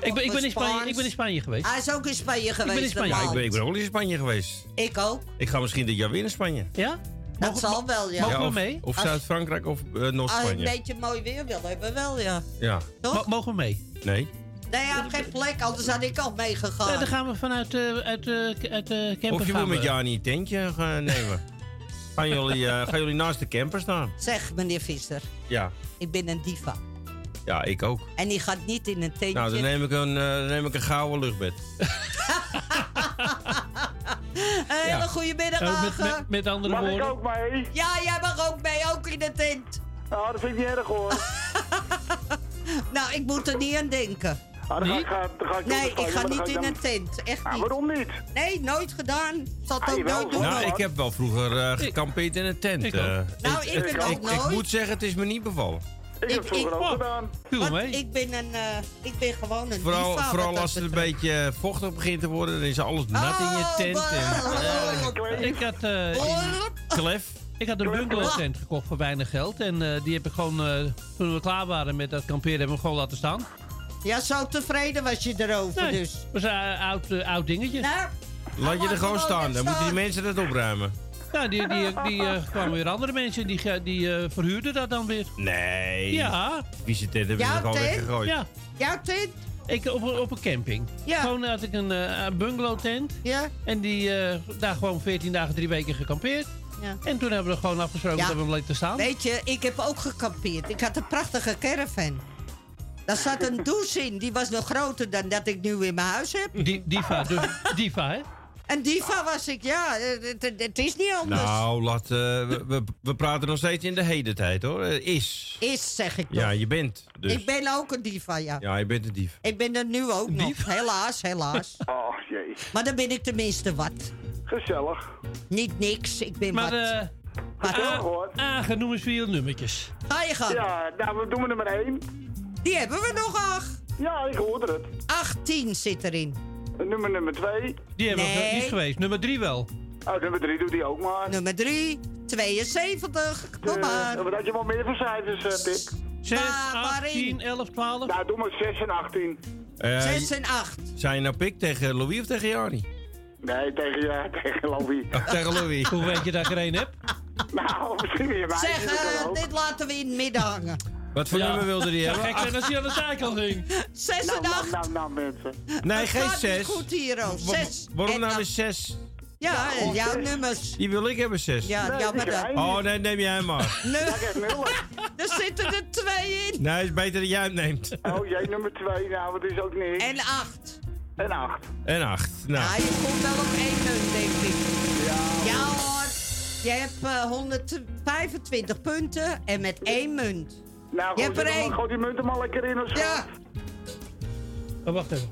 Speaker 12: Ik, ben, ik,
Speaker 13: ook
Speaker 12: ben in
Speaker 13: een
Speaker 12: Spanje,
Speaker 13: Spaans.
Speaker 12: ik ben in Spanje geweest.
Speaker 13: Hij is ook in Spanje geweest.
Speaker 12: ben in Spanje.
Speaker 13: de
Speaker 2: Ja, ik
Speaker 13: man.
Speaker 2: ben, ik ben ook niet in Spanje geweest.
Speaker 13: Ik ook.
Speaker 2: Ik ga misschien dit jaar weer naar Spanje.
Speaker 12: Ja?
Speaker 13: Dat zal wel, ja.
Speaker 2: Ja,
Speaker 12: we
Speaker 2: of,
Speaker 12: mee?
Speaker 2: Of
Speaker 13: Als- Ah,
Speaker 2: Zuid-Frankrijk of eh,
Speaker 13: Als je een
Speaker 2: Noord-Spanje.
Speaker 13: beetje mooi weer wil hebben, wel ja.
Speaker 2: Ja.
Speaker 13: Toch?
Speaker 12: mogen we mee?
Speaker 2: Nee.
Speaker 13: Nee, hij had geen plek, anders had ik al meegegaan.
Speaker 12: Ja, dan gaan we vanuit eh uit, eh uit eh camper
Speaker 2: Of je wil
Speaker 12: gaan we-
Speaker 2: met Jani een tentje gaan nemen. gaan, jullie, eh, gaan jullie naast de camper staan?
Speaker 13: Zeg, meneer Visser,
Speaker 2: Ja,
Speaker 13: ik ben een diva.
Speaker 2: ja ik ook.
Speaker 13: En die gaat niet in een tentje.
Speaker 2: Nou, dan neem ik een, eh, dan neem ik een gouden luchtbed.
Speaker 13: Een hele
Speaker 2: Ja.
Speaker 13: goede middag,
Speaker 2: Eh, met-
Speaker 13: Ager.
Speaker 2: met- met andere Mag ik woorden. ook
Speaker 14: mee?
Speaker 13: Ja, jij mag ook mee, ook in de tent.
Speaker 14: Nou, dat vind ik niet erg hoor.
Speaker 13: nou, ik moet er niet aan denken.
Speaker 14: Ah, dan ga ik- ga- dan ga ik
Speaker 13: nee,
Speaker 14: anders gaan,
Speaker 13: ik ga
Speaker 14: maar dan
Speaker 13: niet
Speaker 14: ga ik
Speaker 13: in
Speaker 14: dan-
Speaker 13: een tent. Echt niet.
Speaker 14: waarom niet?
Speaker 13: Nee, nooit gedaan. Ik Zal het
Speaker 14: Ah,
Speaker 13: ook
Speaker 14: jawel,
Speaker 13: nooit doen.
Speaker 2: Nou, ik heb wel vroeger eh, gekampeerd in een tent.
Speaker 13: Ik ook.
Speaker 2: eh.
Speaker 13: Nou, ik ben ook
Speaker 2: ik,
Speaker 13: nooit.
Speaker 2: ik moet zeggen, het is me niet bevallen.
Speaker 14: Ik heb vroeger
Speaker 2: Oh,
Speaker 14: ook gedaan.
Speaker 13: Want ik ben een, eh, ik ben gewoon een
Speaker 2: Vooral,
Speaker 13: diva.
Speaker 2: vooral
Speaker 13: wat
Speaker 2: als
Speaker 13: dat
Speaker 2: het een beetje eh, vochtig begint te worden, dan is alles nat in je tent. en,
Speaker 12: Ik had, eh,
Speaker 2: Klef.
Speaker 12: Ik had een
Speaker 2: Klef.
Speaker 12: bungalow tent gekocht voor weinig geld. En eh, die heb ik gewoon, eh, toen we klaar waren met dat kamperen, hebben we hem gewoon laten staan.
Speaker 13: betreft. Ja, zo tevreden was je erover
Speaker 12: Nee,
Speaker 13: dus.
Speaker 12: was een eh, oud, eh, oud dingetje.
Speaker 13: Nou,
Speaker 2: Laat je er gewoon staan, dan moeten die mensen dat opruimen.
Speaker 12: nou die, die, die eh, kwamen weer andere mensen die, ge- die eh, verhuurden dat dan weer.
Speaker 2: Nee.
Speaker 12: Ja.
Speaker 2: Wie zit dit? Hebben ze
Speaker 12: Jouw
Speaker 2: gewoon
Speaker 12: tent?
Speaker 2: weggegooid.
Speaker 12: Ja.
Speaker 13: Jouw tent?
Speaker 12: Ik, op, een- op een camping. Gewoon had ik een eh, een bungalow tent.
Speaker 13: Ja.
Speaker 12: En die, eh, daar gewoon 14 dagen, drie weken gekampeerd.
Speaker 13: Ja.
Speaker 12: En toen hebben we gewoon afgesproken
Speaker 13: Ja.
Speaker 12: dat we hem laten staan.
Speaker 13: Weet je, ik heb ook gekampeerd. Ik had een prachtige caravan. Daar zat een douche in, die was nog groter dan dat ik nu in mijn huis heb.
Speaker 12: Die, diva, dus diva, hè?
Speaker 13: En diva was ik, ja. eh, Het, het- het is niet anders.
Speaker 2: Nou, laat, eh, we, we, we praten nog steeds in de heden tijd hoor. Eh, Is.
Speaker 13: Is, zeg ik nog.
Speaker 2: Ja, je bent. Dus.
Speaker 13: Ik ben ook een diva, ja.
Speaker 2: Ja, je bent een dief.
Speaker 13: Ik ben er nu ook nog. Helaas, helaas.
Speaker 14: Oh, jee.
Speaker 13: Maar dan ben ik tenminste wat.
Speaker 14: Gezellig.
Speaker 13: Niet niks, ik ben
Speaker 12: Maar,
Speaker 13: wat.
Speaker 12: eh
Speaker 13: Wat?
Speaker 12: Agen, noem eens vier nummertjes.
Speaker 13: Ga je gang.
Speaker 14: Ja, nou, we doen er nummer één.
Speaker 13: Die hebben we nog, ach.
Speaker 14: Ja, ik hoorde het.
Speaker 13: 18 zit erin.
Speaker 14: Nummer nummer twee.
Speaker 12: Die hebben we nog
Speaker 13: Nee.
Speaker 12: niet geweest. Nummer drie wel.
Speaker 14: Oh, nummer drie doet hij ook maar.
Speaker 13: Nummer 3, 72.
Speaker 14: Eh,
Speaker 13: Kom maar.
Speaker 14: Wat had je wel meer voor cijfers, eh, Pik?
Speaker 12: 6,
Speaker 13: Waar-
Speaker 12: 18, 11, 12.
Speaker 14: Nou, doe maar 6 en 18.
Speaker 2: Eh,
Speaker 13: 6 en 8.
Speaker 2: zijn je nou pik tegen Louis of tegen Jari?
Speaker 14: Nee, tegen, ja, tegen Louis.
Speaker 2: Oh, tegen Louis.
Speaker 12: Hoe weet je dat ik er één heb?
Speaker 14: nou, misschien weer mij.
Speaker 13: Zeg, eh, dit laten we in het midden hangen.
Speaker 2: Wat voor nummer wilde die hebben?
Speaker 12: Gek zijn als hij aan de zijkant ging.
Speaker 13: 6 en 8.
Speaker 14: Nou, nou, mensen.
Speaker 2: Nee, geen
Speaker 13: gaat niet
Speaker 2: zes.
Speaker 13: goed hier, oh.
Speaker 2: Wa-
Speaker 13: Zes
Speaker 2: Waarom
Speaker 13: en
Speaker 2: nou
Speaker 13: acht.
Speaker 2: weer zes?
Speaker 13: Ja,
Speaker 14: Ja,
Speaker 2: oh,
Speaker 13: eh, jouw
Speaker 14: oké.
Speaker 13: nummers.
Speaker 2: Die wil ik hebben, zes.
Speaker 13: Ja,
Speaker 14: Nee,
Speaker 13: jammer
Speaker 14: die
Speaker 13: dan.
Speaker 14: zijn
Speaker 2: Oh, nee, neem jij hem maar.
Speaker 14: eh,
Speaker 13: Nu- er zitten er twee in.
Speaker 2: Nee, is beter dat jij hem neemt.
Speaker 14: Oh, jij nummer 2, nou, dat is ook niks.
Speaker 13: En 8.
Speaker 14: En 8.
Speaker 2: En acht.
Speaker 13: Ah,
Speaker 2: Nou,
Speaker 13: je komt wel op één punt, denk ik. Ja hoor. Je hebt eh, 125 punten en met één munt.
Speaker 14: Nou, goed,
Speaker 13: je hebt er
Speaker 14: zet hem-
Speaker 13: één.
Speaker 14: gooi die munt er maar lekker in. Als
Speaker 13: Ja,
Speaker 12: Oh, wacht even.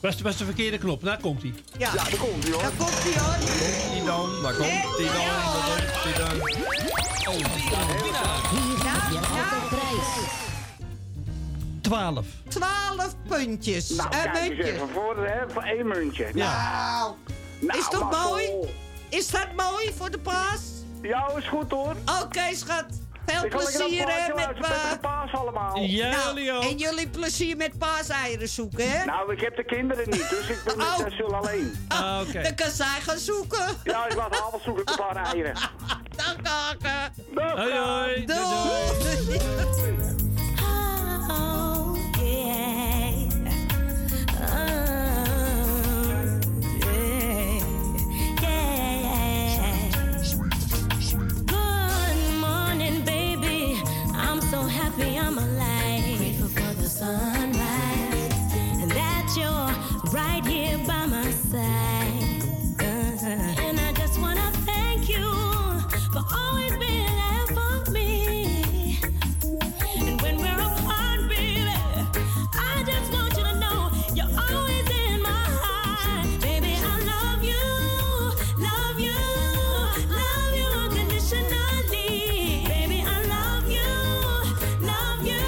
Speaker 12: Was, was de verkeerde knop. Daar komt hij.
Speaker 13: ja.
Speaker 14: ja, daar komt hij hoor.
Speaker 13: Daar komt ie hoor.
Speaker 2: die dan, daar komt die dan, daar komt die dan.
Speaker 13: Ja, ja.
Speaker 12: 12.
Speaker 13: 12 puntjes. Eh,
Speaker 14: Nou,
Speaker 13: een
Speaker 14: kijk eens
Speaker 13: muntje.
Speaker 14: even voor, hè, voor één muntje.
Speaker 13: Nou,
Speaker 14: Nou,
Speaker 13: is toch
Speaker 14: maar
Speaker 13: mooi?
Speaker 14: vol.
Speaker 13: Is dat mooi voor de paas?
Speaker 14: Ja, is goed hoor.
Speaker 13: Oké, schat. Veel
Speaker 14: Ik ga lekker
Speaker 13: plezier
Speaker 14: naar
Speaker 13: hè,
Speaker 14: het plaatje
Speaker 13: met
Speaker 14: luisteren. Prettige
Speaker 13: paas.
Speaker 14: paas allemaal.
Speaker 12: Jullie
Speaker 13: Nou,
Speaker 12: ook.
Speaker 13: en jullie plezier met paaseieren zoeken, hè?
Speaker 14: Nou, ik heb de kinderen niet, dus ik ben met
Speaker 13: Oh.
Speaker 14: oh. alleen.
Speaker 12: Ah, Oké.
Speaker 13: Dan kan zij gaan zoeken.
Speaker 14: Ja, ik laat halve zoeken op een paar eieren.
Speaker 13: Dag, kaken.
Speaker 14: Dag,
Speaker 12: Hoi, hoi. Doei, doei.
Speaker 13: Doei.
Speaker 15: Oh, yeah. Oh, yeah. Yeah. Good morning, baby. I'm so happy I'm alive. Grateful for the sunrise and that you're right here by my side. Uh-huh. And I just wanna thank you for always being there for me. And when we're apart, baby, I just want you to know you're always in my heart. Baby, I love you, love you, love you unconditionally. Baby, I love you, love you,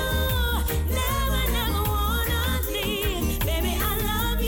Speaker 15: never, never wanna leave. Baby, I love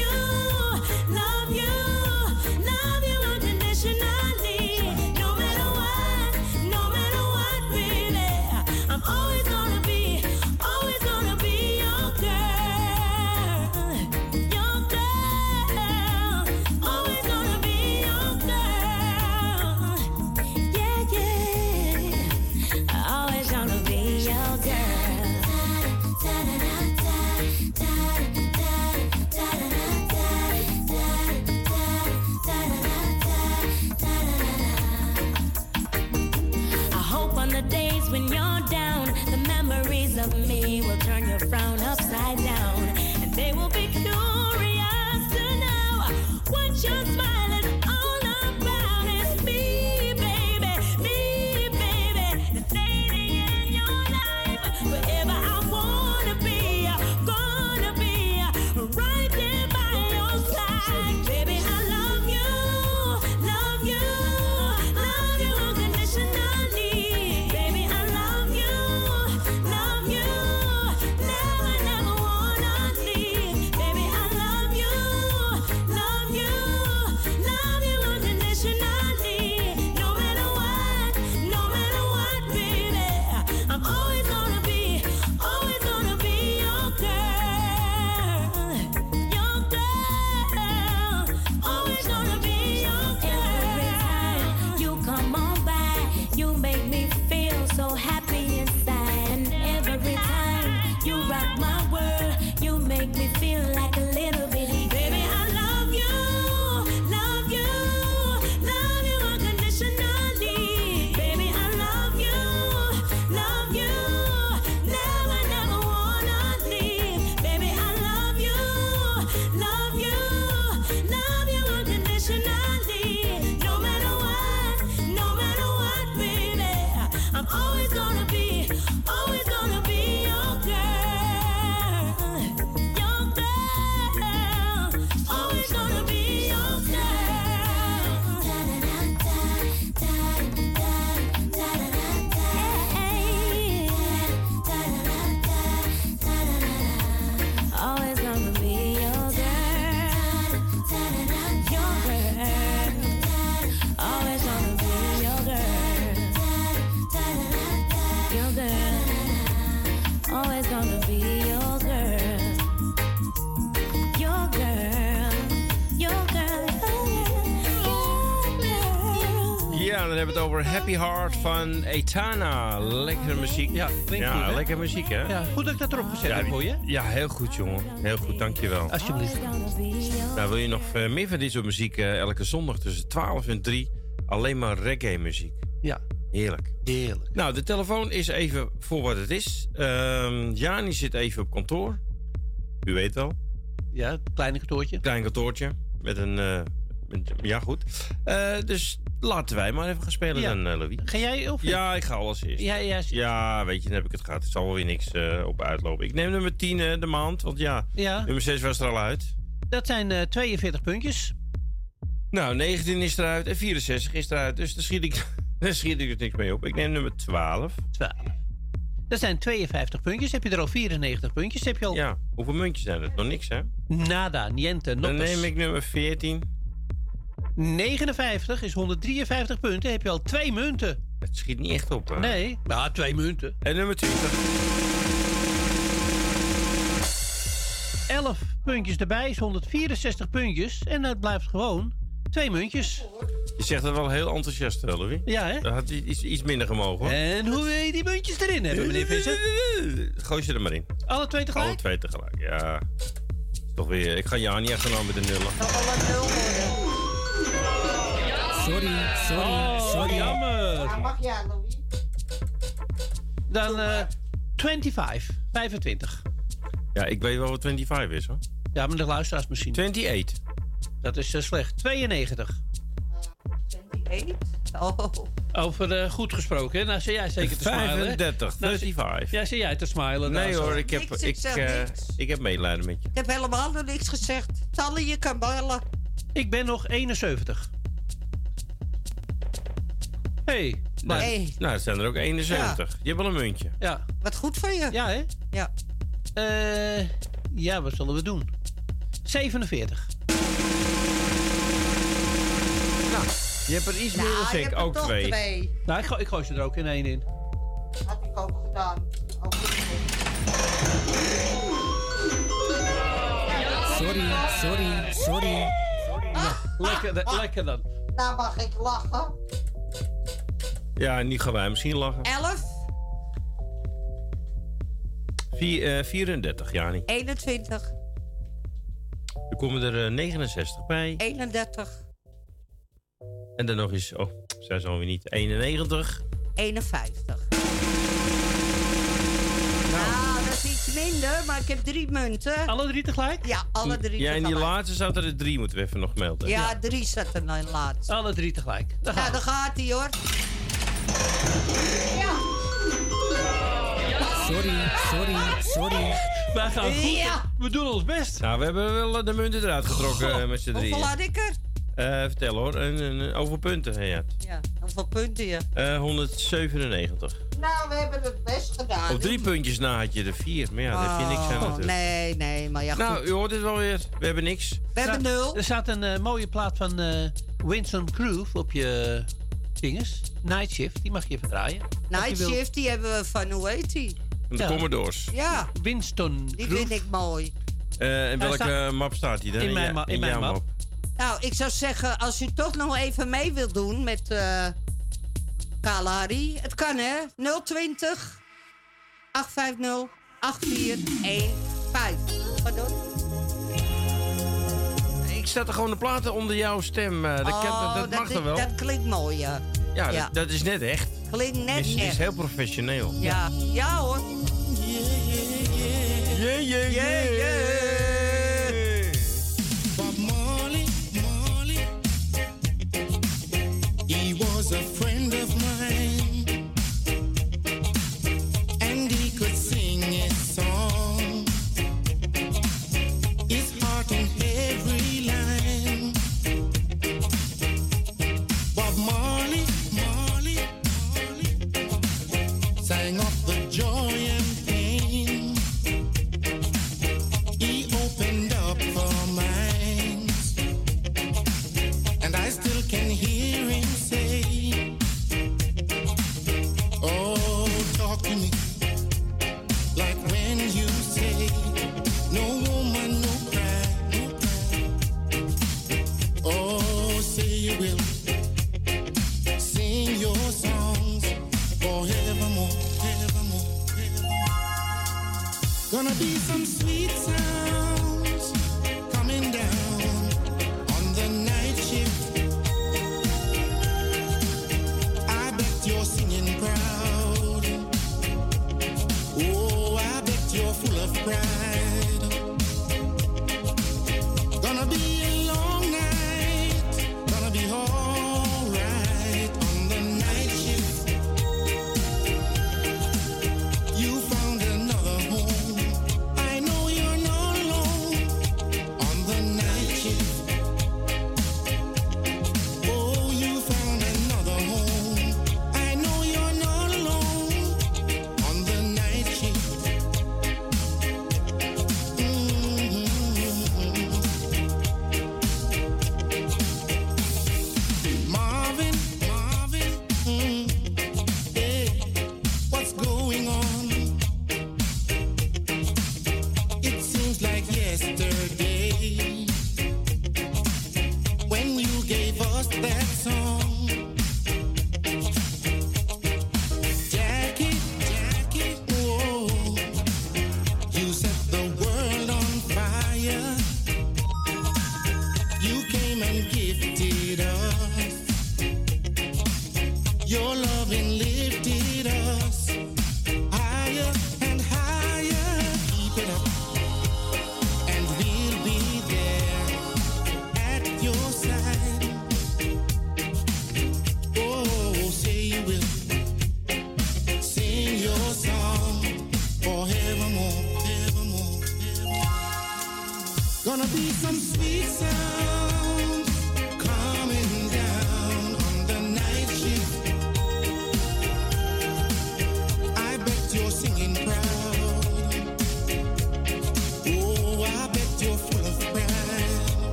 Speaker 15: of me will turn your frown upside down. And they will be curious to know what you're smiling all about. It's me, baby, me, baby, the lady in your life. Wherever I wanna be, I'm gonna be right there by your side. Baby, I love you, love you, love you unconditionally. Baby, I love you, love you, never, never wanna leave. Baby, I love you, love you, love you unconditionally. No matter what, no matter what, baby, I'm always gonna be, always gonna be your girl, your girl. Always gonna be your girl. You come on by, you make me feel so happy inside. And every time you rock my world, you make me feel like a little bitty baby. I love you, love you, love you unconditionally, baby. I love you, love you, never, never wanna leave, baby. I love you, love you, love you unconditionally, no matter what, no matter what, baby. I'm always gonna be, always gonna be your girl, your girl. Always gonna be your girl. Da da da da da da da da da. Hey, da da da da da da da. Always gonna be your girl. Da da da your girl. Always gonna be your girl. Da da da your girl. Always gonna be your girl. Your girl. Your girl.
Speaker 2: Ja, dan hebben we het over Happy Heart van Etana. Lekkere muziek. Ja,
Speaker 12: klinkt goed, hè?
Speaker 2: lekkere muziek, hè?
Speaker 12: Ja, goed dat ik dat erop gezet
Speaker 2: Ja,
Speaker 12: heb voor je.
Speaker 2: Ja, heel goed, jongen. Heel goed, dankjewel.
Speaker 12: Alsjeblieft.
Speaker 2: Nou, wil je nog eh, meer van dit soort muziek eh, elke zondag tussen 12 en 3? Alleen maar reggae-muziek.
Speaker 12: Ja.
Speaker 2: Heerlijk.
Speaker 12: Heerlijk.
Speaker 2: Nou, de telefoon is even voor wat het is. Ehm Jani zit even op kantoor. U weet wel.
Speaker 12: Ja, klein kantoortje.
Speaker 2: Klein kantoortje. Met een... eh, met- ja, goed. Eh, dus laten wij maar even gaan spelen
Speaker 12: Ja.
Speaker 2: dan, eh, Louis.
Speaker 12: Ga jij of
Speaker 2: Ja, ik ga alles eerst.
Speaker 12: Ja, ja, is-
Speaker 2: Ja, weet je, dan heb ik het gehad. Er zal wel weer niks eh, op uitlopen. Ik neem nummer 10 eh, de maand, want ja,
Speaker 12: Ja.
Speaker 2: nummer 6 was er al uit.
Speaker 12: Dat zijn eh, 42 puntjes.
Speaker 2: Nou, 19 is eruit en 64 is eruit. Dus daar schiet ik, daar schiet ik dus niks mee op. Ik neem nummer 12.
Speaker 12: 12. Dat zijn 52 puntjes. Heb je er al 94 puntjes? Heb je al...
Speaker 2: Ja, hoeveel muntjes zijn het? Nog niks, hè?
Speaker 12: Nada, niente,
Speaker 2: Dan
Speaker 12: noppers.
Speaker 2: neem ik nummer 14.
Speaker 12: 59 is 153 punten. Heb je al twee munten?
Speaker 2: Het schiet niet echt op, hè?
Speaker 12: Nee. Nou, twee munten.
Speaker 2: En nummer 20.
Speaker 12: 11 puntjes erbij is 164 puntjes. En dat blijft gewoon twee muntjes.
Speaker 2: Je zegt dat wel heel enthousiast, hè, Louis.
Speaker 12: Ja, hè?
Speaker 2: Dat had i- iets, iets minder gemogen. hoor.
Speaker 12: En hoe wil je die muntjes erin hebben, meneer Visser?
Speaker 2: Gooi ze er maar in.
Speaker 12: Alle twee tegelijk?
Speaker 2: Alle twee tegelijk, ja. Is Toch weer, ik ga jou niet achterna met de nullen.
Speaker 10: Oh, Sorry, sorry, sorry.
Speaker 12: Oh, jammer.
Speaker 10: mag ja, Louis.
Speaker 12: Dan eh 25. 25.
Speaker 2: Ja, ik weet wel wat 25 is, hoor.
Speaker 12: Ja, maar de luisteraars misschien.
Speaker 2: 28.
Speaker 12: Dat is eh, slecht. 92.
Speaker 13: Oh.
Speaker 12: Over eh, goed gesproken, hè? Nou, zie jij zeker te smilen. hè?
Speaker 2: 35,
Speaker 12: Nou, zie-
Speaker 2: 35.
Speaker 12: Ja, zie jij te smilen.
Speaker 2: Nee
Speaker 12: daar zo.
Speaker 2: hoor, ik heb,
Speaker 13: Niks, ik
Speaker 2: ik,
Speaker 13: zeg
Speaker 2: eh,
Speaker 13: niks.
Speaker 2: ik heb medelijden met je.
Speaker 13: Ik heb helemaal nog niks gezegd. Tally, je kan bellen.
Speaker 12: Ik ben nog 71. hey, maar...
Speaker 2: Nou, Nou, het zijn er ook 71.
Speaker 12: Ja.
Speaker 2: Je hebt wel een muntje.
Speaker 12: Ja.
Speaker 13: Wat goed van je.
Speaker 12: Ja, hè?
Speaker 13: Ja.
Speaker 12: Eh, ja, wat zullen we doen? 47.
Speaker 2: Nou, je hebt er iets
Speaker 13: Nou,
Speaker 2: meer dan
Speaker 13: je
Speaker 2: ik.
Speaker 13: hebt er
Speaker 2: Ook
Speaker 13: toch
Speaker 2: twee.
Speaker 13: twee.
Speaker 12: Nou, ik, go- ik gooi ze er ook in één in.
Speaker 13: Had ik ook gedaan. Ook
Speaker 21: Sorry, sorry, sorry.
Speaker 12: Lekker, da- lekker dan.
Speaker 13: Nou mag ik lachen.
Speaker 2: Ja, nu gaan wij misschien lachen.
Speaker 13: Elf,
Speaker 2: Vier, eh, 34, Jani.
Speaker 13: 21,
Speaker 2: Er komen er eh, 69 bij.
Speaker 13: 31,
Speaker 2: En dan nog eens... Oh, zij zijn alweer niet. 91.
Speaker 13: 51.
Speaker 2: Nou,
Speaker 13: Ja, dat is iets minder, maar ik heb drie munten.
Speaker 12: Alle drie tegelijk?
Speaker 13: Ja, alle drie
Speaker 2: Jij en die
Speaker 13: tegelijk.
Speaker 2: laatste zat er drie, moeten we even nog melden.
Speaker 13: Ja, drie zat er nou in laatst.
Speaker 12: Alle drie tegelijk.
Speaker 13: Nou, daar gaat hij hoor.
Speaker 14: Nou.
Speaker 2: Sorry, sorry, sorry. Wij
Speaker 12: gaan goed.
Speaker 13: Ja.
Speaker 12: We doen ons best.
Speaker 2: Nou, we hebben wel de munten eruit getrokken eh, met z'n drieën.
Speaker 13: Hoeveel had ik er?
Speaker 2: Eh, vertel hoor, en, en, over punten. Ja.
Speaker 13: Ja, hoeveel punten je?
Speaker 2: Eh, 197.
Speaker 13: Nou, we hebben het best gedaan.
Speaker 2: Op drie puntjes na had je er vier, maar ja, daar heb je niks aan
Speaker 13: Oh,
Speaker 2: natuurlijk.
Speaker 13: Nee, nee, maar ja, goed.
Speaker 2: Nou, u hoort het wel weer. We hebben niks.
Speaker 13: We hebben nul.
Speaker 12: Er staat een eh, mooie plaat van eh, Winston Groove op je vingers. Night Shift, die mag je even draaien.
Speaker 13: Night Shift, die hebben we van, hoe heet die?
Speaker 2: Van de Commodores.
Speaker 13: Ja,
Speaker 12: Winston
Speaker 13: die
Speaker 2: Groef.
Speaker 13: vind ik mooi.
Speaker 2: Eh, en
Speaker 12: Hij
Speaker 2: welke
Speaker 12: staat-
Speaker 2: map staat hij dan?
Speaker 12: In mijn
Speaker 2: jou-
Speaker 12: ma- in mijn
Speaker 2: jouw
Speaker 12: map.
Speaker 13: Nou, ik zou zeggen, als u toch nog even mee wilt doen met eh Kalahari. Het kan, hè? 020 850 8415. Pardon?
Speaker 2: Ik zet er gewoon de platen onder jouw stem. eh, dat, kan- dat- dat mag
Speaker 13: is-
Speaker 2: toch wel?
Speaker 13: Oh, Dat klinkt mooi, ja.
Speaker 2: ja, Dat, dat is net echt.
Speaker 13: Klinkt net
Speaker 2: is,
Speaker 13: echt.
Speaker 2: is heel professioneel.
Speaker 13: Ja, ja hoor.
Speaker 2: Yeah, yeah,
Speaker 13: yeah.
Speaker 24: Bob Marley, Marley, he was a friend of mine, and he could sing his song, his heart in every line. Bob Marley, Marley, Marley, sang of the joy and pain. He opened up our minds, and I still can hear him say, Oh, talk to me like when you say, No woman, no cry, no cry. Oh, say you will sing your songs forevermore, forevermore. Gonna be some sweet sounds coming down on the night shift. I bet you're singing proud. Oh, I bet you're full of pride. Gonna be a long night, gonna be alright on the night shift. You found another home. I know you're not alone on the night shift. Oh, you found another home. I know you're not alone on the night shift. Mm-hmm. mm-hmm. Oh,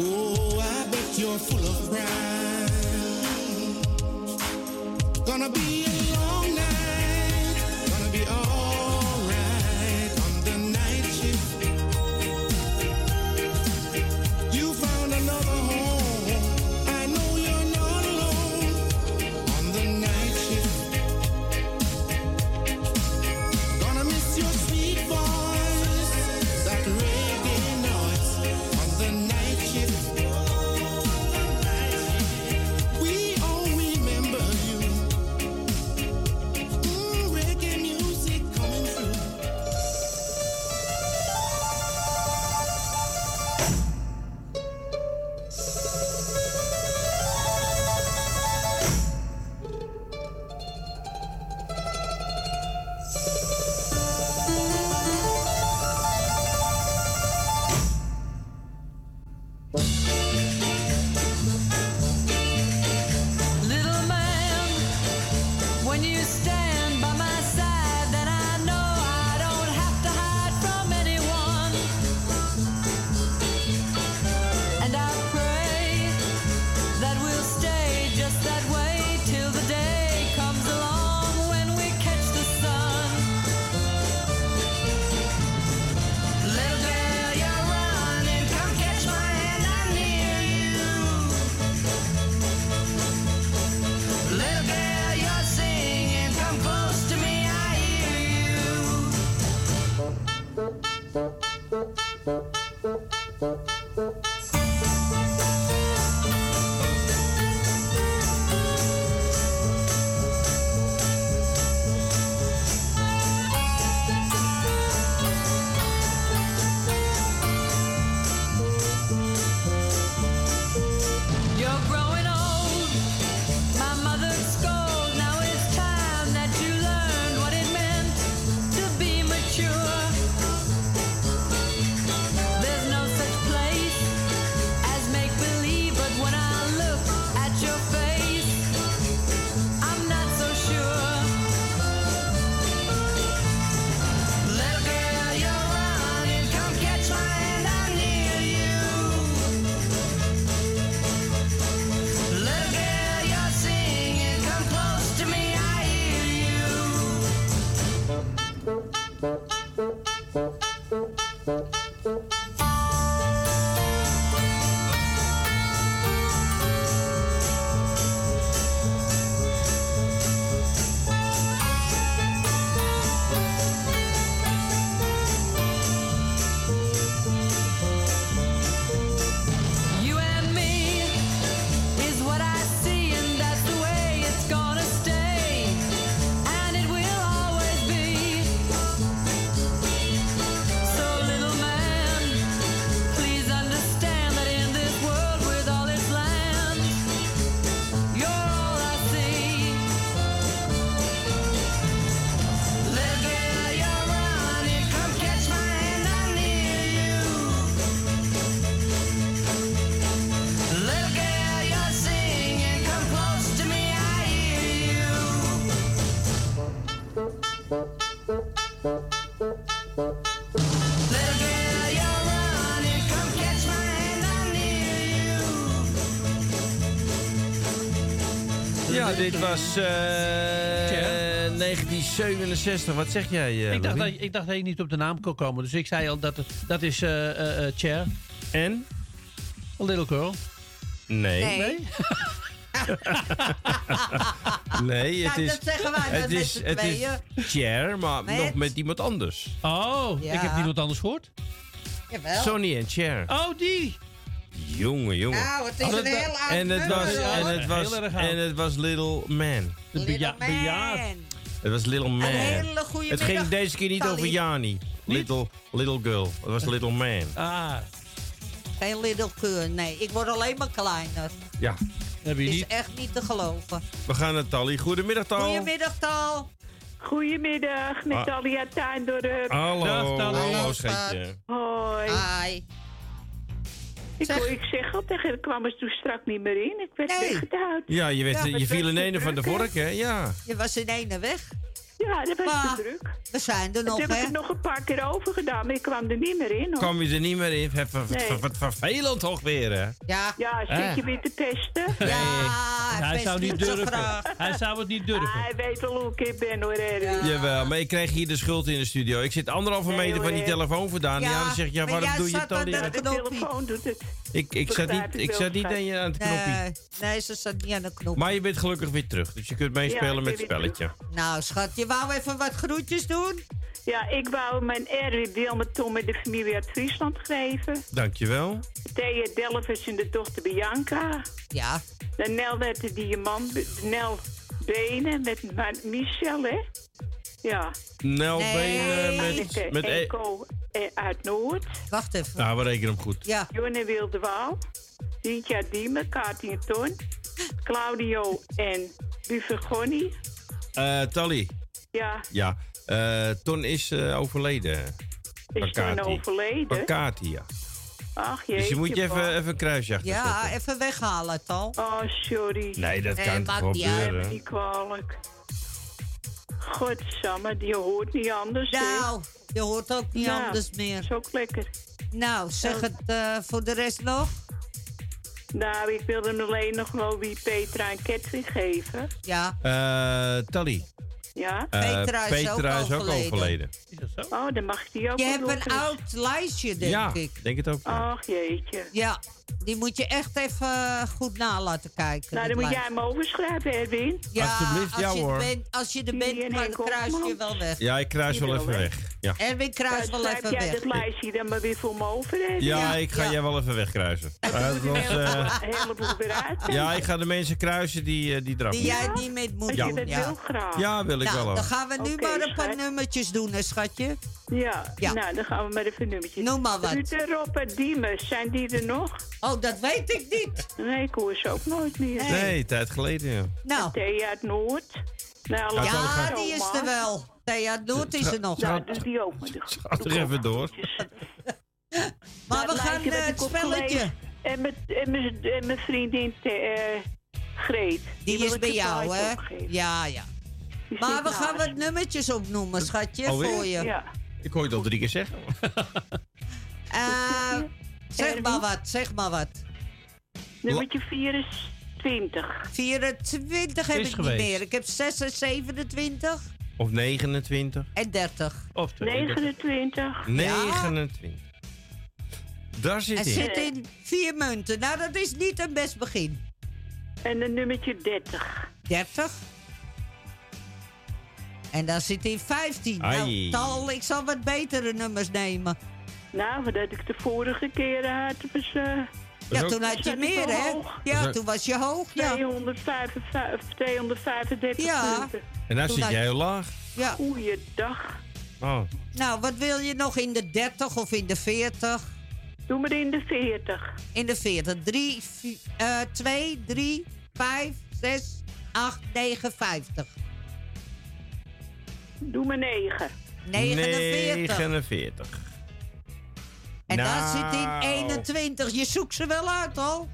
Speaker 24: Oh, Gonna be a long night. Gonna be alright on the night shift. You found another home. I know you're not alone on the night shift. Gonna miss your sweet voice, that reggae noise on the night shift. We all remember you. Mm, reggae music coming through.
Speaker 10: Little man, when you stand by my side, then I know I don't have to hide from anyone. And I pray that we'll stay just that way till the day comes along when we catch the sun. Little girl, you're running, come catch my hand, I'm near you. Little girl, you're singing. Come close to me, I hear you. You're growing old. My mother scold. Now it's time that you learned what it meant to be mature. There's no such place as make believe, but when I look at your face, I'm not so sure. Little girl, you're running. Come catch my hand. I'm near you. Little girl, you're singing. Come close to me, I hear you. You and me is what I see, and that's the way it's gonna stay, and it will always be. So, little man, please understand that in this world with all its land, you're all I see. Little girl, you're running, come catch my hand, I'm near you. Little girl, you're singing. Come close to me, I hear you. Little girl, you're running. Come catch my hand, I'm near you.
Speaker 2: Ja, dit was eh, 1967. Wat zeg jij, eh,
Speaker 12: Ik dacht, dat,
Speaker 2: Lorrie?
Speaker 12: ik dacht dat je niet op de naam kon komen. Dus ik zei al, dat, het, dat is eh, eh, eh, Cher.
Speaker 2: En?
Speaker 12: A Little Girl.
Speaker 2: Nee.
Speaker 12: Nee.
Speaker 2: Nee, het
Speaker 13: Nou,
Speaker 2: is...
Speaker 13: dat zeggen wij
Speaker 2: het
Speaker 13: met
Speaker 2: is,
Speaker 13: z'n
Speaker 2: het is
Speaker 13: tweeën.
Speaker 2: Cher, maar
Speaker 13: Met-
Speaker 2: nog met iemand anders.
Speaker 12: Oh,
Speaker 13: Ja. ik heb iemand
Speaker 12: anders gehoord.
Speaker 13: Jawel.
Speaker 2: Sonny en Cher.
Speaker 12: Oh, die!
Speaker 2: Jongen, jongen. Oh,
Speaker 13: Nou, het is een heel oud
Speaker 2: en het
Speaker 13: nummer,
Speaker 2: was,
Speaker 13: hoor.
Speaker 2: en het was,
Speaker 12: Heel erg oud.
Speaker 2: en het was Little Man.
Speaker 12: De beja
Speaker 13: Man.
Speaker 12: bejaard.
Speaker 2: Het was Little Man.
Speaker 13: hele goeie
Speaker 2: het ging
Speaker 13: middag,
Speaker 2: deze keer niet
Speaker 13: Tally.
Speaker 2: over Jani. Little, little girl. Het was Little Man.
Speaker 12: Ah.
Speaker 13: Geen little keur, nee. Ik word alleen maar kleiner.
Speaker 2: Ja.
Speaker 12: Heb je
Speaker 13: Is echt niet te geloven.
Speaker 2: We gaan naar Tally. Goedemiddag, Tal.
Speaker 13: Goedemiddag, Tal.
Speaker 25: Goedemiddag, met
Speaker 2: Ah.
Speaker 25: Talia Tuindorp.
Speaker 2: Hallo.
Speaker 12: Dag, Tally.
Speaker 2: Hallo,
Speaker 12: Hallo,
Speaker 2: schatje.
Speaker 25: Hoi.
Speaker 13: Hi.
Speaker 25: Ik, hoor- ik zeg al tegen de kwamen ze toen strak niet meer in. Ik werd weggeduwd.
Speaker 2: Ja, je, werd,
Speaker 25: Ja,
Speaker 2: je
Speaker 25: het
Speaker 2: viel
Speaker 25: werd
Speaker 2: in
Speaker 25: zo
Speaker 2: een van de
Speaker 25: druk, hè?
Speaker 2: vork, hè? Ja.
Speaker 13: Je was in ene weg.
Speaker 25: Ja, dat was
Speaker 13: Maar
Speaker 25: te druk.
Speaker 13: We zijn er
Speaker 25: Toen
Speaker 13: nog,
Speaker 25: heb ik
Speaker 13: hè?
Speaker 25: het nog een paar keer over gedaan, maar ik kwam er niet meer in. Hoor.
Speaker 2: Kwam je er niet meer in? Wat
Speaker 25: Nee.
Speaker 2: vervelend toch weer, hè?
Speaker 13: Ja.
Speaker 25: Ja, zit
Speaker 2: Eh.
Speaker 25: je weer te pesten?
Speaker 2: Nee.
Speaker 13: Ah, het
Speaker 12: hij
Speaker 13: best
Speaker 12: zou niet
Speaker 13: niet zo
Speaker 12: durven.
Speaker 13: graag.
Speaker 12: Hij zou het niet durven.
Speaker 25: Hij weet al hoe ik hier ben hoor, Erwin.
Speaker 2: Ah. Jawel, maar je krijgt hier de schuld in de studio. Ik zit anderhalve meter van die telefoon vandaan. Ja, dan zeg je, ja, waarom doe je het dan niet?
Speaker 25: De telefoon doet het.
Speaker 2: Ik, ik zat
Speaker 25: Begrijp
Speaker 2: niet,
Speaker 25: ik
Speaker 2: ik
Speaker 25: wel,
Speaker 2: zat niet
Speaker 25: schat.
Speaker 2: aan, je- aan het knopje.
Speaker 13: Nee, nee, ze zat niet aan de knop.
Speaker 2: Maar je bent gelukkig weer terug, dus je kunt meespelen
Speaker 25: Ja, ik
Speaker 2: met het
Speaker 25: ben weer
Speaker 2: spelletje.
Speaker 13: Nou, schat, je wou even wat groetjes doen?
Speaker 25: Ja, ik wou mijn Erwin Wilmerton met de familie uit Friesland geven.
Speaker 2: Dankjewel.
Speaker 25: Thea Delvers en de dochter Bianca.
Speaker 13: Ja.
Speaker 25: De Nel werd de diamant. de Nel Benen met Ma- Michel, hè? Ja.
Speaker 2: Nel
Speaker 25: Nee.
Speaker 2: Benen met... met e-
Speaker 25: Eco eh, uit Noord.
Speaker 13: Wacht even.
Speaker 2: nou, we rekenen hem goed.
Speaker 13: Ja.
Speaker 25: Jonne Wildewaal. Dientja Diemen, Kati en Ton. Claudio en Buvergoni.
Speaker 2: Eh Tally,
Speaker 25: Ja,
Speaker 2: ja. eh, Ton is eh, overleden.
Speaker 25: is toen overleden.
Speaker 2: Pakati, ja.
Speaker 25: Ach jeetje.
Speaker 2: Dus je moet je
Speaker 25: man.
Speaker 2: even, even een kruisje achter
Speaker 13: Ja,
Speaker 2: zetten.
Speaker 13: even weghalen, Tal.
Speaker 25: Oh, sorry.
Speaker 2: Nee, dat kan toch
Speaker 13: maakt
Speaker 2: wel
Speaker 13: niet uit.
Speaker 2: gebeuren?
Speaker 25: Niet kwalijk. Godsamme, die hoort niet anders.
Speaker 13: Nou, je hoort ook niet anders meer.
Speaker 25: Is ook lekker.
Speaker 13: Nou,
Speaker 25: Oh.
Speaker 13: zeg het eh, voor de rest nog.
Speaker 25: Nou, ik wilde hem alleen nog Lobby, Petra en Ketwin geven.
Speaker 13: Ja.
Speaker 2: Eh Tally.
Speaker 25: Ja?
Speaker 2: eh, Petra is ook overleden.
Speaker 25: Oh, dan mag die ook
Speaker 13: Je
Speaker 25: wel
Speaker 13: hebt een
Speaker 25: opgeroepen.
Speaker 13: oud lijstje, denk
Speaker 2: ja,
Speaker 13: ik.
Speaker 2: denk het ook. ja.
Speaker 25: Ach, jeetje.
Speaker 13: Ja, die moet je echt even eh, goed na laten kijken.
Speaker 25: Nou,
Speaker 13: dat
Speaker 25: dan moet jij
Speaker 13: lijstje.
Speaker 25: hem overschrijven, Edwin.
Speaker 13: Ja,
Speaker 2: Alsjeblieft,
Speaker 13: als
Speaker 2: ja
Speaker 13: je,
Speaker 2: hoor.
Speaker 13: er bent, als je er bent, dan kruis je wel weg.
Speaker 2: Ja, ik kruis wel even weg. Ja,
Speaker 13: Erwin kruis wel even
Speaker 25: jij
Speaker 13: weg.
Speaker 25: dat lijstje dan maar weer voor me over, Edwin?
Speaker 2: ja ik ga jij wel even wegkruisen. Eh,
Speaker 25: Een
Speaker 2: want, eh,
Speaker 25: heleboel- een heleboel weer uit.
Speaker 2: ja, ik ga de mensen kruisen die, eh, die drap
Speaker 13: Die jij niet mee moet
Speaker 2: Ja.
Speaker 13: doen.
Speaker 2: Dat wil
Speaker 25: graag.
Speaker 2: Ja, wil ik
Speaker 13: nou,
Speaker 2: wel hoor.
Speaker 13: Dan gaan we nu
Speaker 25: Oké,
Speaker 13: maar een paar
Speaker 25: schat.
Speaker 13: nummertjes doen, hè, schatje.
Speaker 25: Ja,
Speaker 13: Ja.
Speaker 25: nou, dan gaan we maar even nummertjes.
Speaker 13: Noem maar wat.
Speaker 25: Ruud en Rob en Diemus, zijn die er nog?
Speaker 13: Oh, dat weet ik niet.
Speaker 25: Nee, ik hoor ze ook nooit meer.
Speaker 2: Nee, tijd geleden, ja.
Speaker 13: Nou.
Speaker 25: Thea uit Noord. Nou,
Speaker 2: Ja,
Speaker 13: Ja,
Speaker 2: Ga-
Speaker 13: die is er wel. Thea Noord is er nog.
Speaker 25: Nou, dus die dus ook.
Speaker 2: Gaat er even door.
Speaker 25: Nou,
Speaker 13: Maar we gaan
Speaker 25: Lijken
Speaker 13: eh,
Speaker 25: met
Speaker 13: het
Speaker 25: die kopcollega's.
Speaker 13: spelletje.
Speaker 25: En mijn- En mijn- en mijn vriendin eh, Greet.
Speaker 13: Die
Speaker 25: wil
Speaker 13: is
Speaker 25: ik
Speaker 13: bij
Speaker 25: een
Speaker 13: jou,
Speaker 25: plaatje
Speaker 13: hè?
Speaker 25: opgeven.
Speaker 13: Ja, ja. Maar we gaan wat nummertjes opnoemen, schatje,
Speaker 2: Alweer?
Speaker 13: voor je.
Speaker 25: Ja.
Speaker 2: Ik hoor Oh, je het al drie keer zeggen.
Speaker 13: Eh, zeg maar wat, zeg maar wat.
Speaker 25: Nummertje 24.
Speaker 13: 24 heb
Speaker 2: Is
Speaker 13: ik
Speaker 2: geweest.
Speaker 13: niet meer. Ik heb 6 en 27
Speaker 2: Of 29.
Speaker 13: en 30.
Speaker 2: Of
Speaker 25: 29.
Speaker 2: 29. Daar zit
Speaker 13: Er
Speaker 2: hij.
Speaker 13: zit in vier munten. Nou, dat is niet een best begin.
Speaker 25: En een nummertje 30.
Speaker 13: 30. En daar zit in 15. Nou,
Speaker 25: Ai.
Speaker 13: Tal, ik zal wat betere nummers nemen.
Speaker 25: Nou, wat had ik de vorige keer had. Dus, eh,
Speaker 13: Ja, toen had je
Speaker 25: zat ik
Speaker 13: meer,
Speaker 25: wel
Speaker 13: hè?
Speaker 25: hoog.
Speaker 2: Dat is
Speaker 13: Ja,
Speaker 2: Dus ook-
Speaker 13: toen was je hoog, ja.
Speaker 25: 255, 235
Speaker 13: Ja.
Speaker 25: punten.
Speaker 2: En daar
Speaker 13: Toen
Speaker 2: zit
Speaker 13: had-
Speaker 2: jij heel laag.
Speaker 13: Ja.
Speaker 25: Goeiedag.
Speaker 2: Oh.
Speaker 13: Nou, wat wil je nog in de 30 of in de 40?
Speaker 25: Doe maar in de 40.
Speaker 13: In de 40. 3, eh, 2, 3, 5, 6, 8, 9, 50.
Speaker 25: Doe maar 9.
Speaker 13: 49.
Speaker 2: 49.
Speaker 13: En daar
Speaker 2: Nou.
Speaker 13: zit in 21. Je zoekt ze wel uit, al.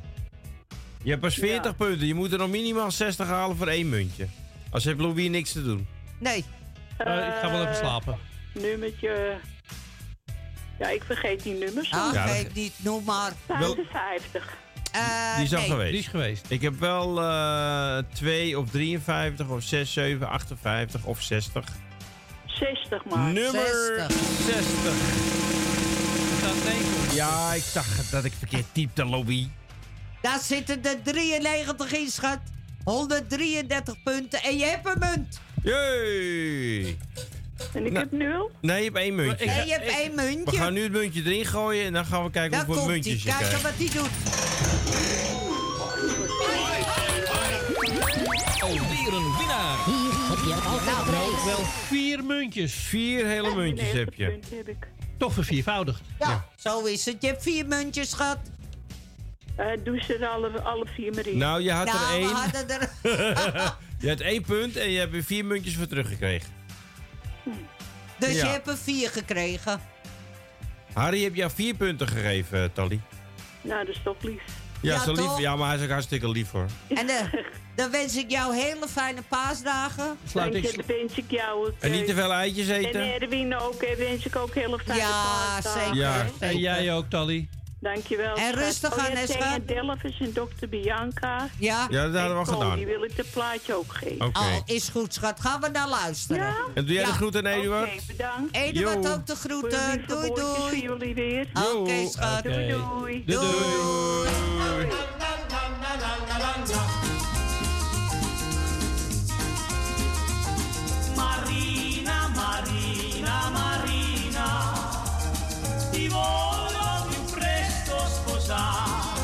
Speaker 2: Je hebt pas 40 punten. Je moet er nog minimaal 60 halen voor één muntje. Als heeft Louis niks te doen.
Speaker 13: Nee.
Speaker 2: Eh, ik ga wel even slapen.
Speaker 25: Eh, Nummertje. Ja, ik vergeet die nummers.
Speaker 13: Ah,
Speaker 2: Ja, dat-
Speaker 13: geef niet, noem maar.
Speaker 2: Wel-
Speaker 25: 55.
Speaker 13: Eh,
Speaker 2: die is al
Speaker 13: nee.
Speaker 2: geweest. Ik heb wel eh 2 of 53 of 6, 7, 58 of 60.
Speaker 25: 60
Speaker 13: Ah,
Speaker 25: maar.
Speaker 2: Nummer 60. Ja, ik dacht dat ik verkeerd typte, Louis.
Speaker 13: Daar zitten er 93 in, schat. 133 punten en je hebt een munt.
Speaker 2: Jee!
Speaker 25: En ik
Speaker 2: Nou,
Speaker 25: heb 0.
Speaker 2: Nee, je hebt één muntje.
Speaker 13: en je hebt één muntje.
Speaker 2: We gaan nu het muntje erin gooien en dan gaan we kijken
Speaker 13: Daar
Speaker 2: hoeveel
Speaker 13: komt hij.
Speaker 2: muntjes je
Speaker 13: Kijken
Speaker 2: krijgt.
Speaker 13: wat hij doet.
Speaker 2: Alweer een winnaar.
Speaker 26: Hier heb je
Speaker 13: Nou,
Speaker 26: altijd prijs.
Speaker 12: Nou, Wel vier muntjes.
Speaker 2: Vier hele muntjes heb je.
Speaker 25: heb ik.
Speaker 12: Toch verviervoudigd.
Speaker 13: Ja, zo is het. Je hebt vier muntjes, schat.
Speaker 25: doe ze er Eh, alle, alle vier maar in.
Speaker 2: Nou, je had
Speaker 13: nou,
Speaker 2: er één.
Speaker 13: we hadden er...
Speaker 2: je had één punt en je hebt er vier muntjes voor teruggekregen.
Speaker 13: Dus
Speaker 2: Ja.
Speaker 13: je hebt er vier gekregen.
Speaker 2: Harry heb jou vier punten gegeven, eh, Tally.
Speaker 25: Nou, dat is toch lief.
Speaker 2: Ja,
Speaker 13: Ja,
Speaker 2: zo lief.
Speaker 13: toch?
Speaker 2: Ja, maar hij is ook hartstikke lief hoor.
Speaker 13: En eh, dan wens ik jou hele fijne paasdagen.
Speaker 2: Sluit
Speaker 25: Wens
Speaker 2: ik-
Speaker 25: ik, wens ik jou ook.
Speaker 2: En niet te
Speaker 25: eh,
Speaker 2: veel eitjes eten.
Speaker 25: En Erwin ook. hè, Wens ik ook hele fijne
Speaker 13: Ja,
Speaker 25: paasdagen.
Speaker 13: zeker.
Speaker 2: Ah. Ja.
Speaker 12: En jij ook, Tally.
Speaker 17: Dankjewel.
Speaker 13: En
Speaker 17: schat.
Speaker 13: rustig
Speaker 17: oh,
Speaker 13: aan,
Speaker 17: ja,
Speaker 13: hè,
Speaker 17: tegen
Speaker 13: schat?
Speaker 17: Delvis en dokter Bianca.
Speaker 13: Ja.
Speaker 2: Ja, dat hadden we
Speaker 17: En
Speaker 2: al
Speaker 17: Ko,
Speaker 2: gedaan.
Speaker 17: Die wil ik de plaatje ook geven.
Speaker 2: Oké.
Speaker 13: Oh, is goed, schat. Gaan we naar luisteren. Ja?
Speaker 2: En doe jij de groeten aan Eduard?
Speaker 17: Oké, bedankt.
Speaker 13: Eduard
Speaker 2: Jo.
Speaker 13: ook de
Speaker 17: Voor
Speaker 13: groeten.
Speaker 17: lieve
Speaker 13: Doei,
Speaker 17: woordjes
Speaker 13: doei.
Speaker 17: voor jullie weer.
Speaker 13: Oké, schat.
Speaker 17: Doei, doei. Doei,
Speaker 11: Marina, Marina, Marina, ti voglio più presto sposare.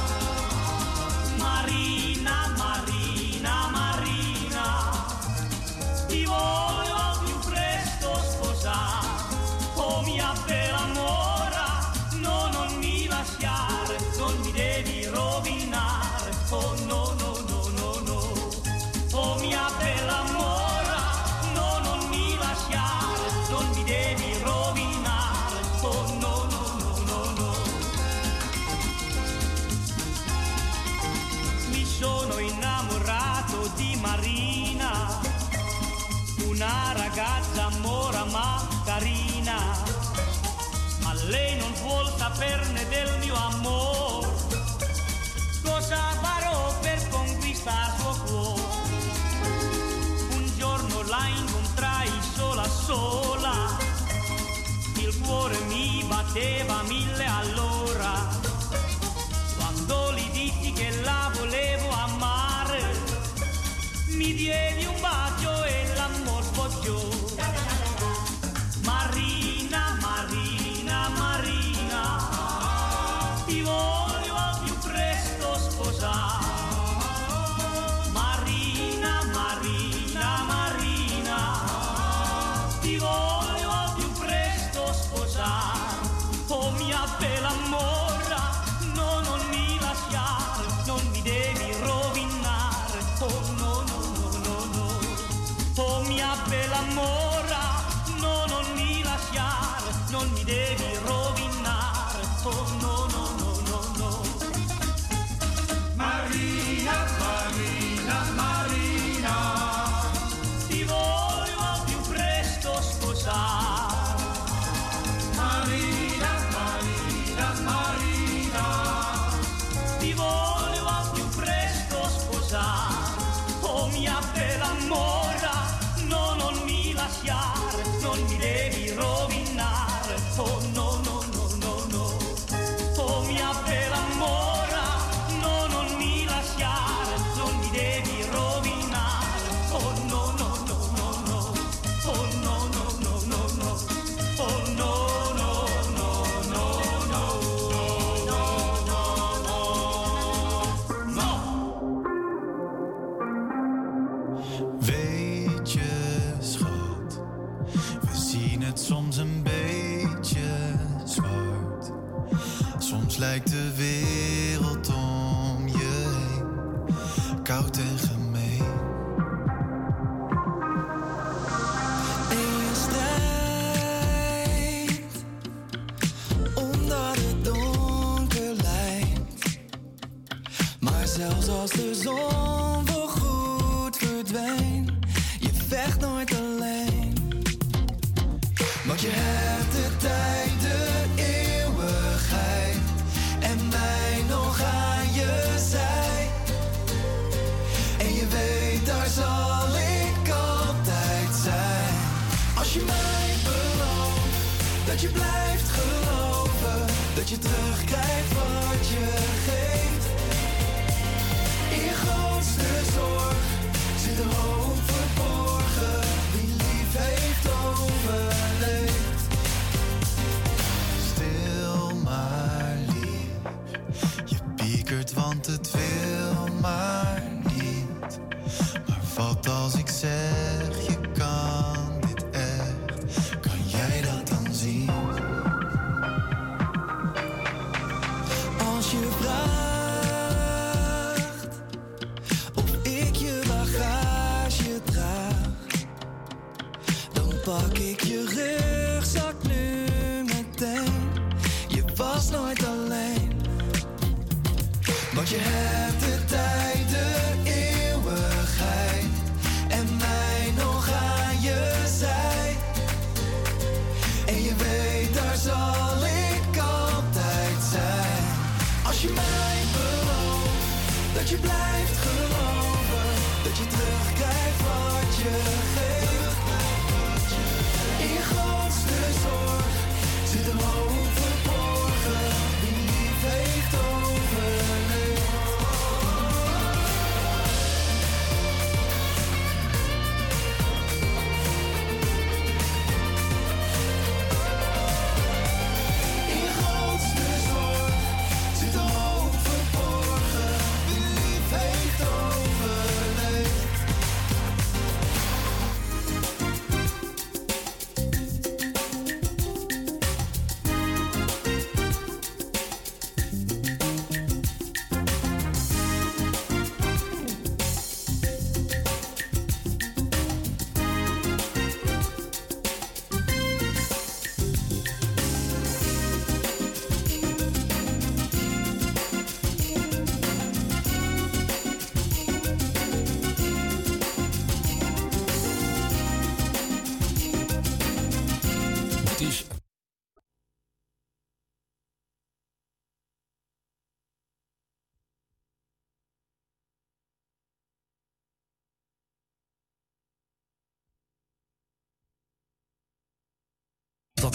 Speaker 11: Marina, Marina, Marina, ti voglio più presto sposare. Oh mia bella mora, no, non mi lasciare, non mi devi rovinare. Oh no, no, no, no, no. Oh mia bella mora, no, non mi lasciare, non mi devi rovinare. Oh no, no, no, no, no. Mi sono innamorato di Marina, una ragazza mora ma carina. Ma lei non vuol saperne del mio amore, cosa farò per conquistare suo cuore? Un giorno la incontrai sola sola, il cuore mi batteva mille all'ora. Quando gli dissi che la volevo amare, mi diedi un bacio e l'amor sbocciò. Marina, Marina, Marina, ti voglio al più presto sposare. Marina, Marina, Marina, ti voglio al più presto sposare. Oh mia bella mora, no, non mi lasciare, non mi devi rovinare. Oh no, no, no, no, no. Oh mia bella mora, no, non mi lasciare, non mi devi rovinare. Oh no, no, no, no, no. Marina, Marina, Marina, ti voglio al più presto sposare. Marina, Marina, Marina, ti voglio al più presto sposare. Oh mia bella mora, no, non mi lasciare, non mi devi rovinare. Oh no, no, no, no, no. Oh mia bella mora, no, non mi lasciare, non mi devi rovinare. Oh no, no, no, no, no. Oh no, no, no, no, no. Oh no, no, no, no, no. No, no, no, no. No!
Speaker 27: Weet je, schat, we zien het soms een beetje zwart. Soms lijkt de wereld om je heen, koud en gemeen.
Speaker 11: En stijgt, omdat het donker lijkt. Maar zelfs als de zon voorgoed verdwijnt, je vecht nooit alleen. Want je hebt de tijd, de eeuwigheid, en mij nog aan je zij. En je weet, daar zal ik altijd zijn. Als je mij belooft dat je blijft geloven, dat je terugkrijgt wat je geeft. In je grootste zorg zit een hoop verborgen, die lief heeft overleefd.
Speaker 27: Stil maar lief, je piekert want het wil maar niet. Maar wat als ik zeg je kan dit echt, kan jij dat dan zien?
Speaker 11: Als je vraagt of ik je bagage draag, dan pak ik je rugzak nu meteen. Je was nooit alleen, want je hebt de tijd, de eeuwigheid en mij nog aan je zij. En je weet, daar zal ik altijd zijn.
Speaker 1: Dat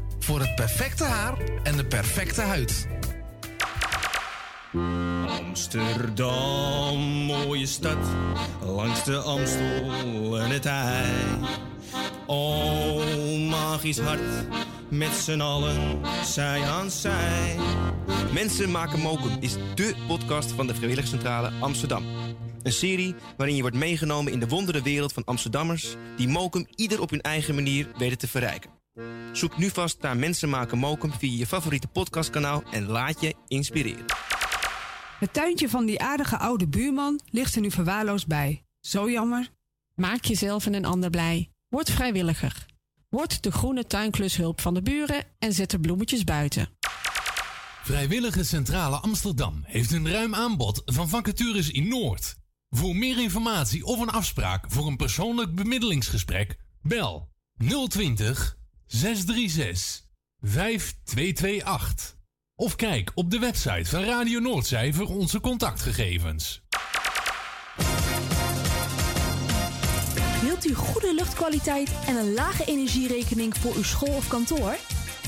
Speaker 1: Voor het perfecte haar en de perfecte huid.
Speaker 23: Amsterdam, mooie stad, langs de Amstel en het IJ. O, magisch hart, met z'n allen, zij aan zij.
Speaker 20: Mensen maken mokum is dé podcast van de Vrijwilligcentrale Amsterdam. Een serie waarin je wordt meegenomen in de wondere wereld van Amsterdammers die mokum ieder op hun eigen manier weten te verrijken. Zoek nu vast naar Mensen maken mokum via je favoriete podcastkanaal en laat je inspireren.
Speaker 3: Het tuintje van die aardige oude buurman ligt er nu verwaarloosd bij. Zo jammer.
Speaker 5: Maak jezelf en een ander blij. Word vrijwilliger. Word de groene tuinklushulp van de buren en zet de bloemetjes buiten.
Speaker 6: Vrijwillige Centrale Amsterdam heeft een ruim aanbod van vacatures in Noord. Voor meer informatie of een afspraak voor een persoonlijk bemiddelingsgesprek, bel 020 636 5228. Of kijk op de website van Radio Noordzij voor onze contactgegevens.
Speaker 7: Wilt u goede luchtkwaliteit en een lage energierekening voor uw school of kantoor?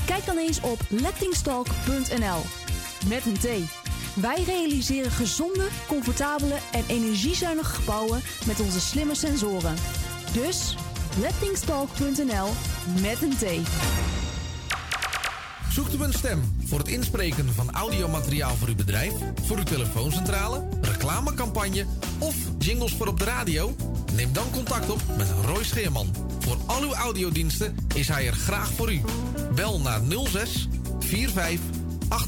Speaker 7: Kijk dan eens op lettingstalk.nl. Met een T. Wij realiseren gezonde, comfortabele en energiezuinige gebouwen met onze slimme sensoren. Dus lettingstalk.nl met een T.
Speaker 1: Zoekt u een stem voor het inspreken van audiomateriaal voor uw bedrijf, voor uw telefooncentrale, reclamecampagne of jingles voor op de radio? Neem dan contact op met Roy Scheerman. Voor al uw audiodiensten is hij er graag voor u. Bel naar 06 45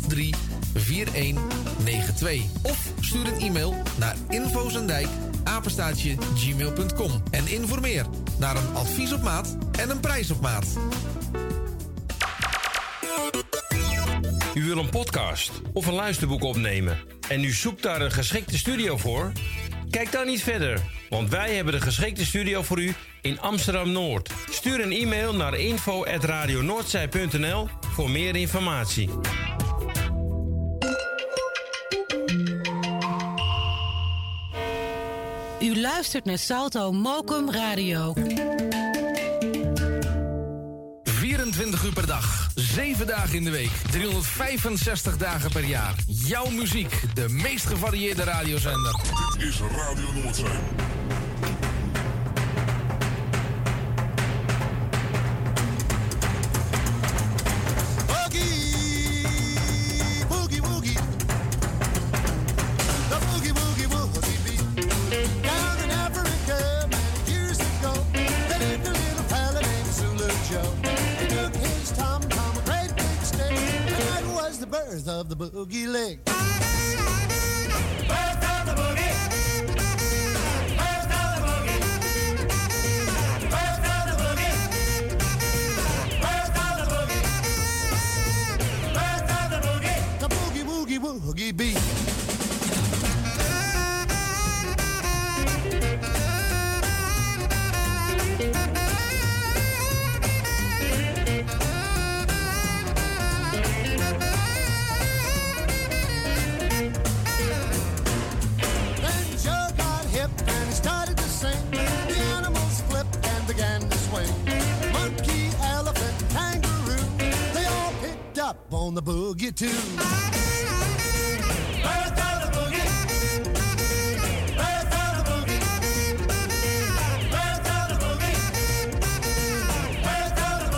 Speaker 1: 83 4192 of stuur een e-mail naar infozendijk apenstaatje gmail.com en informeer naar een advies op maat en een prijs op maat.
Speaker 2: U wil een podcast of een luisterboek opnemen en u zoekt daar een geschikte studio voor? Kijk dan niet verder, want wij hebben de geschikte studio voor u in Amsterdam Noord. Stuur een e-mail naar info@radionoordzij.nl voor meer informatie.
Speaker 8: U luistert naar Salto Mokum Radio.
Speaker 1: 24 uur per dag, 7 dagen in de week, 365 dagen per jaar. Jouw muziek, de meest gevarieerde radiozender. Dit is Radio Noordzee.
Speaker 10: Boogie woogie, the boogie woogie woogie beat. Down in Africa many years ago, they lived a little fella named Zulu Joe. He took his tom tom a great big stick, and that was the birth of the boogie lick. Birth of the boogie, birth of the boogie, birth of the boogie, birth of the boogie. Birth of the boogie, the boogie woogie woogie beat. Then Joe got hip and he started to sing. The animals flipped and began to swing. Monkey, elephant, kangaroo, they all picked up on the boogie too. Birth of the boogie. Birth of the boogie. Birth of the boogie. Birth of the boogie. Birth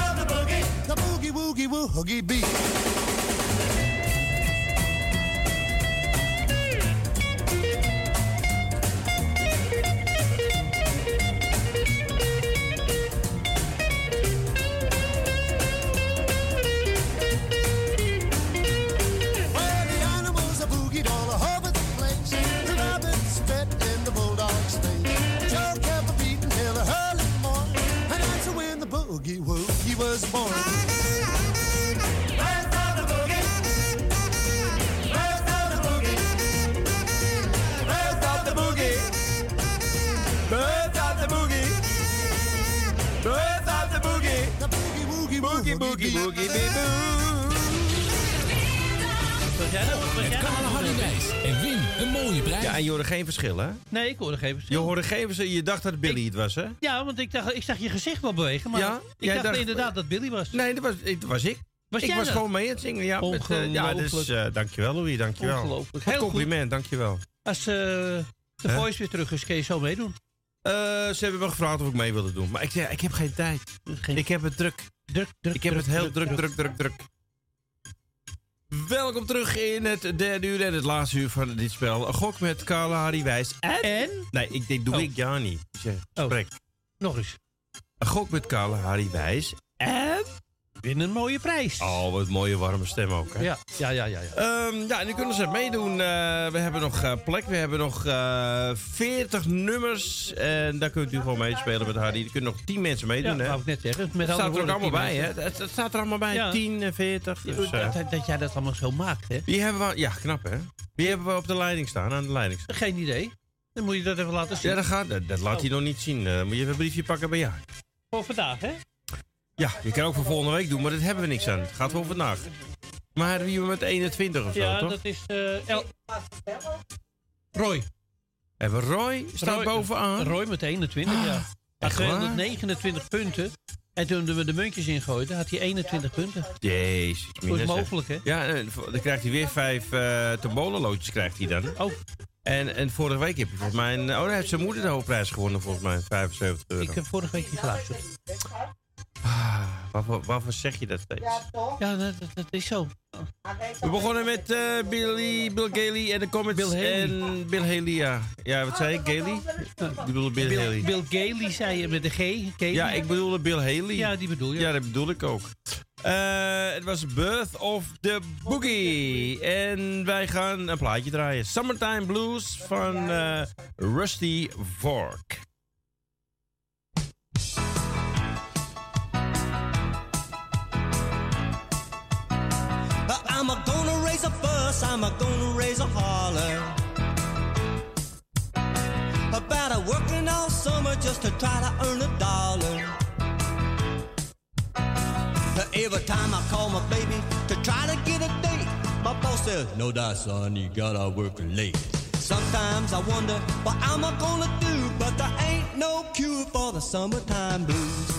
Speaker 10: of the boogie. The boogie woogie woogie beat. Well, the animals are boogied all over the place. The rabbit spit in the bulldog's face. Joe kept a beating till the early morning, and that's when the boogie woogie was born. Birth of the boogie. Birth of the boogie. Birth of the boogie. Birth of the boogie. Birth of the boogie. The boogie woogie boogie boogie boogie bee
Speaker 2: Met Carla Hardenwijs en win een mooie prijs. Ja, en je hoorde geen verschil, hè?
Speaker 12: Nee, ik hoorde geen verschil.
Speaker 2: Je hoorde geen verschil. Je dacht dat Billy het was, hè?
Speaker 12: Ja, want ik dacht, ik zag je gezicht wel bewegen, maar
Speaker 2: Ja,
Speaker 12: ik
Speaker 2: jij
Speaker 12: dacht,
Speaker 2: dacht-
Speaker 12: inderdaad dat Billy was.
Speaker 2: Nee, dat was, dat was ik.
Speaker 12: Was
Speaker 2: ik
Speaker 12: jij
Speaker 2: was
Speaker 12: dat?
Speaker 2: gewoon mee aan het zingen. Ja, met, eh, ja dus eh dankjewel, Louis. Dankjewel.
Speaker 12: Ongelooflijk.
Speaker 2: Wat
Speaker 12: Heel goed.
Speaker 2: compliment, dankjewel.
Speaker 12: Als eh, de
Speaker 2: Hè?
Speaker 12: voice weer terug is, kun je zo meedoen.
Speaker 2: Eh, ze hebben me gevraagd of ik mee wilde doen. Maar ik zei, ik heb geen tijd. Ik heb het druk.
Speaker 12: Druk, druk,
Speaker 2: Ik heb het heel druk, druk, druk, druk. Welkom terug in het derde uur en het laatste uur van dit spel. Een gok met Carla Harry Wijs en... Nee, ik, dit doe
Speaker 12: Oh.
Speaker 2: ik ja niet. Ik zeg, gesprek.
Speaker 12: Nog eens.
Speaker 2: Een gok met Carla Harry Wijs en...
Speaker 12: Win een mooie prijs.
Speaker 2: Oh, wat mooie warme stem ook, hè?
Speaker 12: Ja, ja, ja, ja. ja.
Speaker 2: Ehm, ja, nu kunnen ze meedoen. Eh, we hebben nog eh, plek. We hebben nog eh 40 nummers. En daar kunt u gewoon meespelen met Harry. Er kunnen nog 10 mensen meedoen.
Speaker 12: Ja,
Speaker 2: hè?
Speaker 12: wou ik net zeggen. Met
Speaker 2: Het staat er
Speaker 12: andere
Speaker 2: ook allemaal
Speaker 12: woorden,
Speaker 2: bij,
Speaker 12: tien
Speaker 2: hè?
Speaker 12: mensen.
Speaker 2: Het, het staat er allemaal bij.
Speaker 12: Ja.
Speaker 2: 10 en 40.
Speaker 12: Ja,
Speaker 2: Dus, eh,
Speaker 12: dat, dat jij dat allemaal zo maakt, hè?
Speaker 2: wie hebben we... Ja, knap, hè? Wie hebben we op de leiding staan? Aan de leiding staan.
Speaker 12: Geen idee. Dan moet je dat even laten zien.
Speaker 2: Ja, dat, gaat, dat, dat laat
Speaker 12: Oh.
Speaker 2: hij nog niet zien. Eh, moet je even een briefje pakken bij jou.
Speaker 12: Voor vandaag, hè?
Speaker 2: Ja, je kan ook voor volgende week doen, maar dat hebben we niks aan. Het gaat voor vandaag. Maar wie we met 21 of zo,
Speaker 12: ja,
Speaker 2: toch?
Speaker 12: dat is... eh, El- Roy.
Speaker 2: Hebben we Roy staat
Speaker 12: Roy- eh,
Speaker 2: bovenaan. Ah,
Speaker 12: Roy met 21, ja. Hij had
Speaker 2: echt waar?
Speaker 12: 229 punten. En toen we de muntjes ingooiden, had hij 21 punten.
Speaker 2: Jezus, minus, hè.
Speaker 12: mogelijk, hè?
Speaker 2: Ja, en vo- dan krijgt hij weer vijf eh tombolenloodjes krijgt hij dan.
Speaker 12: Oh.
Speaker 2: En, en vorige week heb je volgens mij... Een, oh, daar heeft zijn moeder de hoofdprijs gewonnen volgens mij. 75 euro.
Speaker 12: Ik eh, heb vorige week niet geluisterd.
Speaker 2: waarvoor, waarvoor zeg je dat steeds?
Speaker 12: Ja, dat, dat- dat is zo.
Speaker 2: We begonnen met eh, Billy, Bill Gailey en de Comets
Speaker 12: Bill Haley.
Speaker 2: en Bill Haley, ja. Ja, wat zei ik? Gailey? Ik bedoel Bill, Haley.
Speaker 12: Bill, Bill Gailey zei je met de G. Gailey.
Speaker 2: Ja, ik bedoelde Bill Haley.
Speaker 12: Ja, die bedoel je.
Speaker 2: Ja, dat bedoel ik ook. Eh, Het was Birth of the Boogie. En wij gaan een plaatje draaien. Summertime Blues van eh, Rusty Vork.
Speaker 21: But I'm a gonna raise a fuss, I'm a gonna raise a holler. About a working all summer just to try to earn a dollar. But every time I call my baby to try to get a date, my boss says, No, die, son, you gotta work late. Sometimes I wonder what I'm a gonna do, but there ain't no cure for the summertime blues.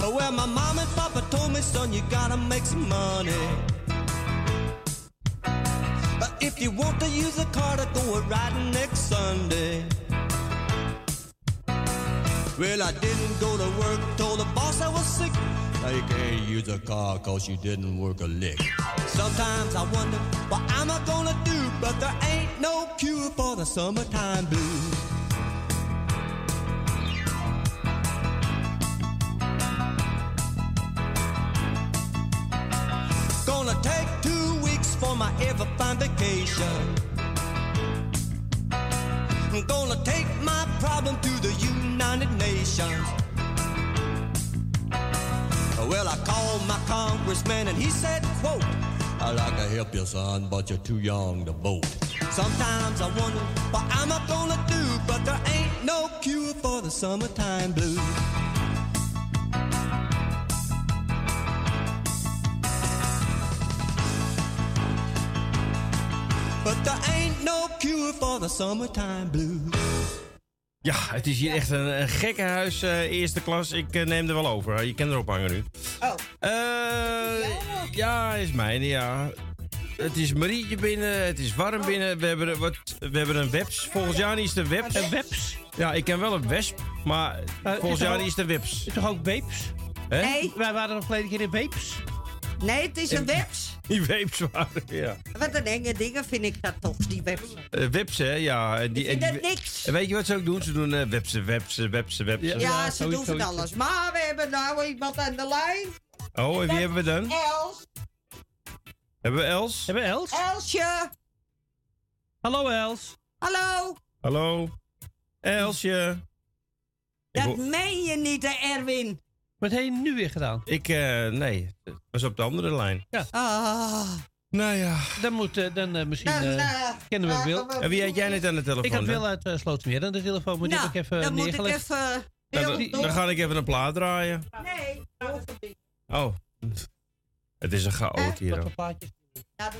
Speaker 21: But well, my mom and papa told me, son, you gotta make some money. But if you want to use a car to go a riding next Sunday. Well, I didn't go to work, told the boss I was sick. Now you can't use a car cause you didn't work a lick. Sometimes I wonder what I'm a gonna do, but there ain't no cure for the summertime blues. Gonna take two weeks for my ever fine vacation. I'm gonna take my problem to the United Nations. Well, I called my congressman and he said, quote, I'd like to help you, son, but you're too young to vote. Sometimes I wonder what I'm a gonna do, but there ain't no cure for the summertime blues. But there ain't no cure for the summertime blues.
Speaker 2: Ja, het is hier echt een, een gekke huis, eh, eerste klas. Ik eh, neem er wel over. hè. Je kan erop hangen nu. Eh,
Speaker 13: Oh.
Speaker 2: ja, is mijn, ja. Het is Marietje binnen, het is
Speaker 13: Oh.
Speaker 2: warm binnen. We hebben, een- wat, we hebben een webs. Volgens Jani is de webs. Een
Speaker 12: webs?
Speaker 2: Ja, ik ken wel een wesp, maar volgens
Speaker 12: Eh, is er
Speaker 2: Jani
Speaker 12: ook-
Speaker 2: is de webs.
Speaker 12: Is toch ook Beeps?
Speaker 2: Hè?
Speaker 13: Nee.
Speaker 12: Wij waren nog verleden keer in Beeps.
Speaker 13: Nee, het is een webs.
Speaker 2: Die webs waren, ja.
Speaker 13: Wat een enge dingen vind ik dat toch, die webs.
Speaker 2: Eh, webs, hè, ja. En die,
Speaker 13: Ik vind
Speaker 2: en die-
Speaker 13: dat niks.
Speaker 2: En weet je wat ze ook doen? Ze doen eh, websen, websen, websen, websen.
Speaker 13: Ja, ze doen van alles. Maar we hebben nou iemand aan de lijn.
Speaker 2: Oh, en wie hebben we dan?
Speaker 13: Els.
Speaker 2: Hebben we Els?
Speaker 12: Hebben we Els?
Speaker 13: Elsje.
Speaker 12: Hallo Els.
Speaker 13: Hallo?
Speaker 2: Hallo? Elsje?
Speaker 13: Dat meen je niet, hè, Erwin?
Speaker 12: Wat heb je nu weer gedaan?
Speaker 2: Ik, eh, nee. Het was op de andere lijn.
Speaker 12: Ja.
Speaker 13: Ah.
Speaker 2: Nou ja.
Speaker 12: Dan moet, eh, dan eh, misschien
Speaker 13: Dan,
Speaker 12: eh,
Speaker 13: eh,
Speaker 12: kennen we Wil.
Speaker 2: En wie had jij net aan de telefoon?
Speaker 12: Ik had
Speaker 2: hè?
Speaker 12: Wil uit eh, Slotermeer aan de telefoon, maar die heb ik even
Speaker 13: Nou, dan moet ik
Speaker 12: neergelegd.
Speaker 13: even...
Speaker 2: Nou, dan, dan ga ik even een plaat draaien.
Speaker 13: Nee, overwinkel.
Speaker 2: Oh. Het is een chaot hier. hoor.
Speaker 13: Ja, dat-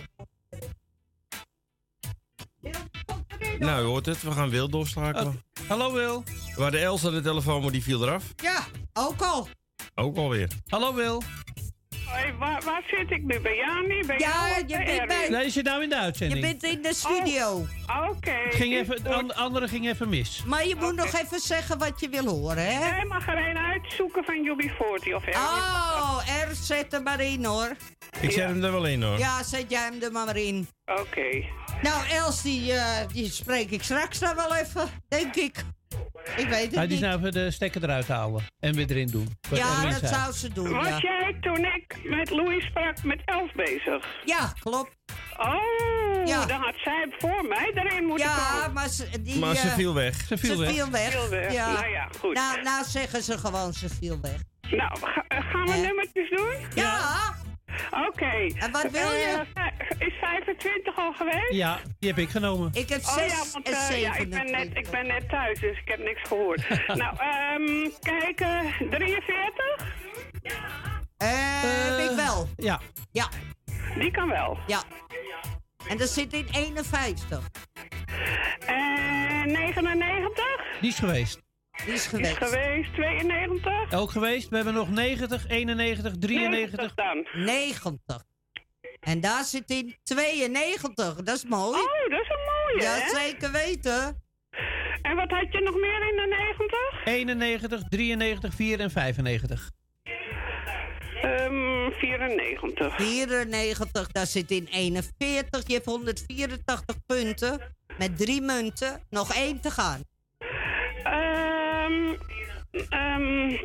Speaker 2: Nou, je hoort het. We gaan Wil doorschakelen.
Speaker 12: Hallo Wil.
Speaker 2: We hadden Els aan de telefoon, maar die viel eraf.
Speaker 13: ja, ook al.
Speaker 2: Ook alweer.
Speaker 12: Hallo Wil.
Speaker 17: Hé, waar, waar zit ik nu? Bij jou niet? Bij
Speaker 13: Ja,
Speaker 17: jou?
Speaker 13: je bent bij-
Speaker 12: Nee, je zit nou in de uitzending.
Speaker 13: in de studio.
Speaker 17: Oh, Oké.
Speaker 12: Het ging even, het an- andere ging even mis.
Speaker 13: Maar je moet nog even zeggen wat je wil horen, hè?
Speaker 17: Jij mag er een uitzoeken van UB40 of ergens.
Speaker 13: Oh, er zet hem maar in, hoor.
Speaker 2: Ik zet hem er wel in hoor.
Speaker 13: Ja, zet jij hem er maar in.
Speaker 17: Oké.
Speaker 13: Nou, Els, die, eh, die spreek ik straks dan wel even, denk ik. Ik weet
Speaker 12: Hij
Speaker 13: het
Speaker 12: die is
Speaker 13: niet.
Speaker 12: nou even de stekker eruit halen en weer erin doen. Wat
Speaker 13: Ja,
Speaker 12: Erwin
Speaker 13: dat
Speaker 12: zei.
Speaker 13: zou ze doen,
Speaker 17: Was
Speaker 13: ja.
Speaker 17: jij toen ik met Louis sprak met elf bezig?
Speaker 13: Ja, klopt.
Speaker 17: Oh,
Speaker 13: Ja.
Speaker 17: dan had zij voor mij erin moeten komen.
Speaker 13: Ja, maar ze, die,
Speaker 2: Maar ze
Speaker 13: eh,
Speaker 2: viel weg.
Speaker 12: Ze
Speaker 13: Ze viel weg.
Speaker 17: Viel weg.
Speaker 13: Ja.
Speaker 17: Nou ja, goed.
Speaker 13: Nou, nou zeggen ze gewoon, ze viel weg.
Speaker 17: Nou, ga- eh, gaan we
Speaker 13: Eh.
Speaker 17: nummertjes doen?
Speaker 13: Ja,
Speaker 17: Oké.
Speaker 13: En wat wil je?
Speaker 17: Eh, is 25 al geweest?
Speaker 12: Ja, die heb ik genomen.
Speaker 13: ik heb
Speaker 17: Oh
Speaker 13: zes
Speaker 17: ja, want
Speaker 13: en
Speaker 17: eh, ja, ik, ben net,
Speaker 13: 27.
Speaker 17: ik ben net thuis, dus ik heb niks gehoord. nou, ehm kijk, eh, 43?
Speaker 13: Eh, heb ik wel.
Speaker 12: Ja.
Speaker 13: Ja,
Speaker 17: Die kan wel.
Speaker 13: ja. En dat zit in 51.
Speaker 17: Eh 99?
Speaker 12: Die is geweest.
Speaker 13: Die is
Speaker 17: Die is
Speaker 13: geweest.
Speaker 17: geweest. 92?
Speaker 12: Elk geweest. We hebben nog 90, 91, 93.
Speaker 17: 90 dan.
Speaker 13: 90. En daar zit in 92. Dat is mooi.
Speaker 17: Oh, dat is een mooie,
Speaker 13: Ja,
Speaker 17: hè?
Speaker 13: zeker weten.
Speaker 17: En wat had je nog meer in de 90?
Speaker 12: 91, 93, 4 en 95.
Speaker 17: Ehm 94.
Speaker 13: 94, daar zit in 41. Je hebt 184 punten. Met drie munten. Nog één te gaan.
Speaker 17: Ehm ehm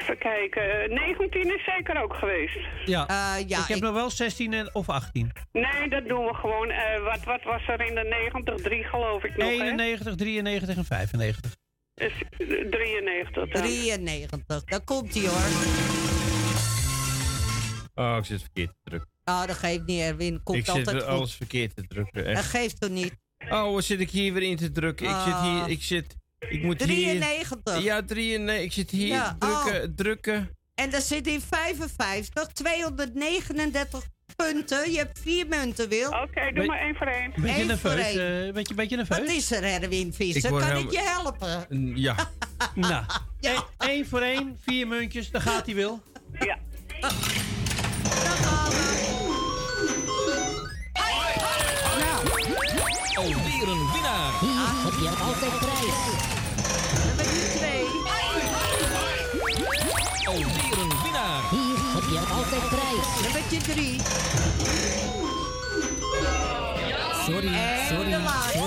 Speaker 17: even kijken. 19 is zeker ook geweest.
Speaker 12: Ja.
Speaker 13: Eh, ja,
Speaker 12: ik heb
Speaker 13: ik-
Speaker 12: nog wel 16 en- of 18.
Speaker 17: Nee, dat doen we gewoon. eh, wat, wat was er in de 90? 3 geloof ik nog, hè?
Speaker 12: 91, 93 en 95.
Speaker 17: Is, eh, 93 dan.
Speaker 13: 93. Daar komt hij hoor.
Speaker 2: Oh, ik zit verkeerd te drukken.
Speaker 13: Nou, dat geeft niet, Erwin. Komt
Speaker 2: ik zit
Speaker 13: altijd
Speaker 2: weer
Speaker 13: goed.
Speaker 2: alles verkeerd te drukken.
Speaker 13: Dat
Speaker 2: Echt.
Speaker 13: geeft toch niet.
Speaker 2: Oh, wat zit ik hier weer in te drukken? Ik zit hier,
Speaker 13: Ah.
Speaker 2: ik zit... Ik moet hier...
Speaker 13: 93.
Speaker 2: Ja, 93. Ik zit hier
Speaker 13: Ja,
Speaker 2: drukken, drukken.
Speaker 13: En daar zit in 55. 239 punten. Je hebt vier munten, Wil.
Speaker 17: Oké, doe
Speaker 12: Be-
Speaker 17: maar één voor één.
Speaker 12: Beetje
Speaker 13: Eén voor
Speaker 12: nerveus.
Speaker 13: één.
Speaker 12: eh, beetje, beetje nerveus.
Speaker 13: Wat is er, Erwin Visser?
Speaker 2: Ik word
Speaker 13: Kan ik
Speaker 2: helemaal-
Speaker 13: je helpen?
Speaker 2: Ja.
Speaker 12: Nou,
Speaker 13: Ja.
Speaker 12: één voor één, vier muntjes, daar gaat hij wil.
Speaker 17: Ja.
Speaker 10: Alweer een winnaar. Heb je altijd prijs. Alweer een winnaar. Heb je altijd prijs.
Speaker 13: Dan ben je drie.
Speaker 10: Sorry,
Speaker 13: En de laatste.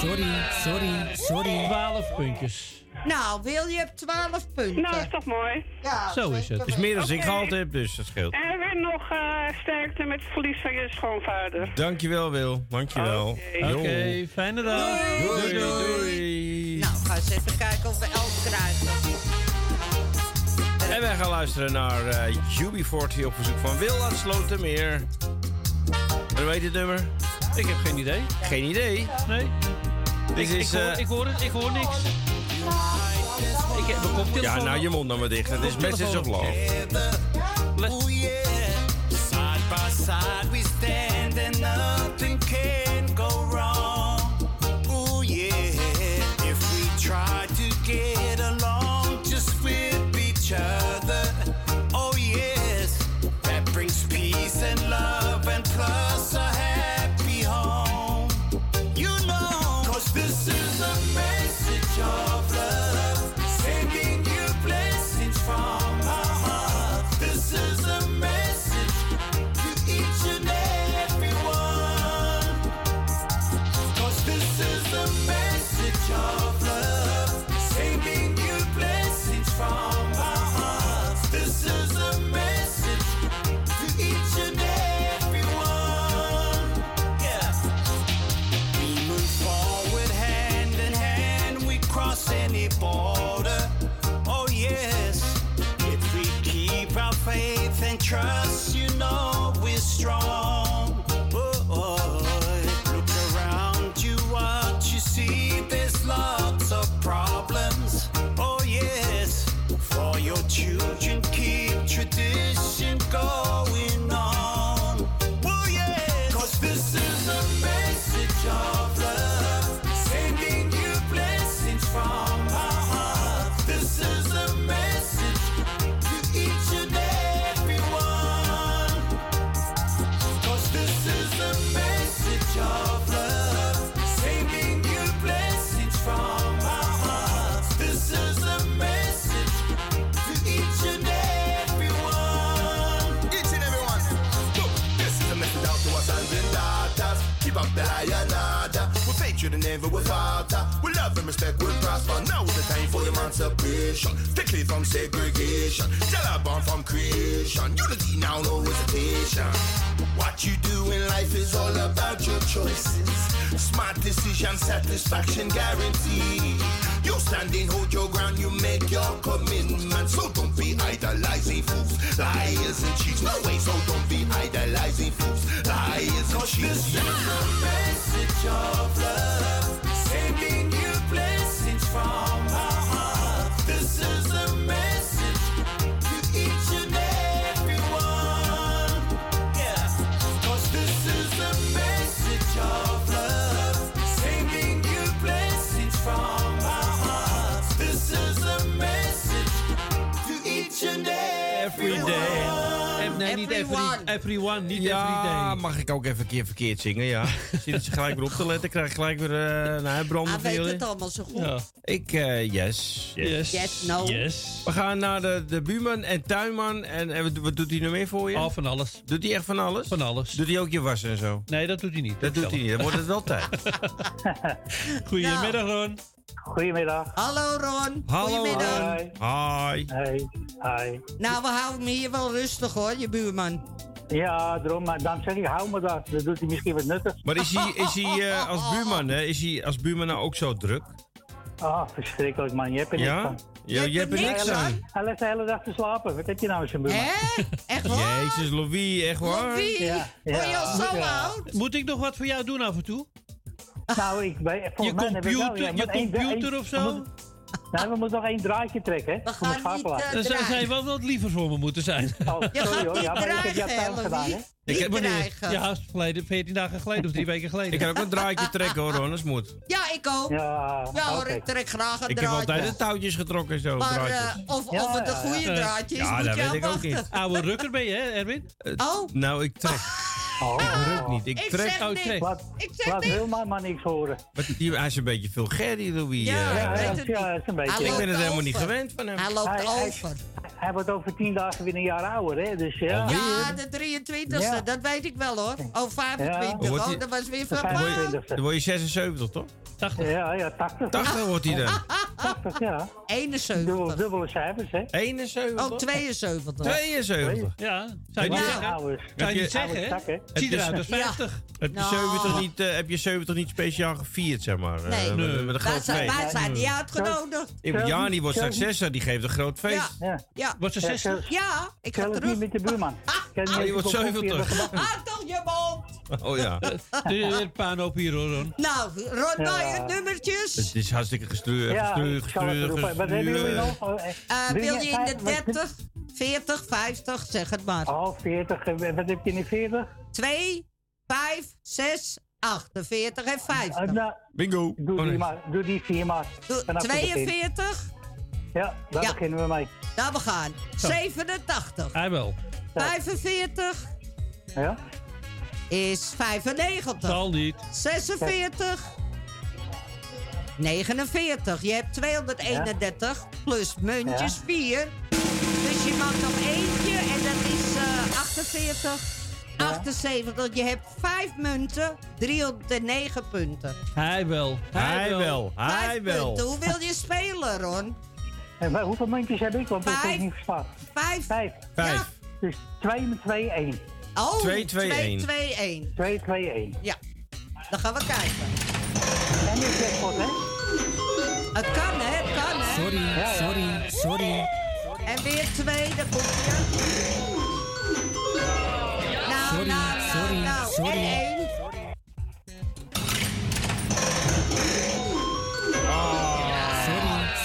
Speaker 12: Sorry, sorry, sorry. 12 puntjes.
Speaker 13: Nou, Wil, je hebt 12 punten.
Speaker 17: Nou, is toch mooi.
Speaker 13: ja,
Speaker 12: Zo is het.
Speaker 2: Het is meer dan ik
Speaker 17: Oké.
Speaker 2: gehaald heb, dus dat scheelt.
Speaker 17: En weer nog eh, sterkte met het verlies van je schoonvader.
Speaker 2: Dankjewel, Wil. Dankjewel.
Speaker 17: Oké.
Speaker 12: Oké,
Speaker 2: Jo.
Speaker 12: fijne dag.
Speaker 2: Doei, doei.
Speaker 13: Nou, ga eens even kijken of we elf krijgen.
Speaker 2: En wij gaan luisteren naar eh UB40 op verzoek van Wil uit Slotermeer. Hoe weet het nummer?
Speaker 12: Ik heb geen idee.
Speaker 2: Geen idee.
Speaker 12: Nee.
Speaker 2: Dit
Speaker 12: ik,
Speaker 2: is...
Speaker 12: ik,
Speaker 2: eh,
Speaker 12: hoor, ik hoor het, ik hoor niks. Ik heb mijn koptelefoon.
Speaker 2: ja, nou je mond dan maar dicht. Het is Message of Love.
Speaker 12: Let's-
Speaker 10: Side by side we stand and nothing can go wrong. Ooh yeah, if we try to get along just with each other. Oh yes, that brings peace and love and plus a happy home. You know, cause this is a message of love, sending you blessings from our heart. This is a message to each and every. love and trust, you know we're strong. Boy, look around you, what you see, there's lots of problems. Oh, yes, for your children, keep tradition going on. Oh, yes, 'Cause this is a message of love, sending you blessings from our heart. This is a message to each and everyone. 'Cause this is a message of love, sending you blessings from our heart. This is a message to each and everyone.
Speaker 24: Each and everyone. Go. This is a message out to our sons and daughters. Keep up the high and harder. With hatred and never with falter. With love and respect we'll prosper. Now is the time for emancipation. Strictly from segregation. Tell our born from creation. Unity now, no hesitation. What you do in life is all about your choices. Smart decision, satisfaction guarantee. You stand in, hold your ground, you make your commitment. So don't be idolizing fools, liars and cheats. No way, so don't be idolizing fools, liars and cheats.
Speaker 10: message of love, sending you blessings from our heart. This is a message to each and everyone. Yeah, 'cause this is a message of love, sending you blessings from our heart. This is a message to each and
Speaker 2: Every
Speaker 10: everyone.
Speaker 2: day. Ev-
Speaker 12: nee, niet everyone. everyone, niet
Speaker 2: Ja,
Speaker 12: everyday.
Speaker 2: mag ik ook even een keer verkeerd zingen, ja. Zitten ze gelijk weer op te letten, krijg ik gelijk weer eh nou, branden
Speaker 13: Hij
Speaker 2: van
Speaker 13: weet
Speaker 2: jullie.
Speaker 13: het allemaal zo goed.
Speaker 2: Ja. Ik, eh, yes, yes.
Speaker 13: Yes. Yes, no.
Speaker 2: Yes. We gaan naar de, de buurman en tuinman. En, en wat, wat doet hij nou meer voor je?
Speaker 12: Al Oh, van alles.
Speaker 2: Doet hij echt van alles? Van
Speaker 12: alles.
Speaker 2: Doet hij ook je wassen en zo?
Speaker 12: Nee, dat doet hij niet.
Speaker 2: Dat doet hij niet. Dan wordt het wel tijd.
Speaker 12: Goedemiddag, Ron.
Speaker 14: Goedemiddag.
Speaker 13: Hallo Ron. Goedemiddag.
Speaker 2: Hi.
Speaker 14: Hey, hi.
Speaker 13: Nou, we houden hem hier wel rustig hoor, je buurman.
Speaker 14: Ja, daarom, maar dan zeg ik, hou me dat. Dan doet hij misschien wat nuttigs.
Speaker 2: Maar is hij, is hij eh, als buurman, hè? Is hij als buurman nou ook zo druk?
Speaker 14: Ah, verschrikkelijk man, je hebt er niks
Speaker 2: Ja?
Speaker 14: van.
Speaker 2: Ja, je hebt er niks
Speaker 14: Hij-
Speaker 2: aan.
Speaker 14: Hij ligt de hele dag te slapen. Wat heb je nou als je buurman?
Speaker 2: Jezus, Louis, echt waar?
Speaker 14: Ja, ja. Ja.
Speaker 12: Moet ik nog wat voor jou doen af en toe?
Speaker 14: Nou, ik ben... volgens
Speaker 12: Je
Speaker 14: mij heb ik wel,
Speaker 12: computer-
Speaker 14: ja,
Speaker 12: je
Speaker 14: maar één-
Speaker 12: computer
Speaker 14: één-
Speaker 12: of zo?
Speaker 14: we moeten- Nee, we moeten nog één draadje trekken, hè? We eh,
Speaker 13: eh,
Speaker 12: Dan zou zij wel wat liever voor me moeten zijn.
Speaker 14: Oh, Sorry hoor, ja, maar ik heb jouw tuin gedaan, hè?
Speaker 12: Ik heb
Speaker 14: Niet dreigen.
Speaker 12: Ja, verleden, 14 dagen geleden of drie weken geleden.
Speaker 2: Ik kan ook een draadje trekken hoor, Ron, als het moet.
Speaker 13: Ja, ik ook.
Speaker 14: Ja,
Speaker 13: hoor,
Speaker 2: oké.
Speaker 13: ik trek graag een
Speaker 2: Ik heb
Speaker 13: draadje.
Speaker 2: altijd de touwtjes getrokken en zo.
Speaker 13: maar
Speaker 2: draadjes.
Speaker 13: eh, of, of het een goede draadje is,
Speaker 2: Ja,
Speaker 13: moet
Speaker 2: dat
Speaker 13: je
Speaker 2: weet
Speaker 13: aan
Speaker 2: ik ook
Speaker 13: wachten.
Speaker 2: niet.
Speaker 12: Oude rukker ben je, hè, Erwin?
Speaker 13: Oh. Ah.
Speaker 2: Nou, ik trek. Oh, Ik ruk niet. Ik,
Speaker 13: Ik
Speaker 2: trek.
Speaker 12: Oh,
Speaker 13: zeg niks.
Speaker 14: Laat,
Speaker 13: Ik zeg
Speaker 14: laat
Speaker 13: niks.
Speaker 14: Wilma maar niks horen.
Speaker 2: Wat, die, hij is een beetje veel Gerry, Louis.
Speaker 14: Ja,
Speaker 2: eh.
Speaker 14: ja, ja, ja, is een beetje.
Speaker 2: Ik ben het helemaal niet gewend van hem.
Speaker 14: Hij- Hij, hij wordt over tien dagen weer een jaar ouder, hè? Dus ja.
Speaker 13: Ja, de 23 e
Speaker 14: Ja.
Speaker 13: dat weet ik wel hoor. Oh, 25.
Speaker 2: Dan wordt
Speaker 13: Oh,
Speaker 2: hij-
Speaker 13: dat was weer
Speaker 14: Dan
Speaker 13: van
Speaker 2: Dan word je- dan word je 76, toch?
Speaker 12: 80.
Speaker 14: Ja, ja, 80.
Speaker 2: 80 wordt hij dan.
Speaker 13: Ah,
Speaker 14: 80, ja.
Speaker 13: 71.
Speaker 14: Dubbele, dubbele cijfers, hè?
Speaker 2: 71?
Speaker 13: Oh, 72.
Speaker 2: 72.
Speaker 12: Ja,
Speaker 2: Heb je- Heb je- Heb je- Heb je,
Speaker 13: Nou.
Speaker 2: 70 niet, eh, heb je 70 niet speciaal gevierd, zeg maar? eh,
Speaker 13: Nee.
Speaker 2: met- met een
Speaker 13: Wij
Speaker 2: groot
Speaker 13: zijn, wij
Speaker 2: feest.
Speaker 13: zijn niet uitgenodigd.
Speaker 2: Ik bedoel, Jani wordt straks 60, die geeft een groot feest.
Speaker 14: Ja.
Speaker 13: Ja.
Speaker 2: Wordt ze
Speaker 14: Ja,
Speaker 2: 60?
Speaker 13: Ja, ik ga
Speaker 14: Zelfs
Speaker 13: terug.
Speaker 14: niet met de buurman. Ken
Speaker 2: Ah, je wordt 70.
Speaker 13: Houd toch je mond.
Speaker 2: Oh ja.
Speaker 12: De paan op hier hoor, Ron.
Speaker 13: Nou, Ron,
Speaker 14: Ja.
Speaker 13: nou je nummertjes.
Speaker 2: Het is hartstikke gestuurd.
Speaker 14: Ja,
Speaker 2: gestuurd,
Speaker 14: ik zal het
Speaker 2: gestuurd,
Speaker 14: roepen. Wat hebben jullie
Speaker 2: gestuurd.
Speaker 14: nog? Eh,
Speaker 13: Eh,
Speaker 14: drie-
Speaker 13: wil je in de
Speaker 14: vijf- wat-
Speaker 13: 30, 40, 50, zeg het maar.
Speaker 14: Oh, 40. eh, Wat heb je in de 40?
Speaker 13: 2, 5, 6, 48 en 50.
Speaker 14: Eh, nou,
Speaker 2: Bingo.
Speaker 14: Doe die maar. Doe die vier maar. Vanaf het begin.
Speaker 13: 42,
Speaker 14: Ja, daar
Speaker 13: Ja.
Speaker 14: beginnen we mee.
Speaker 13: daar we gaan.
Speaker 14: Zo.
Speaker 13: 87,
Speaker 12: Hij wel.
Speaker 13: 45
Speaker 14: Ja?
Speaker 13: is 95.
Speaker 12: Zal niet.
Speaker 13: 46, 49. Je hebt 231 plus muntjes 4. Dus je mag nog eentje en dat is eh, 48. 78, je hebt 5 munten, 309 punten.
Speaker 12: Hij wel.
Speaker 2: Hij wel. Hij
Speaker 13: Vijf punten.
Speaker 2: wel.
Speaker 13: Hoe wil je spelen, Ron?
Speaker 14: En maar hoeveel muntjes heb ik? Want dat heb
Speaker 13: Vijf.
Speaker 14: ik niet verstaan.
Speaker 13: Vijf.
Speaker 14: Vijf.
Speaker 2: Vijf.
Speaker 14: Dus 2 met 2, 1.
Speaker 13: Oh,
Speaker 14: 2, 2, 1.
Speaker 13: 2, 1.
Speaker 14: 2, 2, 1.
Speaker 13: Ja, dan gaan we kijken.
Speaker 14: En nu is het wat, hè?
Speaker 13: Het kan, hè? Het kan, hè?
Speaker 14: Sorry, Ja, ja. sorry,
Speaker 13: sorry. En weer twee, daar komt je. nou, nou,
Speaker 10: sorry,
Speaker 13: nou.
Speaker 10: sorry.
Speaker 13: En één.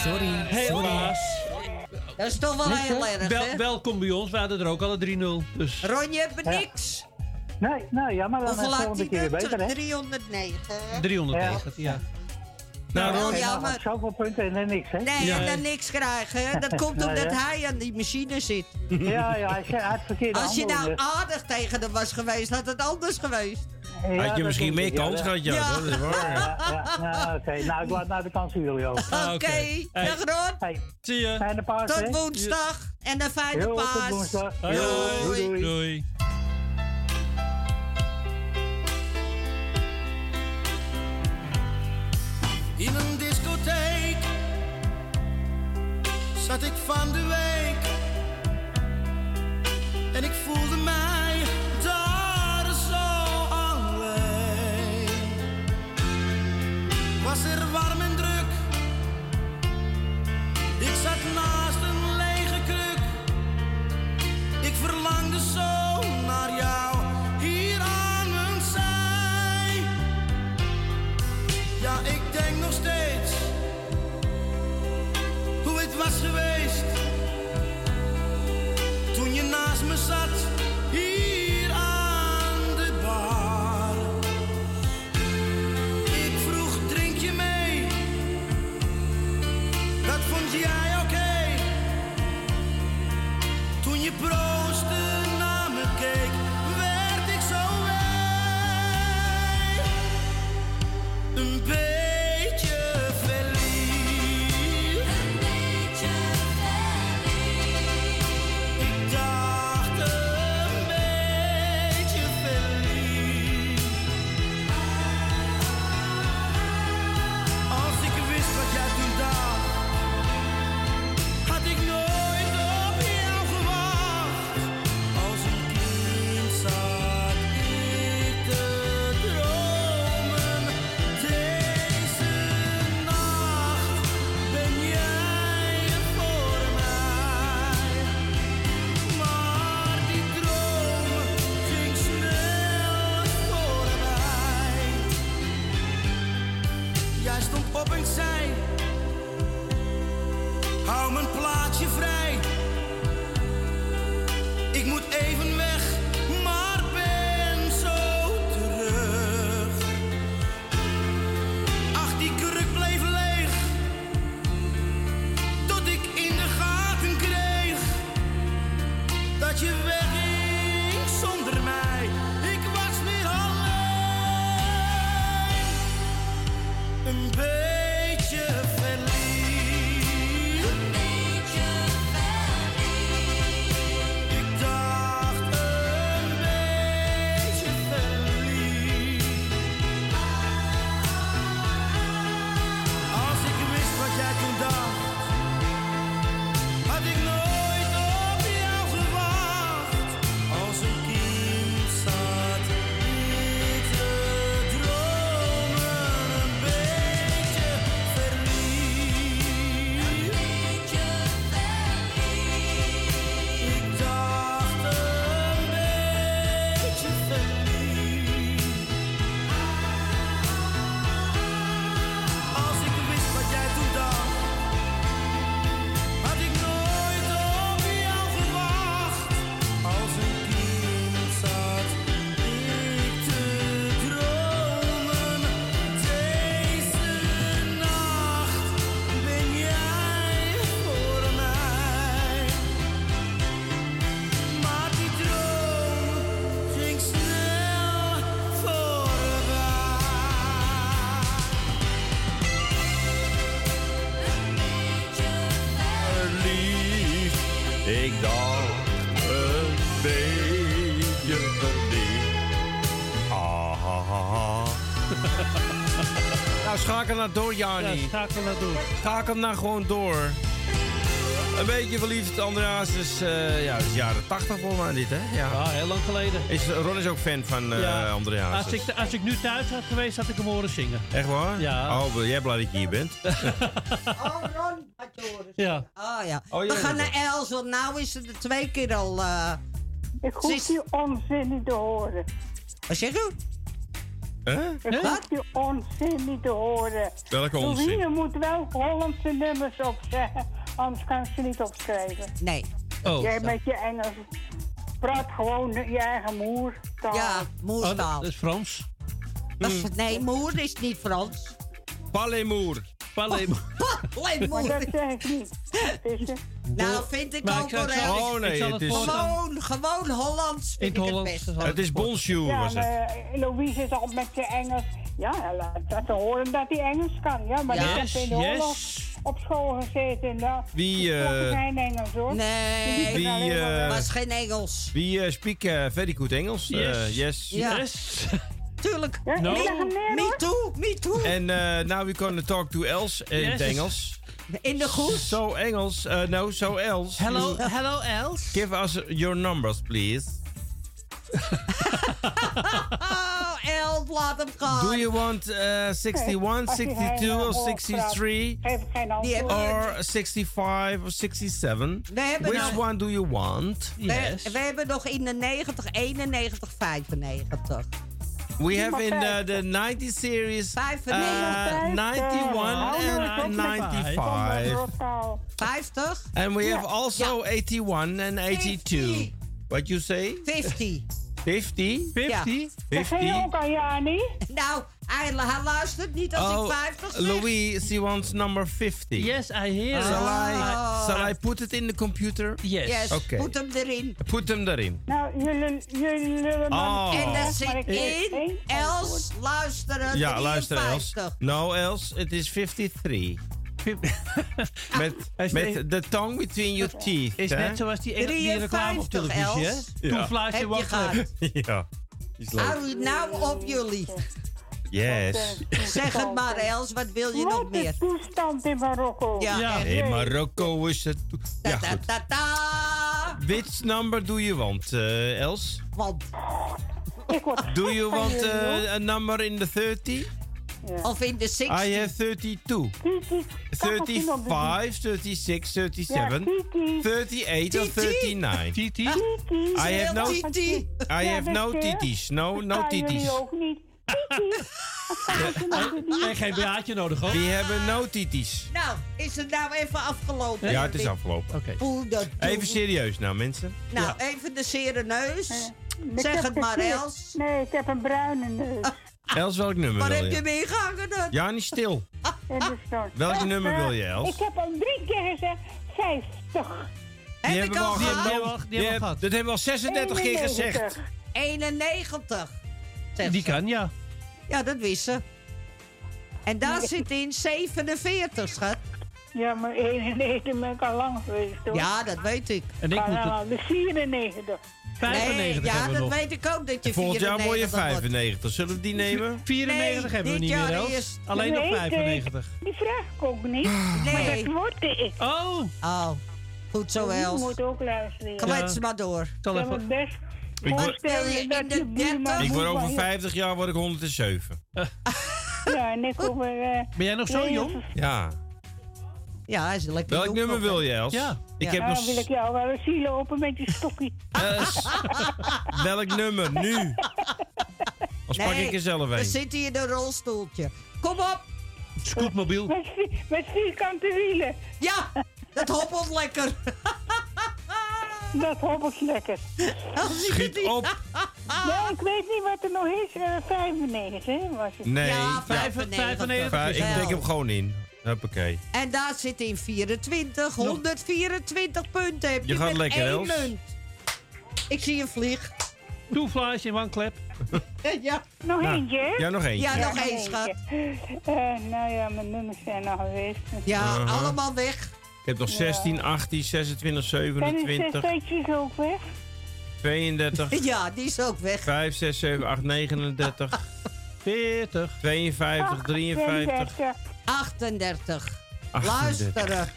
Speaker 12: Sorry, helaas.
Speaker 13: Dat is toch wel heel erg,
Speaker 12: Wel-
Speaker 13: hè?
Speaker 12: Welkom bij ons, we hadden er ook alle 3-0. Dus.
Speaker 13: Ron, je hebt niks.
Speaker 28: Nee, nou ja, maar dan
Speaker 13: Hoeveel
Speaker 28: de
Speaker 13: had
Speaker 28: volgende
Speaker 13: hij
Speaker 28: keer
Speaker 13: er?
Speaker 28: weer beter, hè?
Speaker 13: 309. hè?
Speaker 12: 390, ja.
Speaker 28: Nou,
Speaker 13: Ron,
Speaker 28: ja,
Speaker 13: jammer.
Speaker 28: maar zoveel punten en dan niks, hè?
Speaker 13: Nee, en dan niks krijgen. hè? Dat komt
Speaker 28: Nou,
Speaker 13: omdat
Speaker 28: ja.
Speaker 13: hij aan die machine zit.
Speaker 28: Ja, ja, hij zei- hij had verkeerde
Speaker 13: Als je nou
Speaker 28: handel,
Speaker 13: aardig tegen hem was geweest, had het anders geweest.
Speaker 28: Ja,
Speaker 2: Had je
Speaker 28: dat
Speaker 2: misschien
Speaker 28: denk
Speaker 2: meer
Speaker 28: ik, ja,
Speaker 2: kans
Speaker 28: ja.
Speaker 2: gehad, ja,
Speaker 28: Ja.
Speaker 2: dat is waar.
Speaker 28: Ja, Ah, nou, oké. Nou, ik laat nou de kans voor jullie over.
Speaker 12: Ah,
Speaker 13: Oké, dag Ron.
Speaker 2: Zie je.
Speaker 28: Fijne paas,
Speaker 13: Tot
Speaker 28: hè?
Speaker 13: woensdag en een fijne
Speaker 28: Jo, tot
Speaker 13: paas.
Speaker 28: woensdag. Hoi, hoi. Doei, doei.
Speaker 2: Doei.
Speaker 10: In een discotheek zat ik van de week en ik voelde mij daar zo alleen. Was er warm en druk, ik zat naast een lege kruk. Ik verlangde zo naar jou hier aan mijn zij. Ja, ik denk nog steeds hoe het was geweest toen je naast me zat hier aan de bar. Ik vroeg drink je mee, dat vond jij oké toen je proostte naar me keek. werd ik zo wij een beetje verliefd. Een beetje verliefd. Ik dacht een beetje verliefd. Als ik wist wat jij toen dacht, had ik nooit op jou gewacht. Als een kind zat ik te dromen. Deze nacht ben jij er voor mij. Maar die droom ging snel voorbij. Jij stond op en zei. Hou mijn plaatsje vrij. Ik moet even weg, maar ben zo terug. Ach, die kruk bleef leeg. Tot ik in de gaten kreeg dat je wegging zonder mij. Ik was weer alleen. Een beetje verliefd. Een beetje verliefd. Ik dacht een beetje verliefd. Als ik wist wat jij toen dacht, had ik nooit op jou gewacht. Als een kind zat ik te dromen, een beetje verliefd. Ik dacht een beetje verliefd. Als ik wist wat jij toen dacht, had ik nooit op jou gewacht. Als een kind zat ik te dromen. Deze nacht ben jij voor mij. Maar die droom ging snel voorbij.
Speaker 23: verliefd. Ik dacht een beetje verliefd. Ah, ah, ah, ah.
Speaker 2: Nou, schakel nou door, Jani.
Speaker 12: Ja, schakel nou door.
Speaker 2: Schakel nou gewoon door. Een beetje verliefd, André Hazes. eh, ja, dat is jaren 80 volgens mij dit, hè? Ja,
Speaker 12: heel lang geleden.
Speaker 2: Is, Ron is ook fan van eh
Speaker 12: Ja.
Speaker 2: André Hazes.
Speaker 12: Als ik, als ik nu thuis had geweest, had ik hem horen zingen.
Speaker 2: Echt waar?
Speaker 12: Ja.
Speaker 2: Oh, ben jij blij dat je hier bent?
Speaker 12: Ja.
Speaker 13: Oh ja.
Speaker 2: Oh,
Speaker 13: We
Speaker 2: jij
Speaker 13: gaan
Speaker 2: bent
Speaker 13: Oh,
Speaker 2: Oh,
Speaker 13: naar Els, want nou is het er twee keer al eh,
Speaker 17: Ik hoef die onzin niet te horen.
Speaker 13: Wat zeg je?
Speaker 17: Ik hoef die onzin niet te horen.
Speaker 2: Welke
Speaker 17: Louis,
Speaker 2: onzin?
Speaker 17: Je moet wel Hollandse nummers opzeggen, anders kan ik ze niet opschrijven.
Speaker 13: Nee.
Speaker 2: Oh.
Speaker 17: Jij met je Engels. Praat gewoon je eigen moertaal.
Speaker 13: Ja, moertaal.
Speaker 2: dat is Frans.
Speaker 13: Dat
Speaker 2: Hmm.
Speaker 13: is- nee, moer is niet Frans.
Speaker 2: Palemoer. Palemoer.
Speaker 13: Alleen
Speaker 17: Maar
Speaker 13: moer.
Speaker 17: dat zeg ik niet. Dat is het.
Speaker 13: Nou, vind ik
Speaker 2: Maar
Speaker 13: ook
Speaker 2: ik zou
Speaker 13: wel
Speaker 2: het
Speaker 13: erg.
Speaker 2: wel- Oh, nee, ik zal het het is- voortaan-
Speaker 13: gewoon, gewoon Hollands vind ik het best.
Speaker 2: Het is bonjour,
Speaker 17: Ja,
Speaker 2: was het.
Speaker 17: maar, eh, Louise is al met zijn Engels. Ja, laat dat ze horen dat hij Engels kan. Ja, maar ik
Speaker 2: Yes,
Speaker 17: heb in de
Speaker 2: yes.
Speaker 17: oorlog op school gezeten. Nou,
Speaker 2: Wie,
Speaker 17: ik sprak
Speaker 2: eh,
Speaker 17: geen Engels hoor.
Speaker 13: Nee,
Speaker 2: Die, eh,
Speaker 13: was geen Engels.
Speaker 2: We eh, speak eh, very good Engels. Eh,
Speaker 13: Yes.
Speaker 2: yes.
Speaker 13: Ja. Tuurlijk.
Speaker 2: No.
Speaker 13: Me, me too, me too.
Speaker 2: And uh, now we're gonna talk to Els in
Speaker 13: Yes.
Speaker 2: het Engels.
Speaker 13: In de groes.
Speaker 2: So Engels, uh, no, so Els. Dus-
Speaker 13: Hello- hello,
Speaker 2: Els. Give us your numbers, please.
Speaker 13: Oh, El, laat hem gaan.
Speaker 2: Do you want uh, 61,
Speaker 17: Als hij
Speaker 2: 62
Speaker 17: geen, eh,
Speaker 2: or
Speaker 17: oorlog praat,
Speaker 2: 63?
Speaker 17: Geef ik geen antwoord.
Speaker 2: Or 65 or 67?
Speaker 13: hebben
Speaker 2: Which
Speaker 13: nou-
Speaker 2: one do you want?
Speaker 13: We, we hebben nog in de 90, 91, 95.
Speaker 2: We have in uh, the 90 series uh,
Speaker 13: 95.
Speaker 2: 91
Speaker 13: Oh,
Speaker 2: and 95.
Speaker 13: 50?
Speaker 2: And we have also 81 and 82. What you say?
Speaker 13: 50.
Speaker 2: 50? 50?
Speaker 17: Dat ging je ook aan Jani.
Speaker 13: Nou, hij, hij luistert niet als
Speaker 2: Oh,
Speaker 13: ik 50 zeg.
Speaker 2: Louise, she wants number 50.
Speaker 13: Yes, I hear
Speaker 2: Shall
Speaker 13: it.
Speaker 2: I,
Speaker 13: Oh.
Speaker 2: shall I put it in the computer?
Speaker 13: Yes. Yes,
Speaker 2: Okay.
Speaker 13: put hem erin.
Speaker 2: Put them daarin.
Speaker 17: Nou, jullie, jullie lullen
Speaker 2: Oh.
Speaker 17: maar.
Speaker 13: En
Speaker 17: dat
Speaker 13: daar zit in, Els, luisteren,
Speaker 2: Ja, luister Els.
Speaker 13: 53.
Speaker 2: No, Els, het is 53. met met de tong between your teeth.
Speaker 12: Is
Speaker 2: hè?
Speaker 12: net zoals die, die reclame
Speaker 13: 53,
Speaker 12: op televisie, hè?
Speaker 13: Els.
Speaker 12: Toen
Speaker 2: Ja.
Speaker 12: fluit
Speaker 13: Heb
Speaker 12: je
Speaker 13: je
Speaker 12: wat
Speaker 13: gehad.
Speaker 2: ja. Is leuk.
Speaker 13: Hou nou op jullie.
Speaker 2: Yes.
Speaker 13: Zeg het maar, Els, wat wil je nog meer?
Speaker 17: toestand in Marokko.
Speaker 13: Ja, echt.
Speaker 2: In Marokko is het... Ja, goed.
Speaker 13: Ta-ta!
Speaker 2: Which number do you want, eh, Els?
Speaker 13: Want.
Speaker 2: Do you want
Speaker 13: jullie,
Speaker 2: eh,
Speaker 13: hoor.
Speaker 2: a number in the 30?
Speaker 13: Of in de 60.
Speaker 2: I have 32.
Speaker 13: cappuccino
Speaker 2: 35, 36, 37,
Speaker 13: Ja, Kiki.
Speaker 2: 38 or
Speaker 13: Titi.
Speaker 2: 39. I have no,
Speaker 13: Titi.
Speaker 2: I have no titis. Oh, No, no titis.
Speaker 17: niet.
Speaker 2: En Oh, geen blaadje nodig hoor. We hebben no titis.
Speaker 13: Nou, is het nou even afgelopen?
Speaker 2: Ja, het is afgelopen.
Speaker 13: Oeh, dat
Speaker 2: Even serieus nou mensen.
Speaker 13: Nou, even de zere neus.
Speaker 17: Eh, Ik
Speaker 13: zeg
Speaker 17: heb
Speaker 13: het maar,
Speaker 17: gezien.
Speaker 13: Els.
Speaker 17: Nee, ik heb een bruine neus.
Speaker 2: Els, welk nummer
Speaker 13: Waar
Speaker 2: wil
Speaker 13: Ah, heb je
Speaker 2: je?
Speaker 13: mee gehangen dan?
Speaker 2: Ja, niet stil.
Speaker 17: En dus dan-
Speaker 2: Welk nummer wil je,
Speaker 17: Eh,
Speaker 2: Els?
Speaker 17: Ik heb al drie keer gezegd 50.
Speaker 2: Die
Speaker 13: Heb
Speaker 2: hebben
Speaker 13: ik
Speaker 2: we
Speaker 13: al
Speaker 2: die hebben we
Speaker 13: gehad?
Speaker 2: al- die hebben we al gehad. Dat hebben we al 36 keer gezegd.
Speaker 13: 91. Zegt
Speaker 12: Die
Speaker 13: ze.
Speaker 12: kan, ja.
Speaker 13: Ja, dat wist ze. En daar zit in 47, schat.
Speaker 17: Ja, maar 91 ben ik al lang geweest hoor.
Speaker 13: Ja, dat weet ik.
Speaker 12: En ik
Speaker 17: Maar
Speaker 12: moet het-
Speaker 17: nou, de 94.
Speaker 13: Nee,
Speaker 12: 95
Speaker 13: ja,
Speaker 12: hebben we
Speaker 13: dat
Speaker 12: nog.
Speaker 13: weet ik ook dat je
Speaker 2: Volgend jaar word je
Speaker 13: 94 wordt.
Speaker 2: 95. Zullen we die nemen?
Speaker 12: 94
Speaker 13: Nee,
Speaker 12: hebben
Speaker 13: dit
Speaker 12: we niet
Speaker 13: jaar
Speaker 12: meer, Els.
Speaker 13: eerst. Ah.
Speaker 12: Alleen nog
Speaker 17: Nee, ik-
Speaker 12: 95.
Speaker 17: Die vraag ik ook niet. Maar dat word ik.
Speaker 12: Oh!
Speaker 13: Oh, goed zo,
Speaker 17: Je
Speaker 13: Els.
Speaker 17: moet ook luisteren.
Speaker 13: Klets maar door.
Speaker 17: Ik heb het best
Speaker 2: Ik word,
Speaker 17: voorstellen dat je buurman...
Speaker 2: ik word over 50 jaar word ik 107.
Speaker 17: Ja, en ik over... eh,
Speaker 12: Ben jij nog zo
Speaker 17: nee,
Speaker 12: jong?
Speaker 2: Ja.
Speaker 13: Ja, hij is lekker
Speaker 2: Welk
Speaker 13: jong
Speaker 2: nummer
Speaker 13: nog,
Speaker 2: wil
Speaker 13: hè.
Speaker 2: je, Els?
Speaker 13: Ja. Ja.
Speaker 2: Ik heb
Speaker 17: Nou, dan
Speaker 2: nog...
Speaker 17: wil ik jou wel een ziel open met die stokkie.
Speaker 2: s- Welk nummer? Nu. Als pak ik er zelf
Speaker 13: Dan
Speaker 2: een.
Speaker 13: zit hij in een rolstoeltje. Kom op!
Speaker 12: Scootmobiel.
Speaker 17: Met, vi- met vierkante wielen.
Speaker 13: Ja, dat hoppelt lekker.
Speaker 17: Dat hobbelt lekker.
Speaker 2: Schiet op.
Speaker 17: Ja, ik weet niet wat er nog is. Eh, 95 hè, was het.
Speaker 2: Nee.
Speaker 13: Ja, 95. 95
Speaker 2: Vijf-
Speaker 13: is
Speaker 2: Ik
Speaker 13: wel.
Speaker 2: tik hem gewoon in. Huppakee.
Speaker 13: En daar zit in 24. 124 punten heb je,
Speaker 2: Je gaat
Speaker 13: met
Speaker 2: lekker,
Speaker 13: één
Speaker 2: Els.
Speaker 13: munt. Ik zie een vlieg.
Speaker 12: Two flies in one clap.
Speaker 13: Eh, ja.
Speaker 17: Nog
Speaker 12: Nou,
Speaker 17: eentje? hè?
Speaker 12: ja, nog eentje.
Speaker 13: Ja, nog één, schat.
Speaker 17: Eh, nou ja, mijn nummers zijn al geweest.
Speaker 13: Ja,
Speaker 2: Aha.
Speaker 13: allemaal weg.
Speaker 2: Ik heb nog 16, 18, 26,
Speaker 17: En is
Speaker 2: 27,
Speaker 17: steeds ook weg?
Speaker 2: 32.
Speaker 13: Ja, die is ook weg.
Speaker 2: 5, 6, 7, 8, 39.
Speaker 12: 40.
Speaker 2: 52, 53.
Speaker 13: 38.
Speaker 2: 38.
Speaker 13: Luisteren.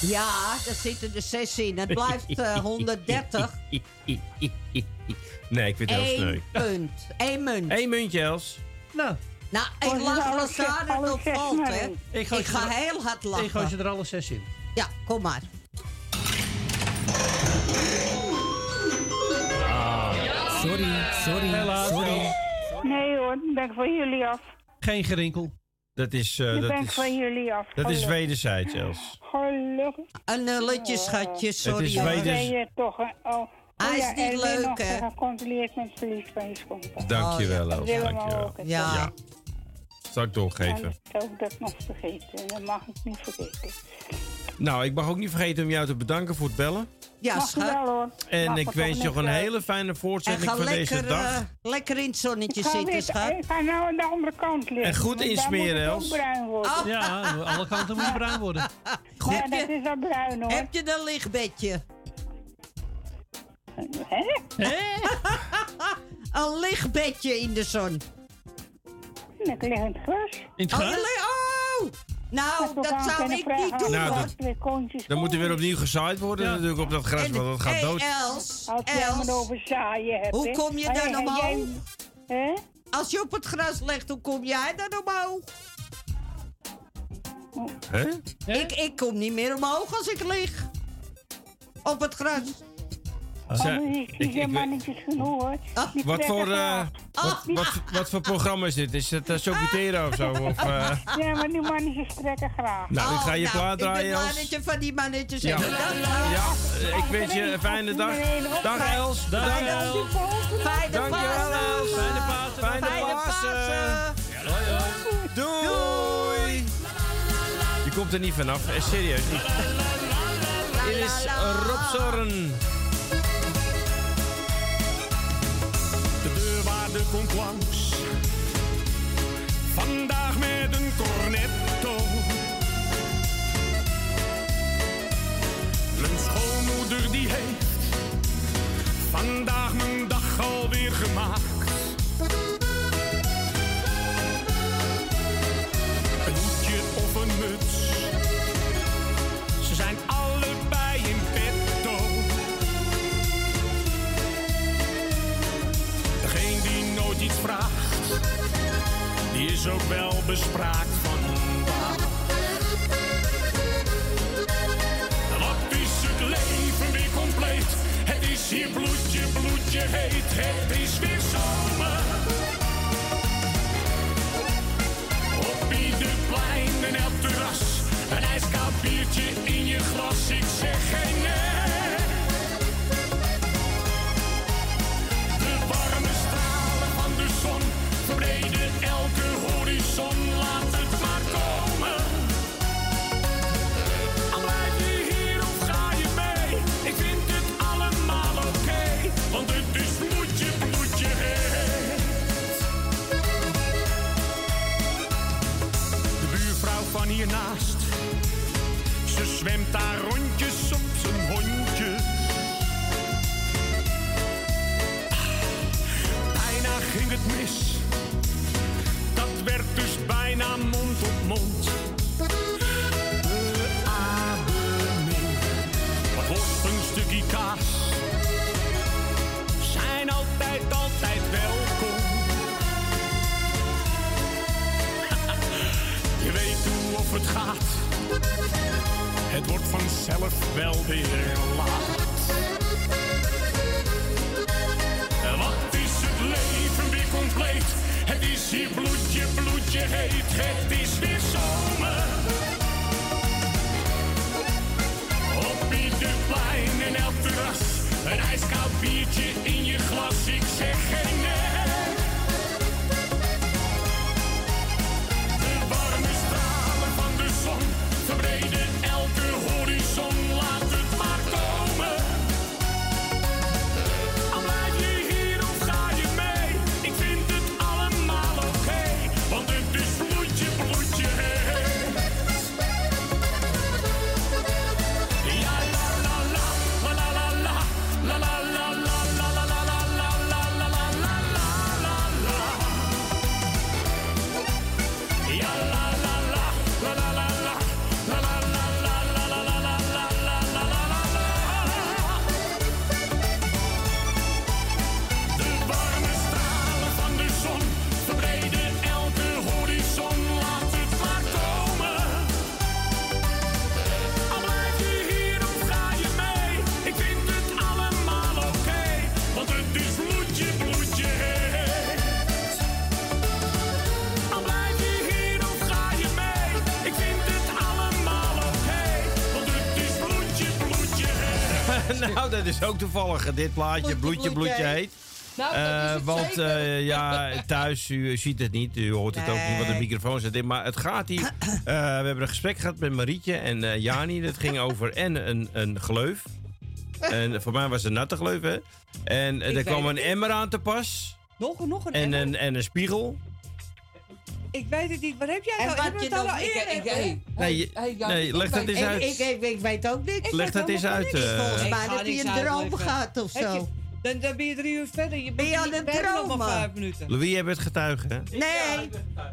Speaker 13: Ja, daar zitten er zes in. Het blijft eh, 130.
Speaker 2: Nee, ik vind het heel sneu.
Speaker 13: Eén punt. Eén munt.
Speaker 2: Eén muntje, Els.
Speaker 12: Nou.
Speaker 13: Nou, ik
Speaker 17: Alles-
Speaker 13: lach
Speaker 17: alles
Speaker 13: als
Speaker 17: zes-
Speaker 13: daar het
Speaker 17: alles
Speaker 13: op
Speaker 17: zes
Speaker 13: valt,
Speaker 17: maar
Speaker 13: hè.
Speaker 17: in.
Speaker 13: Ik ga heel hard lachen.
Speaker 12: Ik gooi ze er alle zes in.
Speaker 13: Ja, kom maar.
Speaker 2: Ah.
Speaker 12: Sorry, sorry, sorry.
Speaker 17: Nee hoor, dan ben ik van jullie af.
Speaker 12: Geen gerinkel.
Speaker 2: Dat is, eh,
Speaker 17: Dan
Speaker 2: dat
Speaker 17: ben ik
Speaker 2: is,
Speaker 17: van jullie af.
Speaker 2: dat is
Speaker 17: Gelukkig.
Speaker 2: wederzijds, Els.
Speaker 17: Gelukkig.
Speaker 13: Een nulletje, schatje, sorry.
Speaker 2: is
Speaker 13: hoor.
Speaker 2: wederzijds.
Speaker 17: Ben je toch een... Oh, oh
Speaker 13: Hij is
Speaker 17: ja,
Speaker 13: niet
Speaker 17: en weer
Speaker 13: leuk,
Speaker 17: nog
Speaker 13: hè? Oh,
Speaker 17: Gecontroleerd met het verlies van je schoonpaar.
Speaker 2: Dankjewel, Els.
Speaker 17: Willem
Speaker 2: Dankjewel.
Speaker 17: ook. het
Speaker 2: Ja.
Speaker 17: was-
Speaker 2: Zal ik doorgeven.
Speaker 17: En ik heb dat nog vergeten. Dat mag ik niet vergeten.
Speaker 2: Nou, ik mag ook niet vergeten om jou te bedanken voor het bellen.
Speaker 13: Ja,
Speaker 17: Mag
Speaker 13: schat.
Speaker 17: wel, hoor.
Speaker 2: En
Speaker 17: Mag
Speaker 2: ik
Speaker 17: het
Speaker 2: wens
Speaker 17: toch
Speaker 2: je nog een
Speaker 17: niet, eh,
Speaker 2: hele fijne
Speaker 13: En
Speaker 2: voortzetting
Speaker 13: ga
Speaker 2: van
Speaker 13: lekker,
Speaker 2: deze dag.
Speaker 13: eh, lekker in het zonnetje
Speaker 17: Ik ga
Speaker 13: zitten,
Speaker 17: weer-
Speaker 13: schat.
Speaker 17: Ik ga nou aan de andere kant liggen.
Speaker 2: En goed
Speaker 17: want daar
Speaker 2: insmeren,
Speaker 17: moet het ook
Speaker 2: Els.
Speaker 17: bruin worden.
Speaker 12: Ja, aan alle kanten moet je bruin worden.
Speaker 17: Goed. Ja, dat is al bruin hoor.
Speaker 13: Heb je een lichtbedje? een lichtbedje in de zon.
Speaker 17: Ik lig in het gras.
Speaker 2: In het
Speaker 13: Oh,
Speaker 2: gras?
Speaker 13: een li- oh! Nou, dat,
Speaker 17: aan
Speaker 13: zou
Speaker 17: kunnen
Speaker 13: ik
Speaker 17: vragen
Speaker 13: niet
Speaker 17: aan
Speaker 13: doen.
Speaker 2: Nou,
Speaker 13: hoor.
Speaker 2: dat- Dan moet hij weer opnieuw gezaaid worden natuurlijk op dat gras, want dat gaat
Speaker 13: Hey,
Speaker 2: dood.
Speaker 13: Els,
Speaker 17: Als jij
Speaker 13: Els.
Speaker 17: het over zaaien hebt.
Speaker 13: Hoe
Speaker 17: hè.
Speaker 13: kom je
Speaker 17: Maar
Speaker 13: daar
Speaker 17: jij-
Speaker 13: omhoog?
Speaker 17: jij-
Speaker 13: Als je op het gras legt, hoe kom jij dan omhoog?
Speaker 17: Oh.
Speaker 2: Hè?
Speaker 13: Ik, ik kom niet meer omhoog als ik lig. Op het gras.
Speaker 2: Zij-
Speaker 17: Oh, ik zie
Speaker 2: ik-
Speaker 17: je
Speaker 2: ik-
Speaker 17: mannetjes genoeg hoor. Die
Speaker 2: Wat voor,
Speaker 17: trekken
Speaker 2: eh,
Speaker 17: graag.
Speaker 13: Oh,
Speaker 2: wat, wat, wat voor programma is dit? Is het uh, of zo? Of, eh,
Speaker 17: Ja, maar die mannetjes trekken graag.
Speaker 2: nou, ik ga je plaat
Speaker 13: Oh, Ik
Speaker 2: draaien,
Speaker 13: ben
Speaker 2: Els.
Speaker 13: blij dat je van die mannetjes
Speaker 2: Ja.
Speaker 13: hebt.
Speaker 2: Ja, eh, ik wens je een fijne dag. Dag Els.
Speaker 12: Dag,
Speaker 2: Dag Els.
Speaker 12: Els.
Speaker 13: Fijne
Speaker 2: Dankjewel Els. Fijne Pasen. Fijne Pasen. Doei. Je komt er niet vanaf. Eh, Serieus niet. Dit is Rob Zorn.
Speaker 10: De deurwaarde komt langs. Vandaag met een cornetto. Mijn schoonmoeder die heeft vandaag mijn dag alweer gemaakt. Een hoedje of een muts. Ze zijn allebei in petto. Degene die nooit iets vraagt, die is ook wel bespraakt van waar. Wat is het leven weer compleet? Het is hier bloedje, bloedje heet. Het is weer zomer. Op ieder plein en elk terras. Een ijskoud biertje in je glas. Ik zeg geen nee. De warme stralen van de zon verbreden elke horizon. Laat het maar komen. Al blijf je hier of ga je mee? Ik vind het allemaal oké, want het is bloedje, bloedje heet. De buurvrouw van hiernaast, ze zwemt daar rondjes op zijn hondje. Bijna ging het mis. Dat werd dus bijna mond op mond. Beademing. Wat wordt een stukje kaas? Zijn altijd, altijd welkom. Je weet hoe of het gaat. Het wordt vanzelf wel weer laat. En Wat is het leven weer compleet? Het is hier bloedje, bloedje heet. Het is weer zomer. Op ieder plein en elk terras. Een ijskoud biertje in je glas. Ik zeg geen nee. De warme stralen van de zon verbreden elke horizon. Laat het maar komen. Al blijf je hier of ga je mee? Ik vind het allemaal oké, want het is bloedje, bloedje heet. Ja, la la la, la la la la, la la la la la la la la la la la la.
Speaker 2: nou, dat is ook toevallig. Dit plaatje, bloedje, bloedje heet.
Speaker 21: Nou, dat is
Speaker 2: Eh,
Speaker 21: het
Speaker 2: want
Speaker 21: zeker.
Speaker 2: eh, ja, thuis, u ziet het niet, u hoort het ook niet, want de microfoon zit in. Maar het gaat hier. eh, we hebben een gesprek gehad met Marietje en eh, Jani. Dat ging over en een, een gleuf. En voor mij was het een natte gleuf, hè? En eh,
Speaker 14: Ik
Speaker 2: er kwam
Speaker 14: weet
Speaker 2: een
Speaker 14: het
Speaker 2: emmer aan te pas.
Speaker 14: Nog, nog een
Speaker 2: En
Speaker 14: emmer?
Speaker 2: een, en een spiegel.
Speaker 14: Ik weet het niet. Wat heb jij
Speaker 13: En
Speaker 14: nou?
Speaker 13: wat
Speaker 14: Hebben we
Speaker 13: je
Speaker 14: het al
Speaker 13: dan-
Speaker 14: al
Speaker 13: ik-
Speaker 14: eerder?
Speaker 13: ik- hey,
Speaker 2: Nee, je- nee, leg dat eens uit.
Speaker 13: Ik, ik, ik weet ook niks.
Speaker 2: Leg dat eens uit. eh.
Speaker 13: Maar heb je een droom gehad of zo?
Speaker 14: Dan, dan ben je drie uur verder. Je
Speaker 13: Ben
Speaker 14: bent
Speaker 13: je aan
Speaker 14: niet
Speaker 13: het
Speaker 14: verder nog maar vijf
Speaker 13: dromen?
Speaker 14: minuten.
Speaker 2: Louis, jij bent getuige, hè?
Speaker 13: Nee,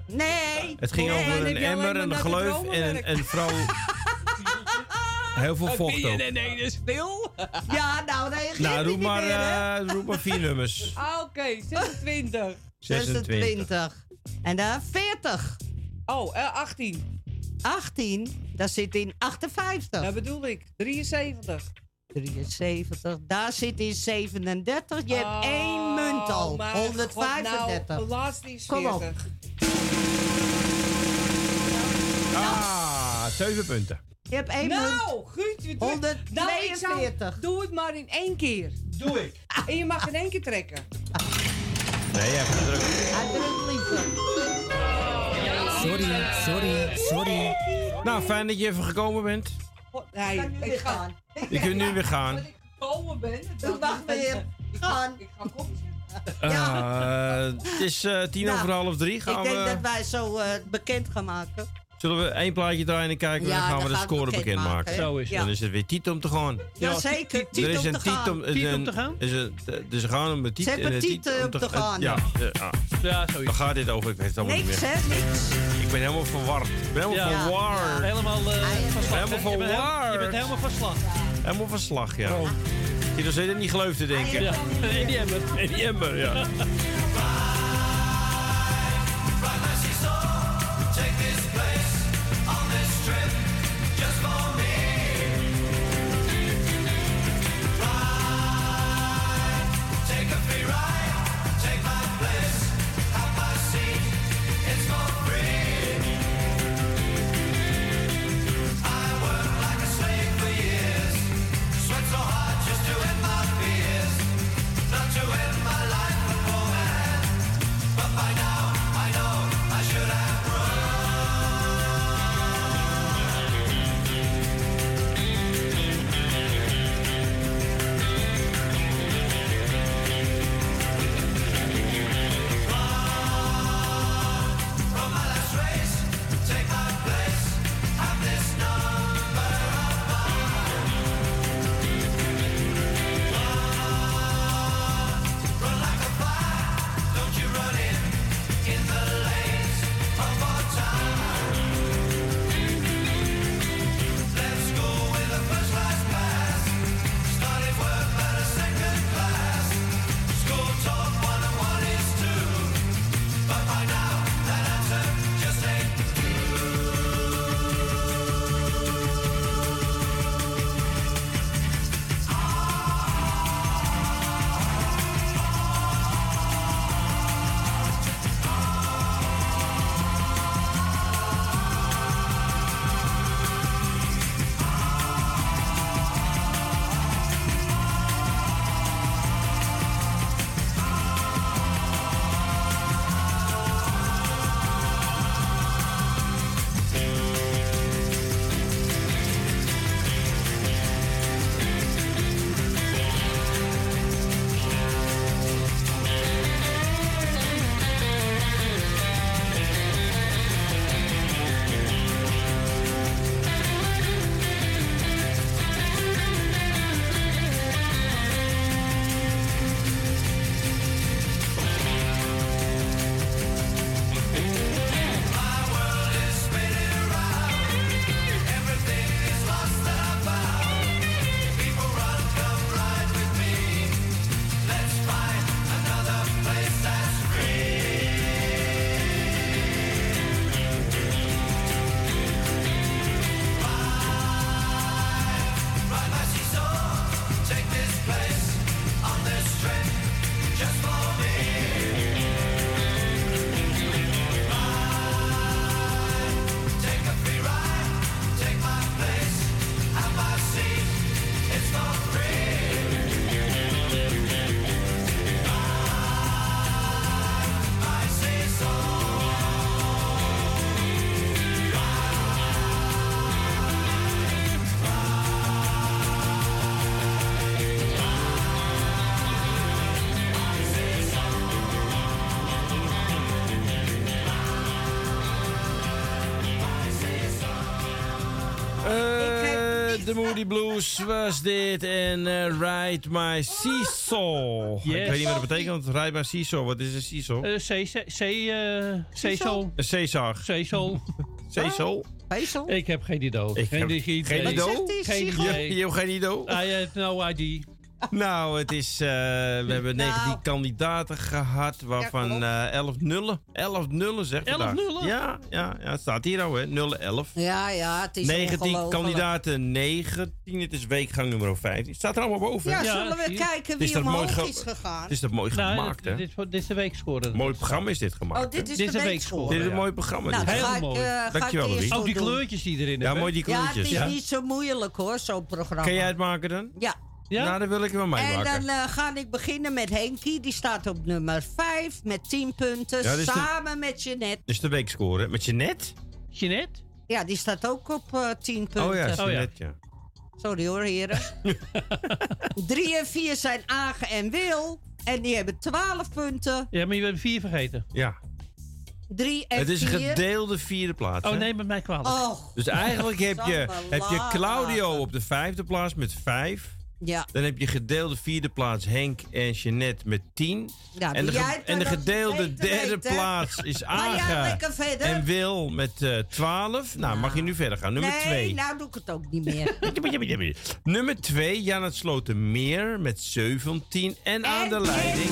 Speaker 13: nee.
Speaker 2: Het ging
Speaker 13: nee.
Speaker 2: over een emmer, een gleuf en een, een vrouw. Heel veel vocht ook.
Speaker 14: nee, dus stil.
Speaker 13: Ja, nou, reageer
Speaker 2: Nou,
Speaker 14: doe
Speaker 2: roep maar, eh, roep maar vier nummers.
Speaker 14: Ah, oké, 26.
Speaker 2: 26.
Speaker 13: 26. En dan 40.
Speaker 14: Oh, eh, 18.
Speaker 13: 18, dat zit in 58. Dat
Speaker 14: bedoel ik, 73.
Speaker 13: 73, daar zit in 37. Je hebt
Speaker 14: Oh,
Speaker 13: één munt al,
Speaker 14: maar
Speaker 13: 135.
Speaker 14: God, nou, de laatste is
Speaker 13: Kom op.
Speaker 14: 40.
Speaker 2: Ah, zeven punten.
Speaker 13: Je hebt één
Speaker 14: Nou, Guut, je doet- nou, ik zou-
Speaker 13: 142.
Speaker 14: doe het maar in één keer. Doe ik. En je mag in één keer trekken.
Speaker 2: Nee, jij hebt gedrukt.
Speaker 14: Sorry,
Speaker 2: sorry, sorry. Nou, fijn dat je even gekomen bent.
Speaker 14: God, nee, ik ga.
Speaker 2: Je kunt nu weer gaan.
Speaker 14: Komen ben.
Speaker 13: Doe wacht weer. Gaan.
Speaker 2: Eh, het is eh, tien
Speaker 13: Nou,
Speaker 2: over half drie.
Speaker 13: Ik
Speaker 2: Gaan
Speaker 13: denk dat
Speaker 2: we,
Speaker 13: wij zo eh, bekend gaan maken.
Speaker 2: zullen we één plaatje draaien en kijken?
Speaker 13: Ja,
Speaker 2: dan gaan we
Speaker 13: dan
Speaker 2: de
Speaker 13: gaan we
Speaker 2: score
Speaker 13: bekend
Speaker 2: bekendmaken.
Speaker 13: maken, hè? Zo is het.
Speaker 2: Dan
Speaker 13: Ja.
Speaker 2: is het weer tiet om te gaan.
Speaker 13: Ja, zeker. Tiet
Speaker 2: er is
Speaker 13: om
Speaker 2: een
Speaker 13: te gaan.
Speaker 2: tiet om,
Speaker 13: Tiet
Speaker 2: een-
Speaker 13: om te gaan?
Speaker 2: Is een, dus ze gaan om de tiet
Speaker 13: Ze hebben
Speaker 2: en een
Speaker 13: tiet, eh, om te gaan.
Speaker 2: Ja, ja, ja zoiets. Waar gaat dit over? Ik weet het allemaal
Speaker 13: Niks,
Speaker 2: niet meer.
Speaker 13: hè? Niks.
Speaker 2: Ik ben helemaal verward. Ik ben helemaal
Speaker 12: Ja.
Speaker 2: verward.
Speaker 12: Helemaal eh, van slag, hè? Je
Speaker 2: Helemaal
Speaker 12: bent helemaal- Je bent
Speaker 2: verward.
Speaker 12: helemaal van slag.
Speaker 2: Helemaal van slag, ja. Die nog steeds aan die geloof te denken.
Speaker 12: Ja, in die emmer.
Speaker 2: In die emmer, ja.
Speaker 10: Take this place on this trip just for me. Ride, take a free ride, take my place, have my seat, it's for free. I worked like a slave for years, sweat so hard just to end my fears, not to end my life with romance.
Speaker 2: Eh, de Moody Blues was dit. En eh, Ride My Seesaw. Ik
Speaker 12: Yes.
Speaker 2: weet niet wat dat betekent. Ride My Seesaw. Wat is een seesaw?
Speaker 12: Eh, C- C- C- eh, Cecil.
Speaker 2: Een Caesar.
Speaker 12: Cecil.
Speaker 2: Cecil?
Speaker 13: Cecil?
Speaker 12: Ik heb geen idee.
Speaker 2: Ik heb
Speaker 12: idee.
Speaker 2: geen idee. Wat zegt die
Speaker 12: Geen
Speaker 2: sigel?
Speaker 12: idee.
Speaker 2: Je- je hebt geen idee?
Speaker 12: I have no idea.
Speaker 2: Nou, het is, eh, we hebben 19 kandidaten gehad, waarvan eh 11 nullen. 11 nullen, zeg
Speaker 13: 11
Speaker 2: vandaag.
Speaker 13: nullen?
Speaker 2: Ja, ja, ja, het staat hier al, hè. Nullen 11.
Speaker 13: Ja, ja, het is
Speaker 2: 19
Speaker 13: ongelooflijk.
Speaker 2: kandidaten, 19. Het is weekgang nummer 15. Het staat er allemaal boven.
Speaker 13: Ja,
Speaker 2: hè?
Speaker 13: zullen we kijken
Speaker 2: Het is
Speaker 13: wie
Speaker 2: dat mooi
Speaker 13: omhoog
Speaker 2: ge-
Speaker 13: is gegaan?
Speaker 2: Het is dat mooi
Speaker 12: Nou,
Speaker 2: gemaakt, hè?
Speaker 12: dit- dit is de weekscore.
Speaker 2: Mooi programma is dit gemaakt.
Speaker 13: Oh, dit
Speaker 2: hè?
Speaker 13: is Dit is de de weekscore. weekscore,
Speaker 2: Dit is een
Speaker 13: ja.
Speaker 2: mooi programma.
Speaker 13: Nou,
Speaker 2: dit.
Speaker 13: dan ga ik, eh, ga ik
Speaker 2: Dankjewel,
Speaker 13: eerst
Speaker 2: Louis.
Speaker 13: wat Ook die doen. kleurtjes
Speaker 12: Oh, die erin
Speaker 2: Ja, mooi die
Speaker 13: ja, het
Speaker 2: kleurtjes.
Speaker 13: is
Speaker 2: ja.
Speaker 13: niet zo moeilijk hoor, zo'n programma.
Speaker 2: Kan jij het maken dan?
Speaker 13: Ja.
Speaker 2: Nou, dan wil ik er wel mee
Speaker 13: En
Speaker 2: maken.
Speaker 13: dan eh, ga ik beginnen met Henkie. Die staat op nummer 5 met 10 punten.
Speaker 2: Ja, dit is de-
Speaker 13: samen met Jeannette.
Speaker 2: Dus de weekscore, hè? Met Jeannette?
Speaker 12: Jeannette?
Speaker 13: Ja, die staat ook op eh 10 punten.
Speaker 2: Oh ja, Jeannette, ja.
Speaker 12: Oh
Speaker 13: Sorry hoor, heren. 3 en 4 zijn Agen en Wil. En die hebben 12 punten.
Speaker 12: Ja, maar je bent vier vergeten.
Speaker 2: Ja.
Speaker 13: 3 en
Speaker 2: Het is een
Speaker 13: 4.
Speaker 2: gedeelde vierde plaats.
Speaker 12: Oh,
Speaker 2: hè?
Speaker 12: neem het mij kwalijk.
Speaker 13: Oh.
Speaker 2: Dus eigenlijk heb je,
Speaker 13: Samme
Speaker 2: heb je
Speaker 13: lama.
Speaker 2: Claudio op de vijfde plaats met vijf.
Speaker 13: Ja.
Speaker 2: Dan heb je gedeelde vierde plaats Henk en Jeannette met tien.
Speaker 13: Ja,
Speaker 2: en de,
Speaker 13: doe
Speaker 2: ge-
Speaker 13: jij het
Speaker 2: en de
Speaker 13: maar dat je
Speaker 2: gedeelde
Speaker 13: het beter
Speaker 2: derde
Speaker 13: weet, hè?
Speaker 2: plaats is
Speaker 13: Maar ja,
Speaker 2: Aga
Speaker 13: lekker verder.
Speaker 2: en Wil met eh, 12. Nou, mag je nu verder gaan. Nummer
Speaker 13: nee,
Speaker 2: 2.
Speaker 13: nou doe ik het ook niet meer.
Speaker 2: Nummer 2, Janet Slotermeer met 17. En aan de leiding.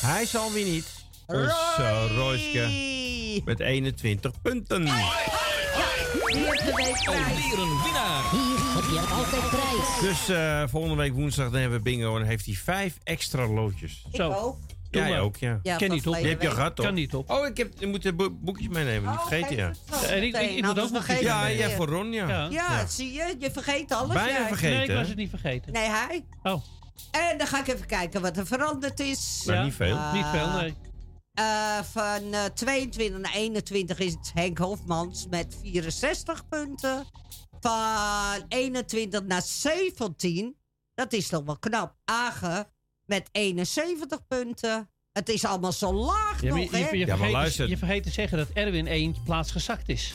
Speaker 2: Hij zal weer niet. Onze Royske met 21 punten.
Speaker 13: Hier heb je deze prijs.
Speaker 11: Weer een winnaar. Hier heb je altijd prijs.
Speaker 2: Dus eh, volgende week woensdag dan hebben we bingo en dan heeft hij vijf extra loodjes.
Speaker 13: Ik ook.
Speaker 12: Doe
Speaker 2: Jij
Speaker 12: maar.
Speaker 2: ook, ja.
Speaker 12: Ja, Ken van niet op.
Speaker 2: Die heb je
Speaker 12: verleden
Speaker 2: gehad, toch?
Speaker 12: week. Kan niet op.
Speaker 2: Oh, ik, heb, ik moet de bo- boekjes meenemen,
Speaker 13: Oh,
Speaker 2: die vergeten, ja.
Speaker 12: En ik, ik, ik moet ook nog
Speaker 2: Ja, ja, voor Ron, ja.
Speaker 13: Ja, zie je, je vergeet alles.
Speaker 2: Bijna
Speaker 13: jij.
Speaker 2: vergeten.
Speaker 12: Nee, ik was het niet vergeten.
Speaker 13: Nee, hij.
Speaker 12: Oh.
Speaker 13: En dan ga ik even kijken wat er veranderd is.
Speaker 2: Nou, niet veel.
Speaker 13: Ah,
Speaker 12: Niet veel, nee.
Speaker 13: eh, van eh, 22 naar 21 is het Henk Hofmans met 64 punten. Van 21 naar 17, dat is toch wel knap. Agen met 71 punten. Het is allemaal zo laag
Speaker 12: Ja, maar je,
Speaker 13: nog,
Speaker 12: je,
Speaker 13: hè?
Speaker 12: je
Speaker 2: Ja, maar
Speaker 12: vergeet,
Speaker 2: luister.
Speaker 12: Je vergeet te zeggen dat Erwin één plaats gezakt is.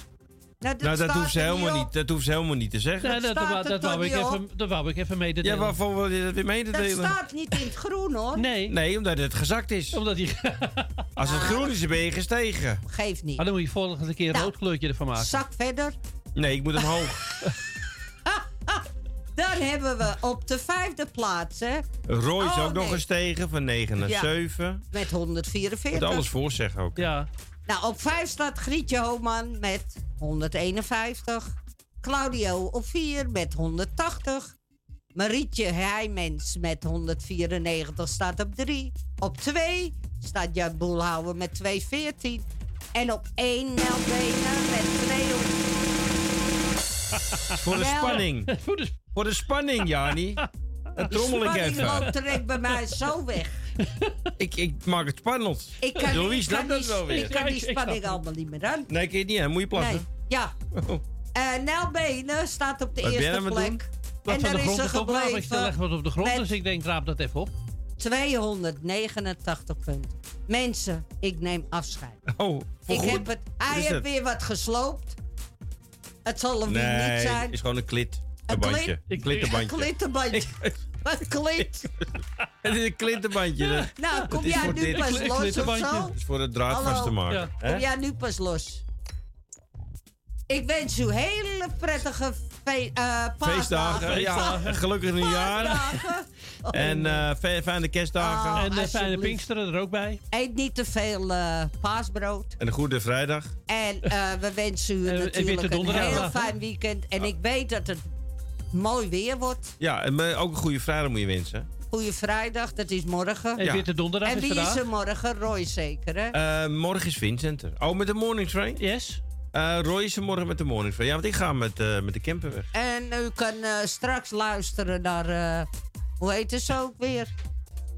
Speaker 13: Nou,
Speaker 2: Nou, dat hoeft, ze helemaal niet, dat hoeft ze helemaal niet te zeggen.
Speaker 12: Nee, Nou, dat, dat, wou- dat, wou ik even, dat wou ik even
Speaker 2: Ja,
Speaker 12: mededelen.
Speaker 2: waarvoor wil je dat weer
Speaker 13: Dat
Speaker 2: mededelen?
Speaker 13: staat niet in het groen, hoor. Nou,
Speaker 12: Nee.
Speaker 2: Nee, omdat het gezakt is.
Speaker 12: Omdat die...
Speaker 2: Als het groen is, dan ben je gestegen.
Speaker 13: Geeft niet. Nou,
Speaker 12: Maar Ah, dan moet je volgende keer een rood kleurtje ervan maken.
Speaker 13: Zak verder.
Speaker 2: Nee, ik moet omhoog.
Speaker 13: Daar hebben we op de vijfde plaats, hè.
Speaker 2: Roy is
Speaker 13: Oh,
Speaker 2: ook nog
Speaker 13: nee.
Speaker 2: gestegen van 9 naar
Speaker 13: Ja.
Speaker 2: 7.
Speaker 13: Met
Speaker 2: Je moet
Speaker 13: 144.
Speaker 2: alles voorzeggen ook.
Speaker 12: Ja.
Speaker 13: Nou, op 5 staat Grietje Homan met 151. Claudio op 4 met 180. Marietje Heijmens met 194 staat op 3. Op 2 staat Jan Boelhouwer met 214. En op 1 Nel Benen met 200.
Speaker 2: Voor de
Speaker 13: Wel.
Speaker 2: spanning.
Speaker 12: voor, de...
Speaker 2: spanning, Jani. Dat trommel ik
Speaker 13: Die loopt
Speaker 2: even.
Speaker 13: er echt bij mij zo weg.
Speaker 2: Ik, ik maak het spannend.
Speaker 13: Ik kan,
Speaker 2: Louis
Speaker 13: ik
Speaker 2: snapt
Speaker 13: kan,
Speaker 2: dat wel
Speaker 13: die,
Speaker 2: weer.
Speaker 13: ik kan die
Speaker 2: Ja, ik- ik
Speaker 13: spanning
Speaker 2: snap het.
Speaker 13: allemaal niet meer aan.
Speaker 2: Nee, ik weet niet. hè. Moet je plassen?
Speaker 13: Nee. Ja.
Speaker 2: Oh.
Speaker 13: Eh Nel Benen staat op de
Speaker 2: Wat ben jij
Speaker 13: eerste
Speaker 2: aan het doen?
Speaker 13: plek.
Speaker 12: Wat
Speaker 13: En
Speaker 12: van
Speaker 13: daar
Speaker 12: de
Speaker 13: is
Speaker 12: grond
Speaker 13: ze
Speaker 12: is opgelegd, ik leg
Speaker 13: gebleven
Speaker 12: wat op de grond,
Speaker 13: met-
Speaker 12: dus ik denk, raap dat even op.
Speaker 2: Oh,
Speaker 13: 289 punten. Mensen, ik neem afscheid.
Speaker 2: Oh,
Speaker 13: ik
Speaker 2: voorgoed?
Speaker 13: heb het,
Speaker 2: Wat
Speaker 13: hij
Speaker 2: is
Speaker 13: heeft
Speaker 2: het?
Speaker 13: weer wat gesloopt. Het zal hem weer niet
Speaker 2: Nee,
Speaker 13: zijn.
Speaker 2: het is gewoon een klit. Een
Speaker 13: klit?
Speaker 2: bandje. Een klittenbandje.
Speaker 13: Een klittenbandje. Wat klit.
Speaker 2: Het is een klittenbandje. dat-
Speaker 13: Nou,
Speaker 2: het
Speaker 13: kom
Speaker 2: is
Speaker 13: jij
Speaker 2: voor
Speaker 13: nu
Speaker 2: dit.
Speaker 13: pas Een los of klittenbandje. zo?
Speaker 2: Het is voor het draad
Speaker 13: Hallo.
Speaker 2: vast te maken.
Speaker 13: Ja.
Speaker 2: hè?
Speaker 13: Kom jij nu pas los. Ik wens u hele prettige fe- eh, paasdagen.
Speaker 2: Feestdagen. Ja, gelukkig nieuwjaar. En eh, fe- fijne kerstdagen.
Speaker 13: Oh,
Speaker 12: en de fijne
Speaker 13: alsjeblieft.
Speaker 12: Pinksteren er ook bij.
Speaker 13: Eet niet te veel eh, paasbrood.
Speaker 2: En een goede vrijdag.
Speaker 13: En eh, we wensen u
Speaker 2: witte
Speaker 13: natuurlijk een
Speaker 2: donderdag.
Speaker 13: heel fijn weekend. En ik weet dat het mooi weer wordt.
Speaker 2: Ja, en eh, ook een goede vrijdag moet je wensen.
Speaker 13: Goeie vrijdag, dat is morgen.
Speaker 2: En Ja. witte donderdag
Speaker 13: En
Speaker 2: is
Speaker 13: wie is
Speaker 2: vandaag.
Speaker 13: er morgen? Roy zeker, hè?
Speaker 2: Eh, morgen is Vincent er. Oh, met de morning train? Eh,
Speaker 12: Yes.
Speaker 2: Roy is er morgen met de morning train. Ja, want ik ga met, eh, met de camper weg.
Speaker 13: en u kan eh, straks luisteren naar... eh, hoe heet het zo ook weer?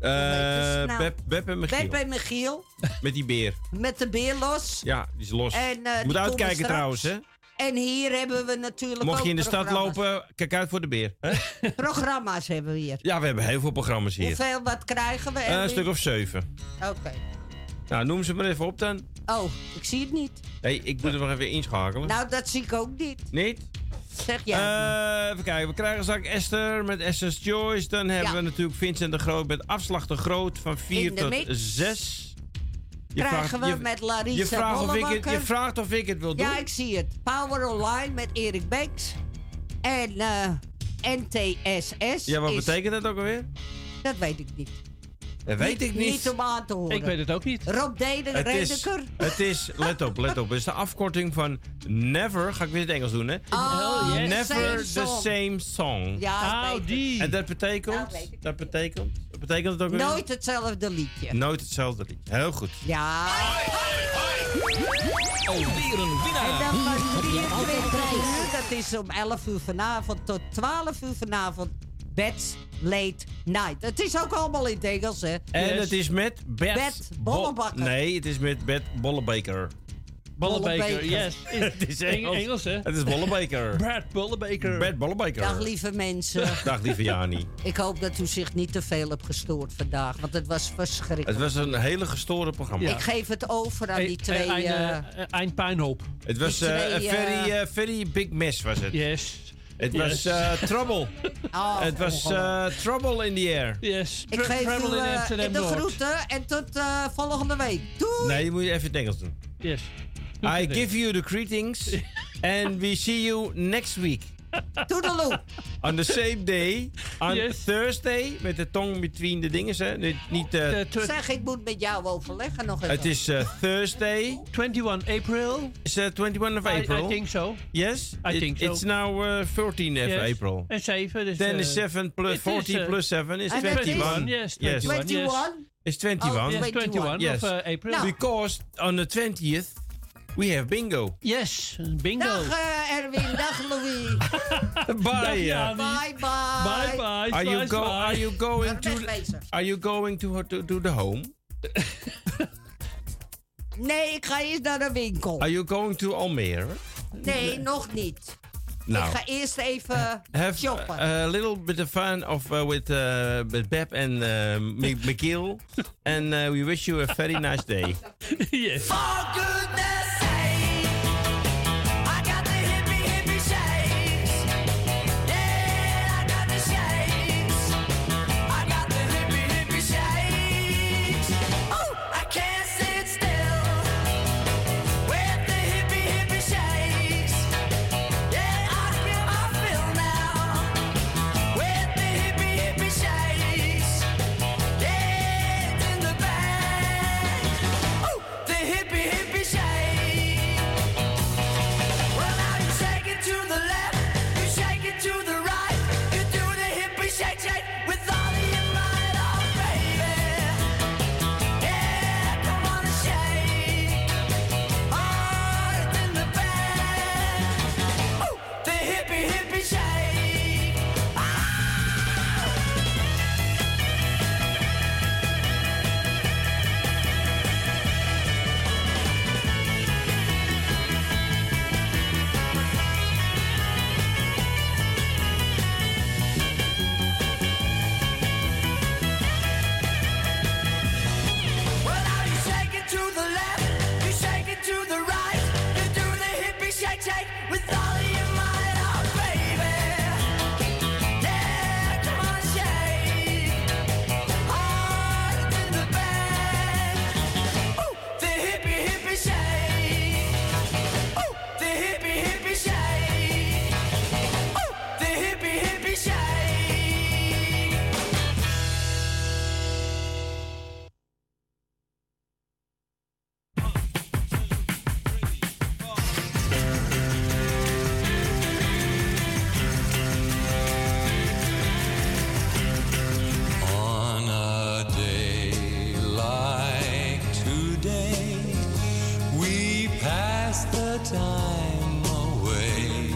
Speaker 2: Eh
Speaker 13: nou?
Speaker 2: Beb, Beb en Michiel.
Speaker 13: Beb en Michiel.
Speaker 2: Met die beer.
Speaker 13: Met de beer los.
Speaker 2: Ja, die is los.
Speaker 13: En, eh, die
Speaker 2: je moet
Speaker 13: komen
Speaker 2: uitkijken
Speaker 13: straks.
Speaker 2: trouwens, hè.
Speaker 13: En hier hebben we natuurlijk
Speaker 2: Mocht
Speaker 13: ook
Speaker 2: je in de stad
Speaker 13: programma's.
Speaker 2: lopen, kijk uit voor de beer. hè?
Speaker 13: Programma's hebben we hier.
Speaker 2: Ja, we hebben heel veel programma's hier.
Speaker 13: Hoeveel, wat krijgen we?
Speaker 2: Eh,
Speaker 13: Erwin?
Speaker 2: een stuk of zeven.
Speaker 13: Oké.
Speaker 2: Nou, noem ze maar even op dan.
Speaker 13: Oh, ik zie het niet.
Speaker 2: Nee, ik moet er nog even inschakelen.
Speaker 13: Nou, dat zie ik ook niet.
Speaker 2: Niet?
Speaker 13: Zeg jij.
Speaker 2: Eh, even kijken, we krijgen straks Esther met SS Joyce. Dan hebben
Speaker 13: Ja.
Speaker 2: we natuurlijk Vincent de Groot met afslag de Groot van 4
Speaker 13: In de
Speaker 2: tot
Speaker 13: mix.
Speaker 2: 6.
Speaker 13: Krijgen we met Larissa
Speaker 2: je vraagt, of ik het,
Speaker 13: Bollebakker.
Speaker 2: je vraagt of ik het wil doen.
Speaker 13: Ja, ik zie het. Power Online met Erik Beks. En eh, NTSS.
Speaker 2: Ja, wat
Speaker 13: is-
Speaker 2: betekent dat ook alweer?
Speaker 13: Dat weet ik niet.
Speaker 2: Dat weet ik niet.
Speaker 13: Niet om aan te horen.
Speaker 2: Ik weet het ook niet.
Speaker 13: Rob Deden,
Speaker 2: Het is,
Speaker 13: Redeker.
Speaker 2: het is, let op, let op. Het is de afkorting van Never, ga ik weer in het Engels doen, hè?
Speaker 13: Oh, yes. Oh,
Speaker 2: Never
Speaker 13: same
Speaker 2: the
Speaker 13: song.
Speaker 2: same song.
Speaker 13: Ja, dat weet ik.
Speaker 2: En dat betekent, dat betekent, dat betekent het ook weer?
Speaker 13: Nooit hetzelfde liedje.
Speaker 2: Nooit hetzelfde liedje. Heel goed.
Speaker 13: Ja.
Speaker 2: Alweer een
Speaker 13: En dan
Speaker 2: winnaar.
Speaker 13: van 24 uur, dat is om 11 uur vanavond tot 12 uur vanavond. Beds Late Night. Het is ook allemaal in het Engels, hè?
Speaker 2: En het is met Bert...
Speaker 13: Bert
Speaker 2: Bo-
Speaker 13: Bollebakker.
Speaker 2: Nee, het is met Bert Bollebaker.
Speaker 13: Bollebaker, yes.
Speaker 2: het is Engels.
Speaker 13: Engels, hè?
Speaker 2: Het is Bollebaker.
Speaker 13: Bert
Speaker 2: Bollebaker. Bert Bollebaker.
Speaker 13: Dag lieve mensen.
Speaker 2: Dag lieve Jani.
Speaker 13: Ik hoop dat u zich niet te veel hebt gestoord vandaag, want het was verschrikkelijk.
Speaker 2: Het was een hele gestoorde programma.
Speaker 13: Ik geef het over aan die twee.
Speaker 12: Een,
Speaker 13: eh,
Speaker 12: pijnhoop.
Speaker 2: Het was
Speaker 13: Die
Speaker 2: eh,
Speaker 13: twee,
Speaker 2: een very,
Speaker 13: eh,
Speaker 2: eh, very big mess was het.
Speaker 12: Yes.
Speaker 2: Het
Speaker 12: Yes.
Speaker 2: was eh, trouble.
Speaker 13: oh,
Speaker 2: het was eh, trouble in the air.
Speaker 12: Yes.
Speaker 13: ik geef u eh, de groeten en tot eh, volgende week. Doei!
Speaker 2: Nee, je moet even het Engels doen.
Speaker 12: Yes.
Speaker 2: I give you the greetings and we see you next week.
Speaker 13: Toedeloe!
Speaker 2: On the same day, on
Speaker 13: Yes.
Speaker 2: Thursday, met de tong between de dingen, hè? Niet, niet, eh,
Speaker 13: Zeg, ik moet met jou overleggen nog even.
Speaker 2: het is eh, Thursday.
Speaker 12: 21 April.
Speaker 2: Is het 21 of
Speaker 12: I- I
Speaker 2: April?
Speaker 12: think so.
Speaker 2: Yes?
Speaker 12: I
Speaker 2: It-
Speaker 12: think so.
Speaker 2: It's now eh, 13 of
Speaker 12: Yes.
Speaker 2: April.
Speaker 12: En 7. Dus,
Speaker 2: Then
Speaker 12: eh,
Speaker 2: is 7 plus
Speaker 12: it is,
Speaker 2: 40
Speaker 12: eh,
Speaker 2: plus 7 is
Speaker 12: and that is-
Speaker 2: 21.
Speaker 12: Yes, 21, yes. 21?
Speaker 2: It's 21.
Speaker 12: Oh, yes, 21 of, uh, April. Nou.
Speaker 2: Because on the 20th we have bingo.
Speaker 12: Yes, bingo.
Speaker 13: Dag eh, Erwin, dag Louis.
Speaker 2: Bye. eh.
Speaker 13: Bye bye.
Speaker 2: Are you go are you going to
Speaker 13: Wegwezen.
Speaker 2: are you going to to, to the home?
Speaker 13: Nee, ik ga eerst naar de winkel.
Speaker 2: Are you going to Almere?
Speaker 13: Nee, nog niet.
Speaker 2: Nou.
Speaker 13: Ik ga eerst even
Speaker 2: Have uh,
Speaker 13: shoppen.
Speaker 2: a little bit of fun of uh, with uh, with Beb and uh, M- McGill, and uh, we wish you a very nice day.
Speaker 12: yes.
Speaker 10: For goodness sake, I got the hippie hippie shakes. Yeah, I got the shakes. I got the hippie hippie shakes. Oh, I can't sit still with the hippie hippie shakes. Yeah, I feel I feel now with the hippie hippie shakes. Yeah, it's in the bag. Ooh, the hippie hippie shake. Well, now you shake it to the left, you shake it to the right, you do the hippie shake shake with all of your might, oh baby. Yeah, come on and shake. Oh, it's in the bag. Ooh, the hippie hippie shake. Well, now you shake it to the left, you shake it to the right, you do the hippie shake shake with all of your might, oh baby. Yeah, come on, shake. Hard in the bag. Ooh, the hippie hippie shake. Ooh, the hippie hippie shake. Ooh, the hippie hippie shake.
Speaker 19: On a day like today, we pass the time away,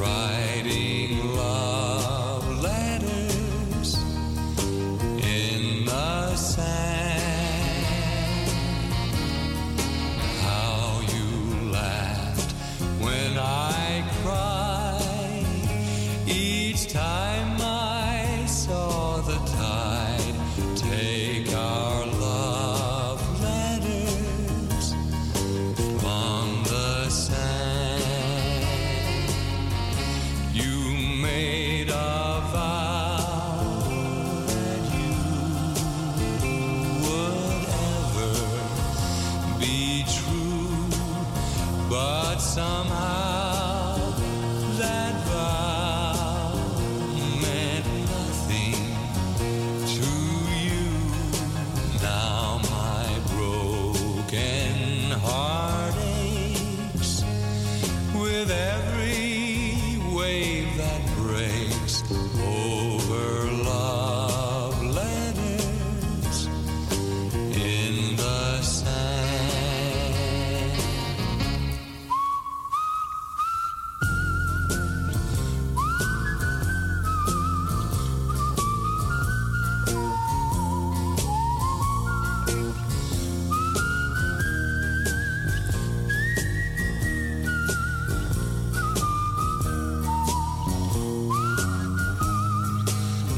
Speaker 19: writing love letters in the sand. How you laughed when I cried. Each time I saw the tide take our love letters from the sand, over loveliness in the sand.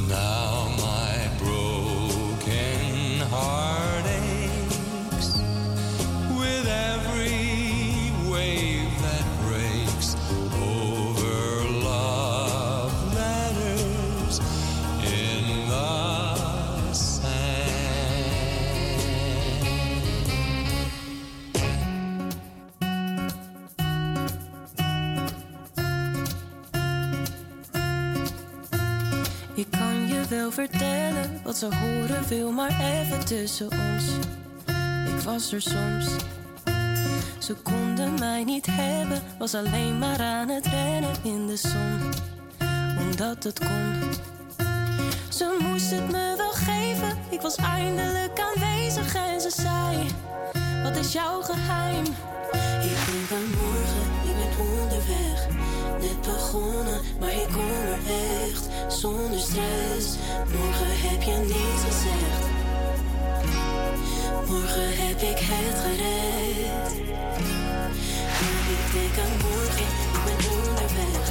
Speaker 19: Now my broken heart aches with every wave that breaks over love letters in the sand.
Speaker 20: Ik kan je wel vertellen wat ze horen wil, maar even tussen ons. Ik was er soms. Ze konden mij niet hebben, was alleen maar aan het rennen in de zon. Omdat het kon. Ze moest het me wel geven, ik was eindelijk aanwezig en ze zei: Wat is jouw geheim? Ik denk aan morgen, ik ben onderweg. Net begonnen, maar ik kom er echt zonder stress. Morgen heb je niets gezegd. Morgen heb ik het gered. Maar ik denk aan morgen, ik ben onderweg.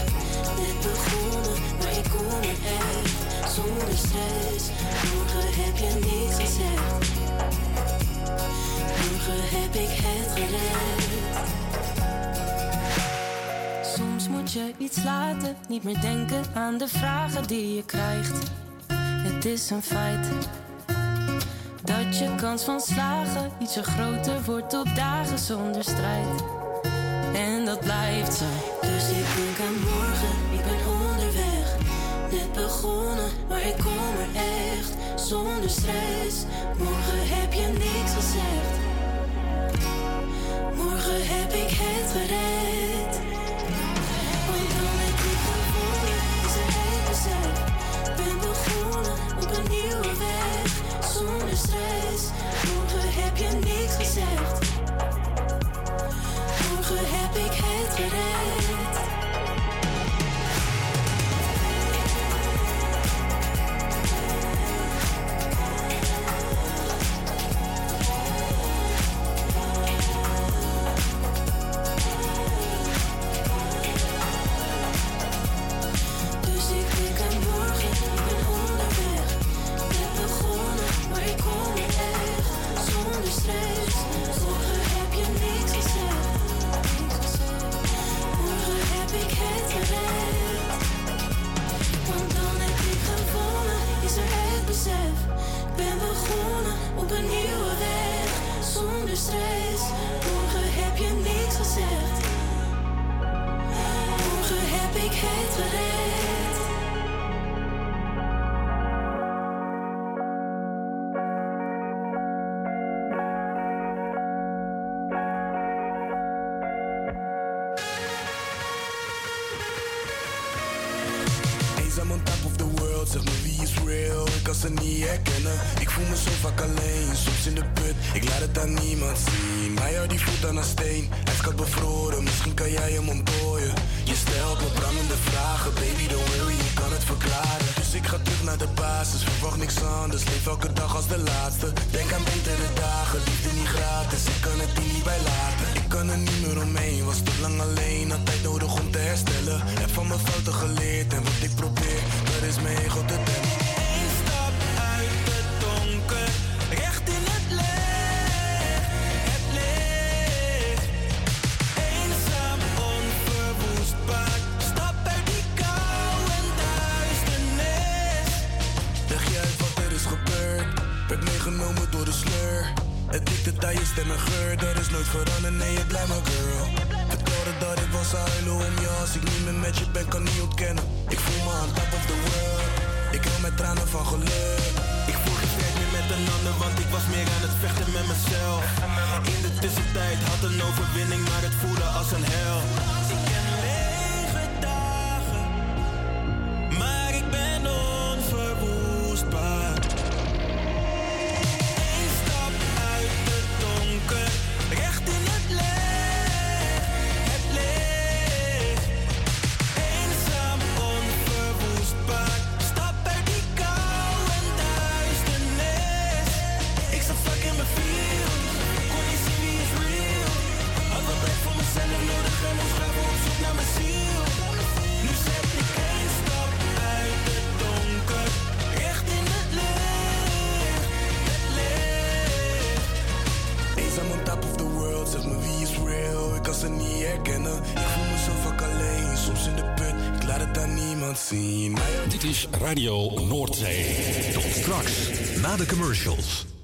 Speaker 20: Net begonnen, maar ik kom er echt zonder stress. Morgen heb je niets gezegd. Morgen heb ik het gered. Soms moet je iets laten, niet meer denken aan de vragen die je krijgt. Het is een feit dat je kans van slagen ietsje groter wordt op dagen zonder strijd. En dat blijft zo. Dus ik denk aan morgen, ik ben onderweg. Net begonnen, maar ik kom er echt zonder stress. Morgen heb je niks gezegd. Morgen heb ik het gered. Want dan heb ik gevonden, is er even zelf. Ben begonnen op een nieuwe weg, zonder stress. Morgen heb je niks gezegd. Morgen heb ik het gered. Dus ik denk aan morgen, ik ben onderweg. Net begonnen, maar ik kom er echt zonder stress. Morgen heb je niks gezegd. Morgen heb ik het gered. Want dan heb ik gewonnen, is er het besef. Ben begonnen op een nieuwe weg, zonder stress. Morgen heb je niks gezegd. Morgen heb ik het gered.
Speaker 27: Eenzaam on top of the world, zeg me wie is real Ik kan ze niet herkennen Ik voel me zo vaak alleen, soms in de put Ik laat het aan niemand zien Mij houdt die voet aan een steen Ijskoud bevroren, misschien kan jij hem ontdooien Je stelt me brandende vragen Baby, de wil je, je kan het verklaren Dus ik ga terug naar de basis Verwacht niks anders, leef elke dag als de laatste Denk aan betere dagen, liefde niet gratis Ik kan het hier niet bij laten Ik kan er niet meer omheen, was te lang alleen Had tijd nodig om te herstellen Heb van mijn fouten geleerd en wat ik probeer Dat is mijn ego te temmen
Speaker 11: Eén stap uit het donker, recht in het licht, het licht. Eenzaam, onverwoestbaar, stap uit die kou en duisternis.
Speaker 27: Leg je uit wat er is gebeurd Werd meegenomen door de sleur Het dikte aan je stem en geur Dat is nooit veranderd, nee je blijft mijn girl Vertelde dat ik was huilen om je Als ik niet meer met je ben, kan niet ontkennen Ik voel me on top of the world Ik hou met tranen van geluk Ik voel geen strijd meer met een ander, want ik was meer aan het vechten met mezelf.
Speaker 11: In de tussentijd had een overwinning, maar het voelde als een hel. Ik ken lege dagen, maar ik ben
Speaker 29: zien.
Speaker 22: Dit is Radio Noordzee. Tot straks, na de commercials.